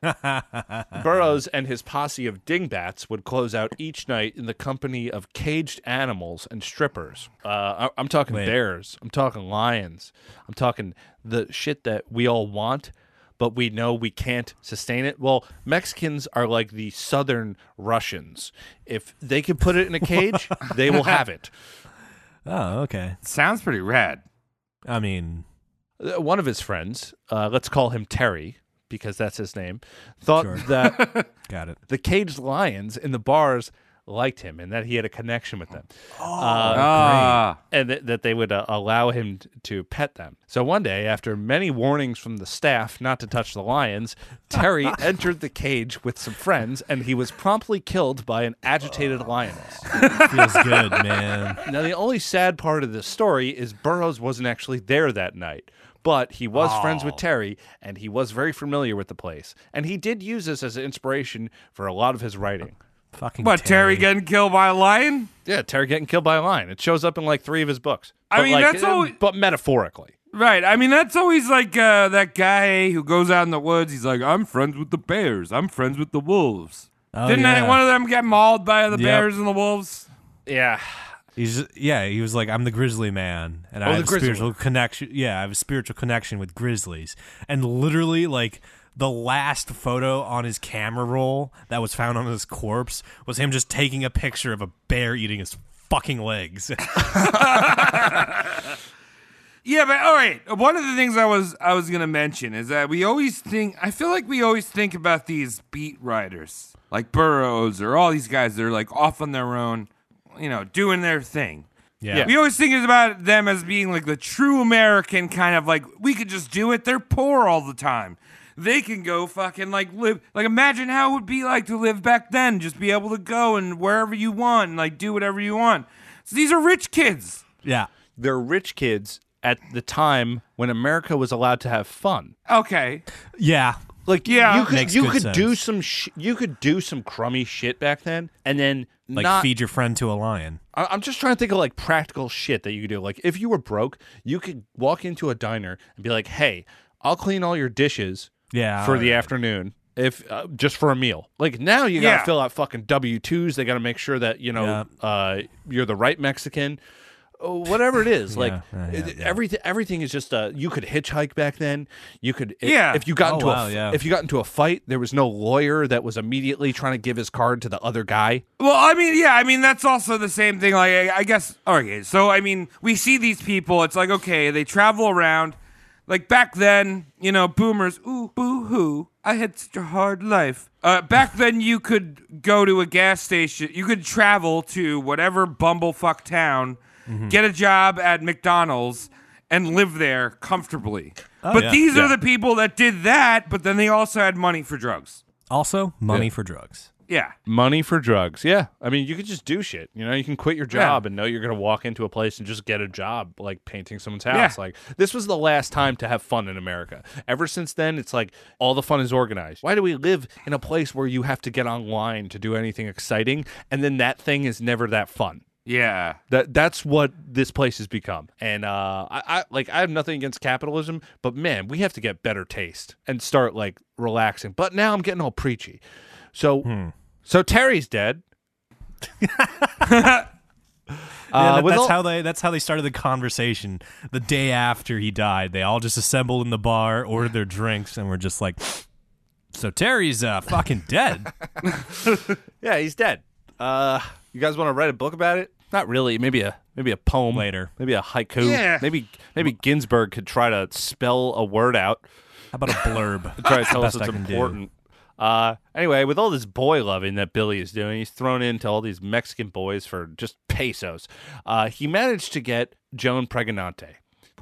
Speaker 7: Burroughs and his posse of dingbats would close out each night in the company of caged animals and strippers. Uh, I- I'm talking bears. I'm talking lions. I'm talking the shit that we all want, but we know we can't sustain it. Well, Mexicans are like the southern Russians. If they can put it in a cage, they will have it.
Speaker 9: Oh, okay.
Speaker 8: Sounds pretty rad.
Speaker 9: I mean,
Speaker 7: Uh, one of his friends, uh, let's call him Terry because that's his name, thought
Speaker 9: Sure.
Speaker 7: that
Speaker 9: got it.
Speaker 7: the caged lions in the bars liked him and that he had a connection with them.
Speaker 8: Ah,
Speaker 7: and th- that they would uh, allow him t- to pet them. So one day, after many warnings from the staff not to touch the lions,
Speaker 8: (laughs)
Speaker 7: Terry entered the cage with some friends, and he was promptly killed by an agitated lioness.
Speaker 9: Feels good, man.
Speaker 7: Now, the only sad part of this story is Burroughs wasn't actually there that night. But he was friends
Speaker 8: Oh.
Speaker 7: with Terry, and he was very familiar with the place, and he did use this as an inspiration for a lot of his writing.
Speaker 9: Fucking
Speaker 8: What, Terry getting killed by a lion?
Speaker 7: Yeah, Terry getting killed by a lion. It shows up in like three of his books.
Speaker 8: I
Speaker 7: But,
Speaker 8: mean,
Speaker 7: like,
Speaker 8: that's
Speaker 7: uh,
Speaker 8: always-
Speaker 7: but metaphorically.
Speaker 8: Right. I mean, that's always like uh, that guy who goes out in the woods. He's like, I'm friends with the bears. I'm friends with the wolves.
Speaker 9: Oh,
Speaker 8: Didn't
Speaker 9: yeah.
Speaker 8: any one of them get mauled by the
Speaker 9: Yep.
Speaker 8: bears and the wolves?
Speaker 7: Yeah,
Speaker 9: He's just- yeah, he was like, I'm the grizzly man, and
Speaker 7: Oh,
Speaker 9: I have
Speaker 7: the
Speaker 9: a
Speaker 7: grizzly
Speaker 9: spiritual connection. Yeah, I have a spiritual connection with grizzlies, and literally like the last photo on his camera roll that was found on his corpse was him just taking a picture of a bear eating his fucking legs. (laughs)
Speaker 8: Yeah, but all right. One of the things I was I was gonna mention is that we always think I feel like we always think about these beat writers like Burroughs or all these guys. They're like off on their own, you know, doing their thing.
Speaker 9: Yeah.
Speaker 8: We always think about them as being like the true American kind of like we could just do it. They're poor all the time. They can go fucking like live like imagine how it would be like to live back then, just be able to go and wherever you want and like do whatever you want. So these are rich kids.
Speaker 9: yeah,
Speaker 7: they're rich kids at the time when America was allowed to have fun.
Speaker 8: Okay.
Speaker 9: yeah,
Speaker 7: Like
Speaker 8: Yeah.
Speaker 7: you could
Speaker 9: Makes
Speaker 7: you
Speaker 9: good
Speaker 7: could do
Speaker 9: sense.
Speaker 7: some sh- you could do some crummy shit back then, and then
Speaker 9: like
Speaker 7: not.
Speaker 9: feed your friend to a lion.
Speaker 7: I- I'm just trying to think of like practical shit that you could do. Like if you were broke, you could walk into a diner and be like, "Hey, I'll clean all your dishes
Speaker 9: Yeah,
Speaker 7: for the afternoon." If uh, just for a meal, like now you gotta
Speaker 8: Yeah.
Speaker 7: fill out fucking W twos. They gotta make sure that you know uh, you're the right Mexican, Oh, whatever it is. like
Speaker 9: (laughs) yeah, yeah,
Speaker 7: it- everything, everything is just. Uh, you could hitchhike back then. You could, i-
Speaker 8: Yeah.
Speaker 7: If you got
Speaker 9: Oh,
Speaker 7: into
Speaker 9: wow,
Speaker 7: a, f-
Speaker 9: yeah.
Speaker 7: if you got into a fight, there was no lawyer that was immediately trying to give his card to the other guy.
Speaker 8: Well, I mean, yeah, I mean that's also the same thing. Like, I, I guess, okay. So, I mean, we see these people. It's like, okay, they travel around. Like back then, you know, boomers. Ooh, boo hoo! I had such a hard life. Uh, back then, you could go to a gas station. You could travel to whatever bumblefuck town,
Speaker 9: Mm-hmm.
Speaker 8: get a job at McDonald's, and live there comfortably. but
Speaker 9: Oh, yeah.
Speaker 8: these are the people that did that. But then they also had money for drugs.
Speaker 9: Also, money for drugs.
Speaker 8: Yeah.
Speaker 7: Money for drugs. Yeah, I mean, you could just do shit. You know, you can quit your job and know you're gonna walk into a place and just get a job, like painting someone's house.
Speaker 8: Yeah.
Speaker 7: Like this was the last time to have fun in America. Ever since then, it's like all the fun is organized. Why do we live in a place where you have to get online to do anything exciting, and then that thing is never that fun?
Speaker 8: Yeah.
Speaker 7: That that's what this place has become. And uh, I, I like I have nothing against capitalism, but man, we have to get better taste and start like relaxing. But now I'm getting all preachy. So so Terry's dead.
Speaker 9: Yeah,
Speaker 7: Uh,
Speaker 9: that-
Speaker 7: with
Speaker 9: that's
Speaker 7: all-
Speaker 9: how they that's how they started the conversation the day after he died. They all just assembled in the bar, ordered their drinks, and were just like, "So Terry's uh, fucking dead."
Speaker 7: yeah, he's dead. Uh, you guys want to write a book about it? Not really. Maybe a maybe a poem
Speaker 9: Later.
Speaker 7: Maybe a haiku.
Speaker 8: Yeah.
Speaker 7: Maybe maybe Ginsberg could try to spell a word out.
Speaker 9: How about a blurb?
Speaker 7: (laughs) try to
Speaker 9: It's (laughs) the
Speaker 7: tell us it's
Speaker 9: best I can do.
Speaker 7: important. Uh, anyway, with all this boy loving that Billy is doing, he's thrown into all these Mexican boys for just pesos. Uh, he managed to get Joan pregnante.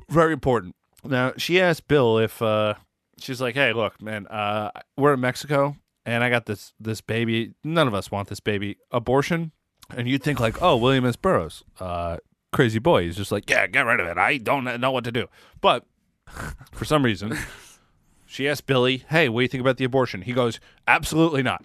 Speaker 7: Very important. Now she asked Bill if uh, she's like, "Hey, look, man, uh, we're in Mexico, and I got this this baby. None of us want this baby. Abortion." And you'd think like, "Oh, William S. Burroughs, uh, crazy boy. He's just like, yeah, get rid of it. I don't know what to do." But for some reason, she asked Billy, "Hey, what do you think about the abortion?" He goes, "Absolutely not.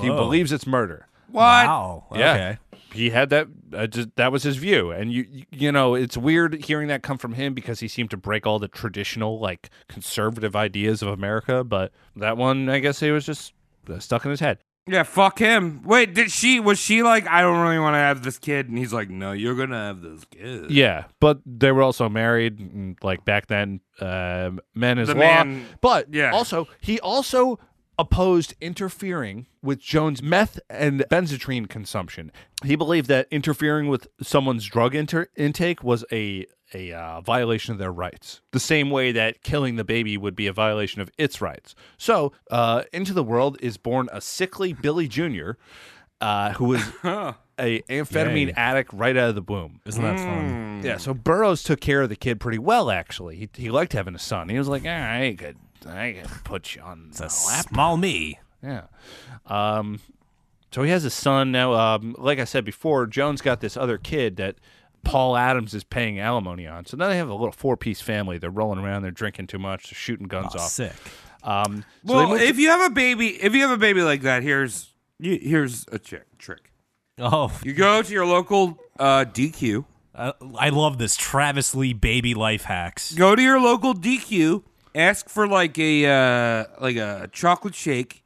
Speaker 7: He
Speaker 9: Whoa.
Speaker 7: believes it's murder."
Speaker 8: What?
Speaker 9: Wow.
Speaker 7: Yeah.
Speaker 9: Okay.
Speaker 7: He had that. Uh, just, that was his view, and you, you you know it's weird hearing that come from him because he seemed to break all the traditional like conservative ideas of America. But that one, I guess, it was just uh, stuck in his head.
Speaker 8: Yeah, fuck him. Wait, did she was she like I don't really want to have this kid and he's like no, you're going to have this kid.
Speaker 7: Yeah, but they were also married, and like back then, uh, men is
Speaker 8: The
Speaker 7: law.
Speaker 8: man-
Speaker 7: but
Speaker 8: yeah.
Speaker 7: also he also opposed interfering with Jones' meth and benzotrine consumption. He believed that interfering with someone's drug inter- intake was a a uh, violation of their rights, the same way that killing the baby would be a violation of its rights. So, uh, into the world is born a sickly Billy Junior, uh,
Speaker 8: (laughs)
Speaker 7: who is a amphetamine
Speaker 9: Yay.
Speaker 7: addict right out of the womb.
Speaker 9: Isn't that fun?
Speaker 7: Yeah, so Burroughs took care of the kid pretty well, actually. He, he liked having a son. He was like, "Ah, I could, I could put you on
Speaker 9: The
Speaker 7: the lap.
Speaker 9: small me.
Speaker 7: Yeah. Um, so he has a son now. Um, like I said before, Jones got this other kid that Paul Adams is paying alimony on. So now they have a little four piece family. They're rolling around. They're drinking too much. They're shooting guns
Speaker 9: Aw,
Speaker 7: off.
Speaker 9: sick.
Speaker 7: Um, so they
Speaker 8: well,
Speaker 7: moved to-
Speaker 8: if you have a baby, if you have a baby like that, here's y- here's a chick, trick.
Speaker 9: Oh,
Speaker 8: You go to your local uh, DQ.
Speaker 9: I, I love this Travis Lee baby life hacks.
Speaker 8: Go to your local DQ. Ask for like a uh, like a chocolate shake,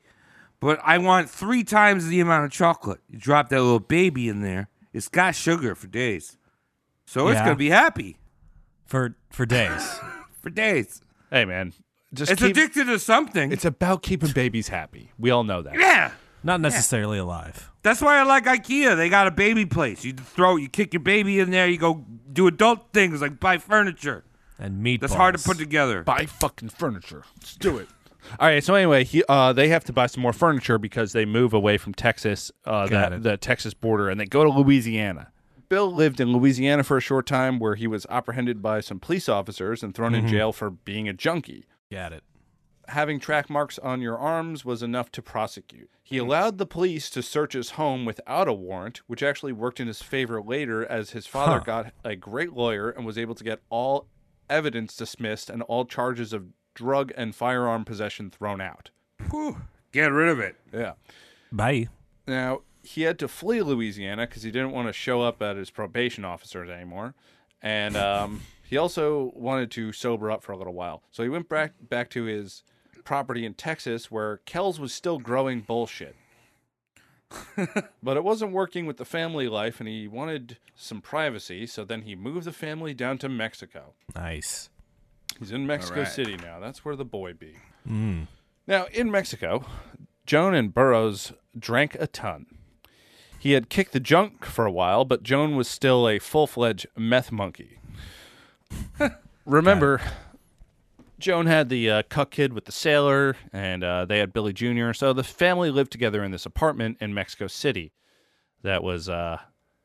Speaker 8: but I want three times the amount of chocolate. You drop that little baby in there. It's got sugar for days, so it's
Speaker 9: Yeah.
Speaker 8: gonna be happy
Speaker 9: for for days.
Speaker 8: for days.
Speaker 7: hey, man. Just
Speaker 8: It's
Speaker 7: keep-
Speaker 8: addicted to something.
Speaker 7: it's about keeping babies happy. We all know that.
Speaker 8: yeah.
Speaker 9: Not necessarily alive.
Speaker 8: That's why I like IKEA. They got a baby place. You throw, you kick your baby in there. You go do adult things like buy furniture.
Speaker 9: And meatballs.
Speaker 8: That's hard to put together.
Speaker 7: buy fucking furniture. Let's do it. All right. So anyway, he, uh, they have to buy some more furniture because they move away from Texas, uh, the, the Texas border, and they go to Louisiana. Bill lived in Louisiana for a short time, where he was apprehended by some police officers and thrown in jail for being a junkie.
Speaker 9: Got it.
Speaker 7: Having track marks on your arms was enough to prosecute. He allowed the police to search his home without a warrant, which actually worked in his favor later as his father
Speaker 9: Huh.
Speaker 7: got a great lawyer and was able to get all evidence dismissed and all charges of drug and firearm possession thrown out.
Speaker 8: Get rid of it.
Speaker 7: Yeah.
Speaker 9: Bye.
Speaker 7: Now, he had to flee Louisiana because he didn't want to show up at his probation officers anymore. And um, (laughs) he also wanted to sober up for a little while. So he went back, back to his property in Texas where Kells was still growing bullshit. but it wasn't working with the family life, and he wanted some privacy. So then he moved the family down to Mexico.
Speaker 9: Nice.
Speaker 7: He's in Mexico City now. That's where the boy be. Now, in Mexico, Joan and Burroughs drank a ton. He had kicked the junk for a while, but Joan was still a full fledged meth monkey. Remember, Joan had the uh, cuck kid with the sailor, and uh, they had Billy Jr. So the family lived together in this apartment in Mexico City that was uh,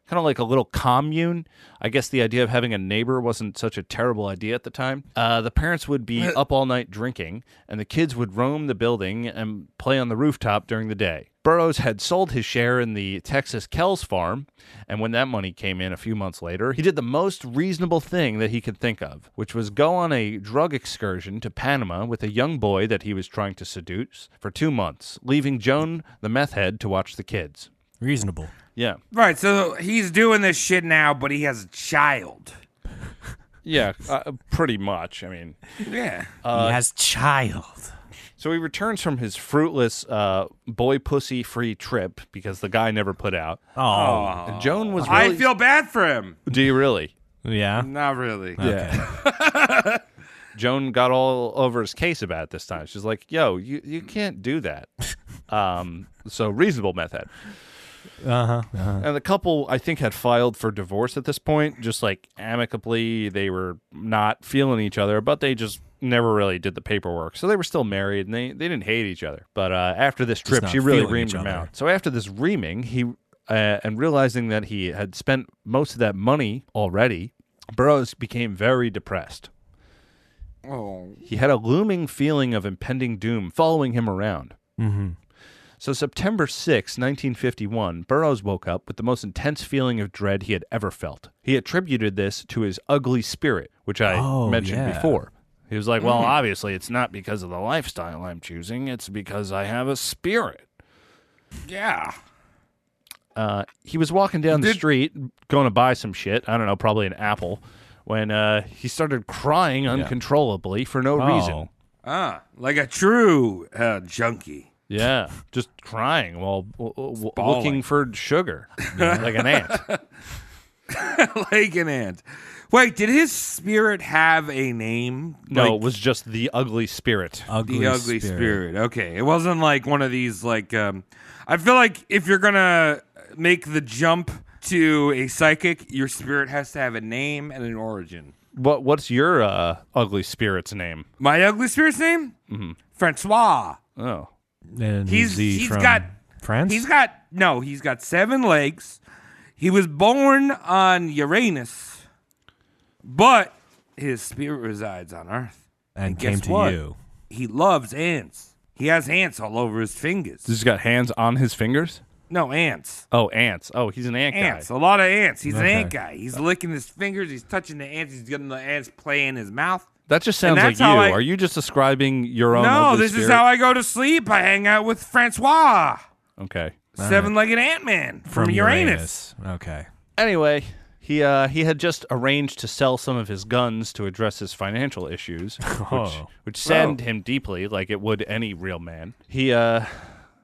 Speaker 7: kind of like a little commune. I guess the idea of having a neighbor wasn't such a terrible idea at the time. Uh, the parents would be up all night drinking, and the kids would roam the building and play on the rooftop during the day. Burroughs had sold his share in the Texas Kells farm, and when that money came in a few months later, he did the most reasonable thing that he could think of, which was go on a drug excursion to Panama with a young boy that he was trying to seduce for two months, leaving Joan, the meth head, to watch the kids.
Speaker 9: Reasonable.
Speaker 7: Yeah.
Speaker 8: Right. So he's doing this shit now, but he has a child.
Speaker 7: Yeah, uh, pretty much. I mean,
Speaker 8: Yeah.
Speaker 9: he has child.
Speaker 7: so he returns from his fruitless uh, boy pussy free trip because the guy never put out.
Speaker 9: Oh,
Speaker 7: And Joan was really.
Speaker 8: I feel bad for him.
Speaker 7: Do you really?
Speaker 9: yeah.
Speaker 8: Not really.
Speaker 7: Yeah. Joan got all over his case about it this time. She's like, "Yo, you you
Speaker 9: Mm.
Speaker 7: can't do
Speaker 9: (laughs)
Speaker 7: that." Um, so reasonable method.
Speaker 9: Uh huh.
Speaker 7: And the couple, I think, had filed for divorce at this point, just like amicably. They were not feeling each other, but they just never really did the paperwork. So they were still married and they, they didn't hate each other. But uh, after this trip,
Speaker 9: not
Speaker 7: she really
Speaker 9: feeling
Speaker 7: reamed
Speaker 9: each
Speaker 7: him
Speaker 9: other.
Speaker 7: out. So after this reaming, he uh, and realizing that he had spent most of that money already, Burroughs became very depressed.
Speaker 8: Oh.
Speaker 7: He had a looming feeling of impending doom following him around.
Speaker 9: Mm-hmm.
Speaker 7: So, September 6, 1951, Burroughs woke up with the most intense feeling of dread he had ever felt. He attributed this to his ugly spirit, which I
Speaker 9: Oh,
Speaker 7: mentioned
Speaker 9: yeah. Mm.
Speaker 7: before.
Speaker 11: He was like, Well, obviously, it's not because of the lifestyle I'm choosing. It's because I have a spirit.
Speaker 8: Yeah.
Speaker 7: Uh, he was walking down the
Speaker 8: Did-
Speaker 7: street going to buy some shit, I don't know, probably an apple, when uh, he started crying uncontrollably for no
Speaker 9: Oh.
Speaker 7: reason.
Speaker 8: Ah, like a true uh, junkie. (laughs)
Speaker 7: Yeah, just crying while w- w-
Speaker 8: Bawling.
Speaker 7: looking for sugar, like
Speaker 8: (laughs)
Speaker 7: an ant.
Speaker 8: like an ant. Wait, did his spirit have a name?
Speaker 7: No,
Speaker 8: Like,
Speaker 7: it was just the ugly spirit.
Speaker 9: Ugly,
Speaker 8: the ugly spirit. Okay, it wasn't like one of these like. Um, I feel like if you're gonna make the jump to a psychic, your spirit has to have a name and an origin.
Speaker 7: What What's your uh, ugly spirit's name?
Speaker 8: My ugly spirit's name,
Speaker 9: Mm-hmm.
Speaker 8: Francois.
Speaker 7: Oh,
Speaker 9: And
Speaker 8: He's
Speaker 9: he's he
Speaker 8: he's
Speaker 9: from
Speaker 8: got
Speaker 9: France.
Speaker 8: He's got no. He's got seven legs. He was born on Uranus, but his spirit resides on Earth.
Speaker 9: and
Speaker 8: guess
Speaker 9: came to
Speaker 8: what?
Speaker 9: you.
Speaker 8: He loves ants. He has ants all over his fingers.
Speaker 7: he's got hands on his fingers.
Speaker 8: No, ants.
Speaker 7: Oh, ants. Oh, he's an ant
Speaker 8: Ants.
Speaker 7: guy.
Speaker 8: A lot of ants. He's an
Speaker 7: Okay.
Speaker 8: ant guy. He's licking his fingers. He's touching the ants. He's getting the ants play in his mouth.
Speaker 7: That just
Speaker 8: And
Speaker 7: sounds like
Speaker 8: that's
Speaker 7: you.
Speaker 8: how I-
Speaker 7: Are you just describing your own?
Speaker 8: no,
Speaker 7: Holy
Speaker 8: this is
Speaker 7: Spirit?
Speaker 8: how I go to sleep. I hang out with Francois,
Speaker 7: Okay.
Speaker 8: seven-legged Ant Man from, Uranus.
Speaker 9: Okay.
Speaker 7: Anyway, he uh, he had just arranged to sell some of his guns to address his financial issues,
Speaker 9: Oh.
Speaker 7: which, which saddened him deeply, like it would any real man. He uh,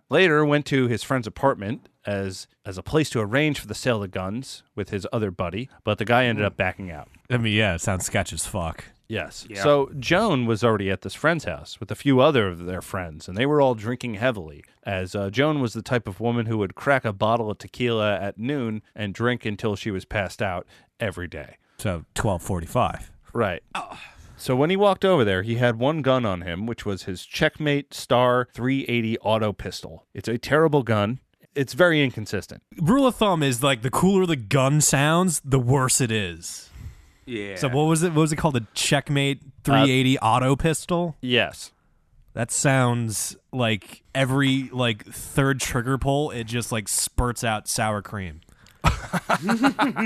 Speaker 7: later went to his friend's apartment as as a place to arrange for the sale of the guns with his other buddy, but the guy ended up backing out.
Speaker 9: I mean, yeah, it sounds sketch as fuck.
Speaker 7: Yes. So Joan was already at this friend's house with a few other of their friends, and they were all drinking heavily. As uh, Joan was the type of woman who would crack a bottle of tequila at noon and drink until she was passed out every day.
Speaker 9: So twelve forty-five.
Speaker 7: Right. So when he walked over there, he had one gun on him, which was his Checkmate Star 380 auto pistol. It's a terrible gun. It's very inconsistent.
Speaker 9: Rule of thumb is like the cooler the gun sounds, the worse it is.
Speaker 8: Yeah.
Speaker 9: So what was it? What was it called? The Checkmate 380 auto pistol.
Speaker 7: Yes.
Speaker 9: That sounds like every like third trigger pull, it just like spurts out sour cream.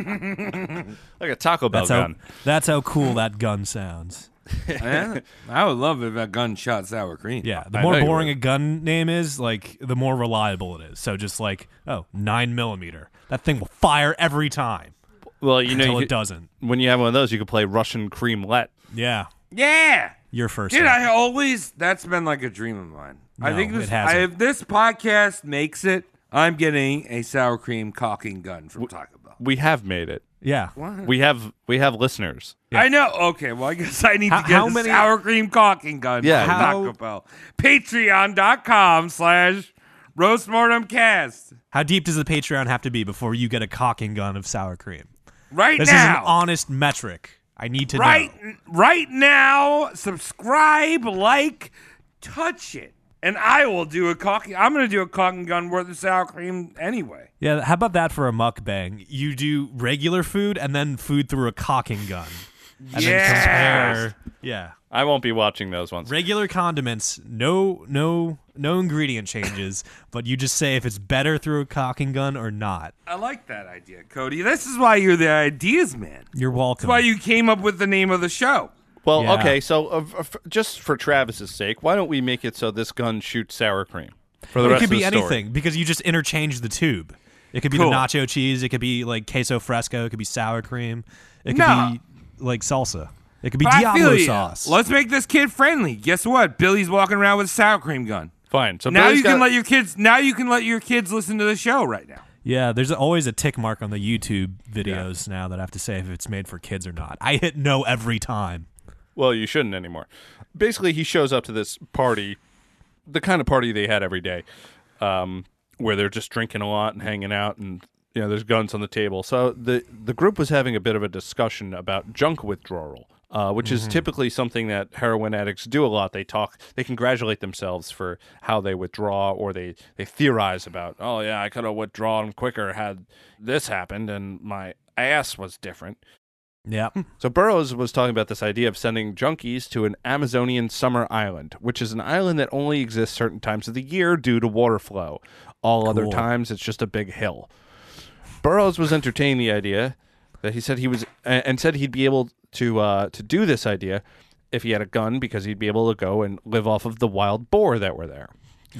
Speaker 7: Like a Taco Bell
Speaker 9: That's how
Speaker 7: Oh, gun.
Speaker 9: that's how cool that gun sounds.
Speaker 8: Yeah. I would love if a gun shot sour cream.
Speaker 9: Yeah, the
Speaker 7: I
Speaker 9: more
Speaker 7: know you
Speaker 9: boring a gun name is, like the more reliable it is. So just like oh, nine millimeter, that thing will fire every time
Speaker 7: well, you know,
Speaker 9: until
Speaker 7: you
Speaker 9: it
Speaker 7: could-
Speaker 9: doesn't.
Speaker 7: when you have one of those, you could play Russian Creamlet.
Speaker 9: Yeah,
Speaker 8: Yeah.
Speaker 9: your first.
Speaker 8: Dude,
Speaker 9: one.
Speaker 8: I always that's been like a dream of mine. I
Speaker 9: No,
Speaker 8: think this
Speaker 9: it hasn't.
Speaker 8: I, if this podcast makes it, I'm getting a sour cream caulking gun from Taco Bell.
Speaker 7: We have made it.
Speaker 9: yeah,
Speaker 7: We have we have listeners.
Speaker 8: I know. Okay, well, I guess I need
Speaker 9: How-
Speaker 8: to get
Speaker 9: how
Speaker 8: a
Speaker 9: many-
Speaker 8: sour cream caulking gun
Speaker 7: Yeah.
Speaker 8: from
Speaker 9: How-
Speaker 8: Taco Bell. Patreon.com slash roastmortemcast.
Speaker 9: How deep does the Patreon have to be before you get a cocking gun of sour cream?
Speaker 8: Right
Speaker 9: This is an
Speaker 8: now.
Speaker 9: honest metric. I need to
Speaker 8: right
Speaker 9: know.
Speaker 8: right now, subscribe, like, touch it. And I will do a caulking. I'm going to do a caulking gun worth of sour cream anyway.
Speaker 9: Yeah, how about that for a mukbang? You do regular food and then food through a cocking gun.
Speaker 8: Yes.
Speaker 9: And then compare. Yeah.
Speaker 7: I won't be watching those ones.
Speaker 9: Regular condiments, no no no ingredient changes, (laughs) but you just say if it's better through a cocking gun or not.
Speaker 8: I like that idea, Cody. This is why you're the ideas man. That's
Speaker 9: You're welcome.
Speaker 8: why you came up with the name of the show.
Speaker 7: Well,
Speaker 9: Yeah.
Speaker 7: okay, so uh, f- just for Travis's sake, why don't we make it so this gun shoots sour cream? For the
Speaker 9: it
Speaker 7: rest
Speaker 9: could
Speaker 7: of
Speaker 9: be
Speaker 7: the story?
Speaker 9: anything because you just interchange the tube. It could be
Speaker 8: Cool.
Speaker 9: the nacho cheese. It could be like queso fresco. It could be sour cream. It could
Speaker 8: No.
Speaker 9: be like salsa. It could be
Speaker 8: But I feel
Speaker 9: Diablo
Speaker 8: ya.
Speaker 9: sauce.
Speaker 8: Let's make this kid friendly. Guess what? Billy's walking around with a sour cream gun.
Speaker 7: Fine. So
Speaker 8: now
Speaker 7: Billy's
Speaker 8: you can
Speaker 7: got-
Speaker 8: let your kids. Now you can let your kids listen to the show right now.
Speaker 9: Yeah, there's always a tick mark on the YouTube videos now that I have to say if it's made for kids or not. I hit no every time.
Speaker 7: Well, you shouldn't anymore. Basically, he shows up to this party, the kind of party they had every day, um, where they're just drinking a lot and hanging out, and you know, there's guns on the table. So the the group was having a bit of a discussion about junk withdrawal. Uh, which is typically something that heroin addicts do a lot. They talk, they congratulate themselves for how they withdraw, or they they theorize about, oh yeah, I could have withdrawn quicker had this happened, and my ass was different.
Speaker 9: Yeah. (laughs)
Speaker 7: So Burroughs was talking about this idea of sending junkies to an Amazonian summer island, which is an island that only exists certain times of the year due to water flow. All other
Speaker 9: Cool.
Speaker 7: times, it's just a big hill. Burroughs was entertaining the idea that he said he was a- and said he'd be able to uh, to do this idea if he had a gun because he'd be able to go and live off of the wild boar that were there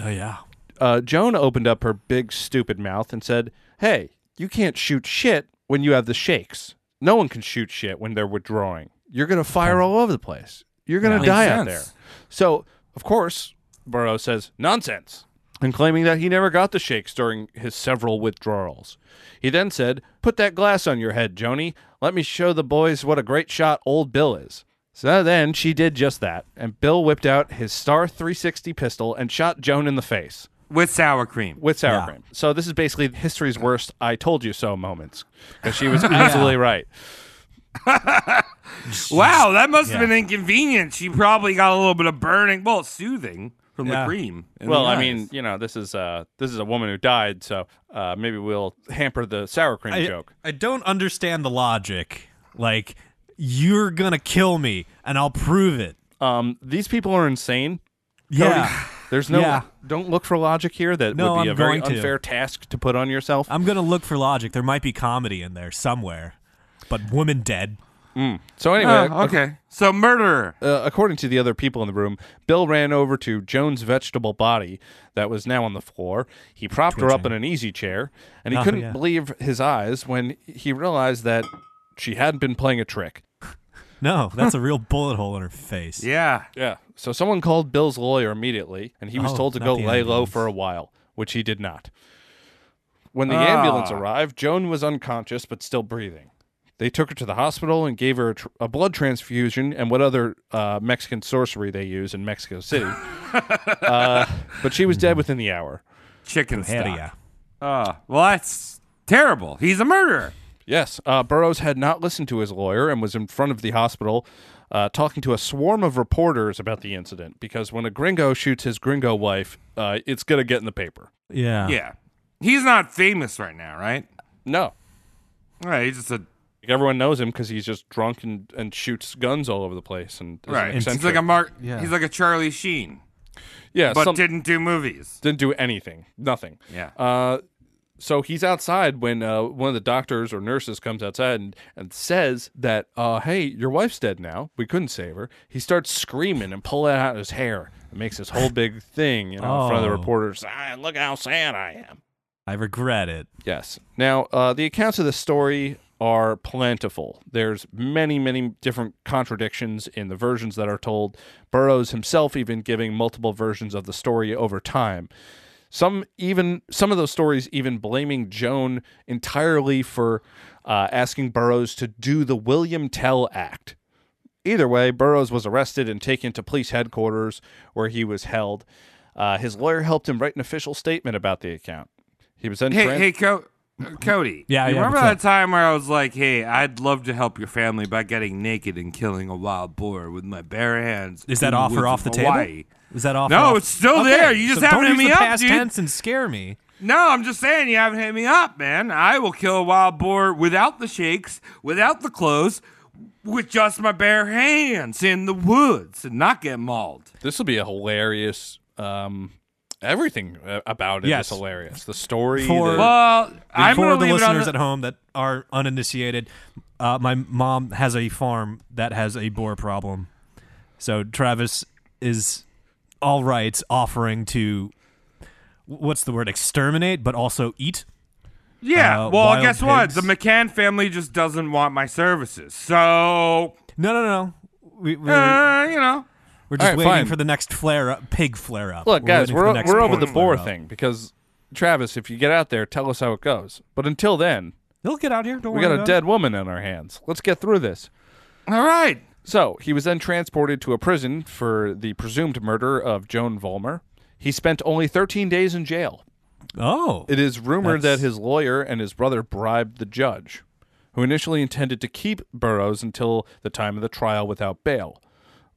Speaker 9: Oh yeah.
Speaker 7: uh, Joan opened up her big, stupid mouth and said, Hey, you can't shoot shit when you have the shakes. No one can shoot shit when they're withdrawing. You're going to fire all over the place. You're going to
Speaker 8: Yeah.
Speaker 7: die
Speaker 8: Makes
Speaker 7: out there.
Speaker 8: sense.
Speaker 7: So, of course, Burroughs says, Nonsense. And claiming that he never got the shakes during his several withdrawals. He then said, Put that glass on your head, Joni. Let me show the boys what a great shot old Bill is. So then she did just that, and Bill whipped out his Star 360 pistol and shot Joan in the face
Speaker 8: With sour cream.
Speaker 7: with sour
Speaker 9: Yeah.
Speaker 7: cream. So this is basically history's worst "I told you so" moments because
Speaker 9: (laughs)
Speaker 7: she was absolutely right.
Speaker 8: Wow, that must have
Speaker 9: Yeah.
Speaker 8: been inconvenient. She probably got a little bit of burning, well, soothing from
Speaker 9: Yeah.
Speaker 8: the cream. in
Speaker 7: Well,
Speaker 8: the
Speaker 7: I
Speaker 8: eyes.
Speaker 7: mean, you know, this is uh, this is a woman who died, so uh, maybe we'll hamper the sour cream
Speaker 9: I,
Speaker 7: joke.
Speaker 9: I don't understand the logic. Like you're gonna kill me and I'll prove it.
Speaker 7: Um, these people are insane.
Speaker 8: (laughs)
Speaker 9: Yeah.
Speaker 7: There's no.
Speaker 9: Yeah.
Speaker 7: Don't look for logic here. That
Speaker 9: No,
Speaker 7: would be a
Speaker 9: I'm
Speaker 7: very
Speaker 9: going to.
Speaker 7: unfair task to put on yourself.
Speaker 9: I'm gonna look for logic. There might be comedy in there somewhere, but woman dead.
Speaker 7: So anyway,
Speaker 9: Oh,
Speaker 7: ac-
Speaker 9: okay.
Speaker 8: So murderer.
Speaker 7: Uh, according to the other people in the room, Bill ran over to Joan's vegetable body that was now on the floor. He propped her up in an easy chair, and he
Speaker 9: Oh,
Speaker 7: couldn't
Speaker 9: yeah.
Speaker 7: believe his eyes when he realized that she hadn't been playing a trick.
Speaker 9: No,
Speaker 8: (laughs)
Speaker 9: that's a real bullet hole in her face.
Speaker 8: Yeah.
Speaker 7: Yeah. So someone called Bill's lawyer immediately, and he was
Speaker 9: Oh,
Speaker 7: told to
Speaker 9: not
Speaker 7: go
Speaker 9: the
Speaker 7: lay low
Speaker 9: ambulance.
Speaker 7: for a while, which he did not. When the
Speaker 8: Ah.
Speaker 7: ambulance arrived, Joan was unconscious but still breathing. They took her to the hospital and gave her a, tr- a blood transfusion and what other uh, Mexican sorcery they use in Mexico
Speaker 9: (laughs)
Speaker 7: City. uh, but she was dead within the hour.
Speaker 8: Chicken
Speaker 9: Hell
Speaker 8: stock.
Speaker 9: yeah.
Speaker 8: Oh, well, that's terrible. He's a murderer.
Speaker 7: Yes, uh, Burroughs had not listened to his lawyer and was in front of the hospital uh, talking to a swarm of reporters about the incident because when a gringo shoots his gringo wife, uh, it's going to get in the paper.
Speaker 9: Yeah.
Speaker 8: Yeah. He's not famous right now, right?
Speaker 7: No.
Speaker 8: All right. He's just a
Speaker 7: Like, everyone knows him because he's just drunk and, and shoots guns all over the place and is an
Speaker 8: right. He's
Speaker 7: eccentric.
Speaker 8: like a Mark.
Speaker 9: Yeah.
Speaker 8: He's like a Charlie Sheen,
Speaker 7: yeah,
Speaker 8: but
Speaker 7: some-
Speaker 8: didn't do movies.
Speaker 7: didn't do anything, nothing.
Speaker 8: Yeah.
Speaker 7: Uh, so he's outside when uh, one of the doctors or nurses comes outside and, and says that, uh, hey, your wife's dead now. We couldn't save her. He starts screaming and pulling out his hair. It makes this whole big thing you know, in front of the
Speaker 9: Oh.
Speaker 7: reporters. Ah, look how sad I am.
Speaker 9: I regret it.
Speaker 7: Yes. Now, uh, the accounts of the story are plentiful. There's many, many different contradictions in the versions that are told. Burroughs himself even giving multiple versions of the story over time. Some even some of those stories even blaming Joan entirely for uh, asking Burroughs to do the William Tell Act. Either way, Burroughs was arrested and taken to police headquarters where he was held. Uh, his lawyer helped him write an official statement about the account. He was then
Speaker 8: Hey,
Speaker 7: tran-
Speaker 8: hey, Co- uh, Cody.
Speaker 9: Yeah,
Speaker 8: you
Speaker 9: yeah,
Speaker 8: Remember
Speaker 9: what's
Speaker 8: that
Speaker 9: up?
Speaker 8: time where I was like, "Hey, I'd love to help your family by getting naked and killing a wild boar with my bare hands."
Speaker 9: Is
Speaker 8: in
Speaker 9: that
Speaker 8: the
Speaker 9: offer
Speaker 8: woods
Speaker 9: off the
Speaker 8: of
Speaker 9: table?
Speaker 8: Hawaii.
Speaker 9: Is that offer?
Speaker 8: No,
Speaker 9: off-
Speaker 8: it's still
Speaker 9: Okay,
Speaker 8: there. You just
Speaker 9: so
Speaker 8: haven't
Speaker 9: don't
Speaker 8: hit
Speaker 9: use
Speaker 8: me
Speaker 9: the
Speaker 8: up,
Speaker 9: past
Speaker 8: dude.
Speaker 9: tense and scare me.
Speaker 8: No, I'm just saying you haven't hit me up, man. I will kill a wild boar without the shakes, without the clothes, with just my bare hands in the woods and not get mauled.
Speaker 7: This will be a hilarious. Um, everything uh, about it is
Speaker 9: Yes.
Speaker 7: hilarious. The story.
Speaker 9: For-
Speaker 7: the-
Speaker 8: Well, I'm
Speaker 9: For
Speaker 8: gonna
Speaker 9: Uh, the
Speaker 8: leave it on
Speaker 9: listeners
Speaker 8: the-
Speaker 9: at home that are uninitiated, uh, my mom has a farm that has a boar problem. So Travis is all right offering to what's the word exterminate, but also eat.
Speaker 8: Yeah.
Speaker 9: uh,
Speaker 8: well,
Speaker 9: wild
Speaker 8: guess what?
Speaker 9: pigs.
Speaker 8: The McCann family just doesn't want my services. So,
Speaker 9: No, no, no. We, we're,
Speaker 8: uh, you know,
Speaker 9: we're just
Speaker 7: right,
Speaker 9: waiting
Speaker 7: fine.
Speaker 9: for the next flare up, pig flare up.
Speaker 7: Look, guys,
Speaker 9: waiting for
Speaker 7: we're,
Speaker 9: the next
Speaker 7: we're over
Speaker 9: pork
Speaker 7: the boar
Speaker 9: flare up.
Speaker 7: thing because Travis, if you get out there, tell us how it goes. But until then,
Speaker 9: They'll get out here. Don't
Speaker 7: we
Speaker 9: worry
Speaker 7: got a
Speaker 9: about
Speaker 7: dead woman on our hands. Let's get through this.
Speaker 8: all right.
Speaker 7: So he was then transported to a prison for the presumed murder of Joan Vollmer. He spent only 13 days in jail.
Speaker 9: It. Oh,
Speaker 7: It is rumored
Speaker 9: That's-
Speaker 7: that his lawyer and his brother bribed the judge, who initially intended to keep Burroughs until the time of the trial without bail.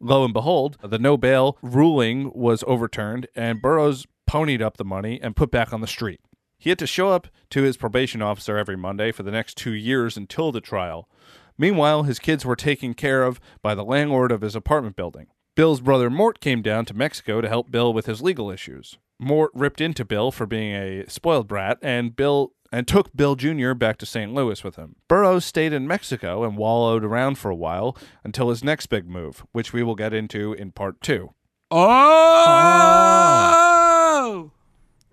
Speaker 7: Lo and behold, the no bail ruling was overturned, and Burroughs ponied up the money and put back on the street. He had to show up to his probation officer every Monday for the next two years until the trial. Meanwhile, his kids were taken care of by the landlord of his apartment building. Bill's brother Mort came down to Mexico to help Bill with his legal issues. Mort ripped into Bill for being a spoiled brat, and Bill and took Bill Jr. back to St. Louis with him. Burroughs stayed in Mexico and wallowed around for a while until his next big move, which we will get into in part two.
Speaker 8: Oh.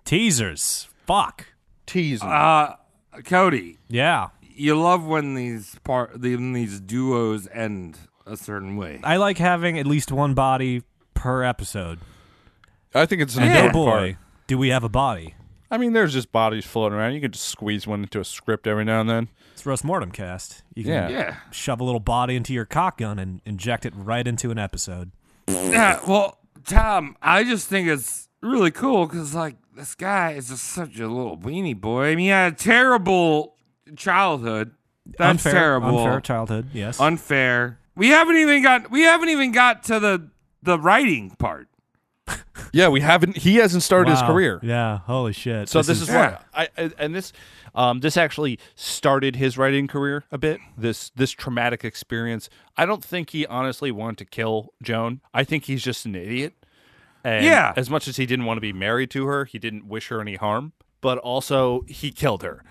Speaker 9: teasers. Fuck.
Speaker 7: Teasing.
Speaker 8: Uh, Cody,
Speaker 9: Yeah,
Speaker 8: you love when these part when these duos end a certain way.
Speaker 9: I like having at least one body per episode.
Speaker 7: I think it's an
Speaker 9: And
Speaker 7: important
Speaker 9: oh boy,
Speaker 7: part.
Speaker 9: do we have a body?
Speaker 7: I mean, there's just bodies floating around. You could just squeeze one into a script every now and then.
Speaker 9: It's Russ Mortem cast. You can
Speaker 7: Yeah.
Speaker 8: yeah.
Speaker 9: shove a little body into your cock gun and inject it right into an episode.
Speaker 8: Yeah. Well, Tom, I just think it's really cool because like this guy is just such a little weenie boy. I mean, he had a terrible childhood. That's
Speaker 9: unfair,
Speaker 8: terrible.
Speaker 9: Unfair childhood. Yes.
Speaker 8: Unfair. We haven't even got we haven't even got to the the writing part.
Speaker 7: Yeah, we haven't. He hasn't started his
Speaker 9: Wow.
Speaker 7: career.
Speaker 9: Yeah. Holy shit.
Speaker 7: So this, is,
Speaker 8: Yeah.
Speaker 7: what I, I and this um, this actually started his writing career a bit. This this traumatic experience. I don't think he honestly wanted to kill Joan. I think he's just an idiot. And
Speaker 8: Yeah.
Speaker 7: As much as he didn't want to be married to her, he didn't wish her any harm, but also he killed her.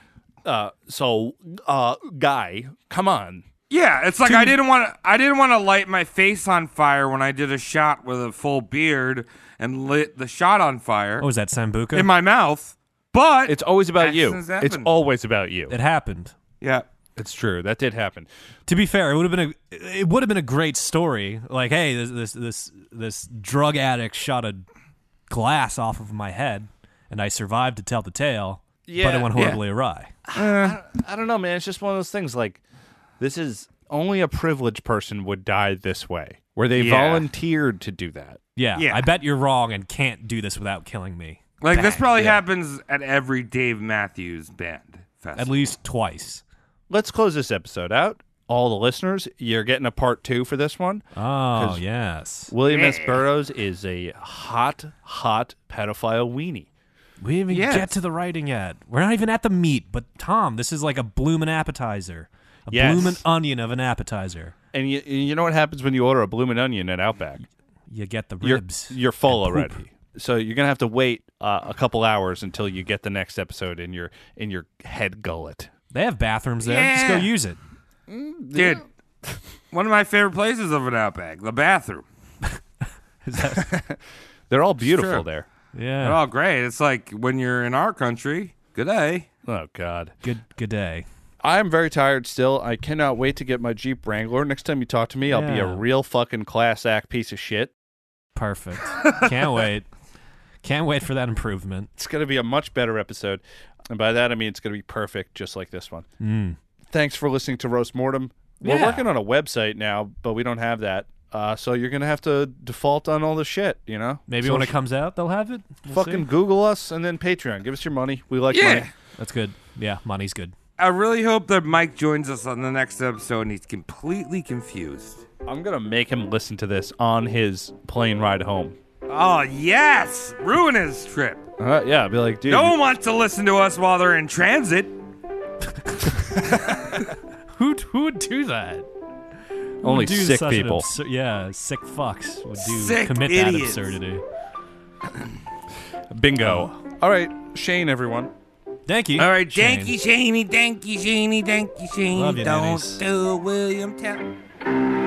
Speaker 7: Uh, so, uh, guy, come on.
Speaker 8: Yeah, it's like I didn't want to. I didn't want to light my face on fire when I did a shot with a full beard and lit the shot on fire.
Speaker 9: Oh, is that Sambuca?
Speaker 8: in my mouth? But
Speaker 7: It's always about you.
Speaker 8: Actions
Speaker 7: It's
Speaker 8: happen.
Speaker 7: always about you.
Speaker 9: it happened.
Speaker 8: yeah,
Speaker 7: It's true. That did happen.
Speaker 9: To be fair, it would have been a it would have been a great story. Like, hey, this this this this drug addict shot a glass off of my head, and I survived to tell the tale. but
Speaker 7: Yeah,
Speaker 9: it went horribly awry.
Speaker 7: I don't know, man. It's just one of those things like this is only a privileged person would die this way, where they
Speaker 8: Yeah.
Speaker 7: volunteered to do that.
Speaker 9: Yeah,
Speaker 8: Yeah.
Speaker 9: I bet you're wrong and can't do this without killing me.
Speaker 8: like this probably happens at every Dave Matthews Band festival.
Speaker 9: At least twice.
Speaker 7: Let's close this episode out. All the listeners, you're getting a part two for this one.
Speaker 9: Oh yes,
Speaker 7: William S. Burroughs is a hot, hot pedophile weenie.
Speaker 9: we haven't
Speaker 8: Yes.
Speaker 9: get to the writing yet. We're not even at the meat. But Tom, this is like a bloomin' appetizer, a
Speaker 7: Yes.
Speaker 9: bloomin' onion of an appetizer.
Speaker 7: And you, you know what happens when you order a bloomin' onion at Outback?
Speaker 9: You get the
Speaker 7: You're,
Speaker 9: ribs.
Speaker 7: you're full
Speaker 9: and poop.
Speaker 7: already. So you're gonna have to wait uh, a couple hours until you get the next episode in your in your head gullet.
Speaker 9: They have bathrooms there. Just go
Speaker 8: Yeah.
Speaker 9: use it.
Speaker 8: dude. One of my favorite places of an outback, the bathroom.
Speaker 7: They're all beautiful
Speaker 8: true.
Speaker 7: there.
Speaker 8: They're
Speaker 9: Yeah.
Speaker 8: all great. It's like when you're in our country. Good day.
Speaker 7: Oh God.
Speaker 9: Good good day.
Speaker 7: I'm very tired still. I cannot wait to get my Jeep Wrangler. Next time you talk to me, I'll be a
Speaker 9: Yeah.
Speaker 7: real fucking class act piece of shit.
Speaker 9: Perfect. Can't wait. Can't wait for that improvement.
Speaker 7: It's going to be a much better episode. And by that, I mean it's going to be perfect, just like this one.
Speaker 9: Hmm.
Speaker 7: Thanks for listening to Roast Mortem. We're
Speaker 9: Yeah.
Speaker 7: working on a website now, but we don't have that. Uh, so you're going to have to default on all the shit, you know?
Speaker 9: Maybe
Speaker 7: So
Speaker 9: when it comes out, they'll have it. We'll
Speaker 7: Fucking
Speaker 9: see.
Speaker 7: Google us and then Patreon. Give us your money. We like
Speaker 8: Yeah.
Speaker 7: money.
Speaker 9: That's good. Yeah, money's good.
Speaker 8: I really hope that Mike joins us on the next episode and he's completely confused.
Speaker 7: I'm going to make him listen to this on his plane ride home.
Speaker 8: Oh, yes! Ruin his trip.
Speaker 7: Uh, yeah, I'll be like, dude.
Speaker 8: No one wants to listen to us while they're in transit.
Speaker 9: Who who would do that?
Speaker 7: only
Speaker 9: do
Speaker 7: sick
Speaker 9: such an
Speaker 7: people.
Speaker 9: absur- yeah, sick fucks would do
Speaker 8: Sick
Speaker 9: commit that
Speaker 8: idiots.
Speaker 9: absurdity.
Speaker 7: Bingo. All right, Shane, everyone.
Speaker 9: Thank you.
Speaker 8: All right,
Speaker 9: Shane.
Speaker 8: danky Shaney, danky Shaney, danky Shaney.
Speaker 9: Love you,
Speaker 8: Don't
Speaker 9: Dennis.
Speaker 8: do William Tell.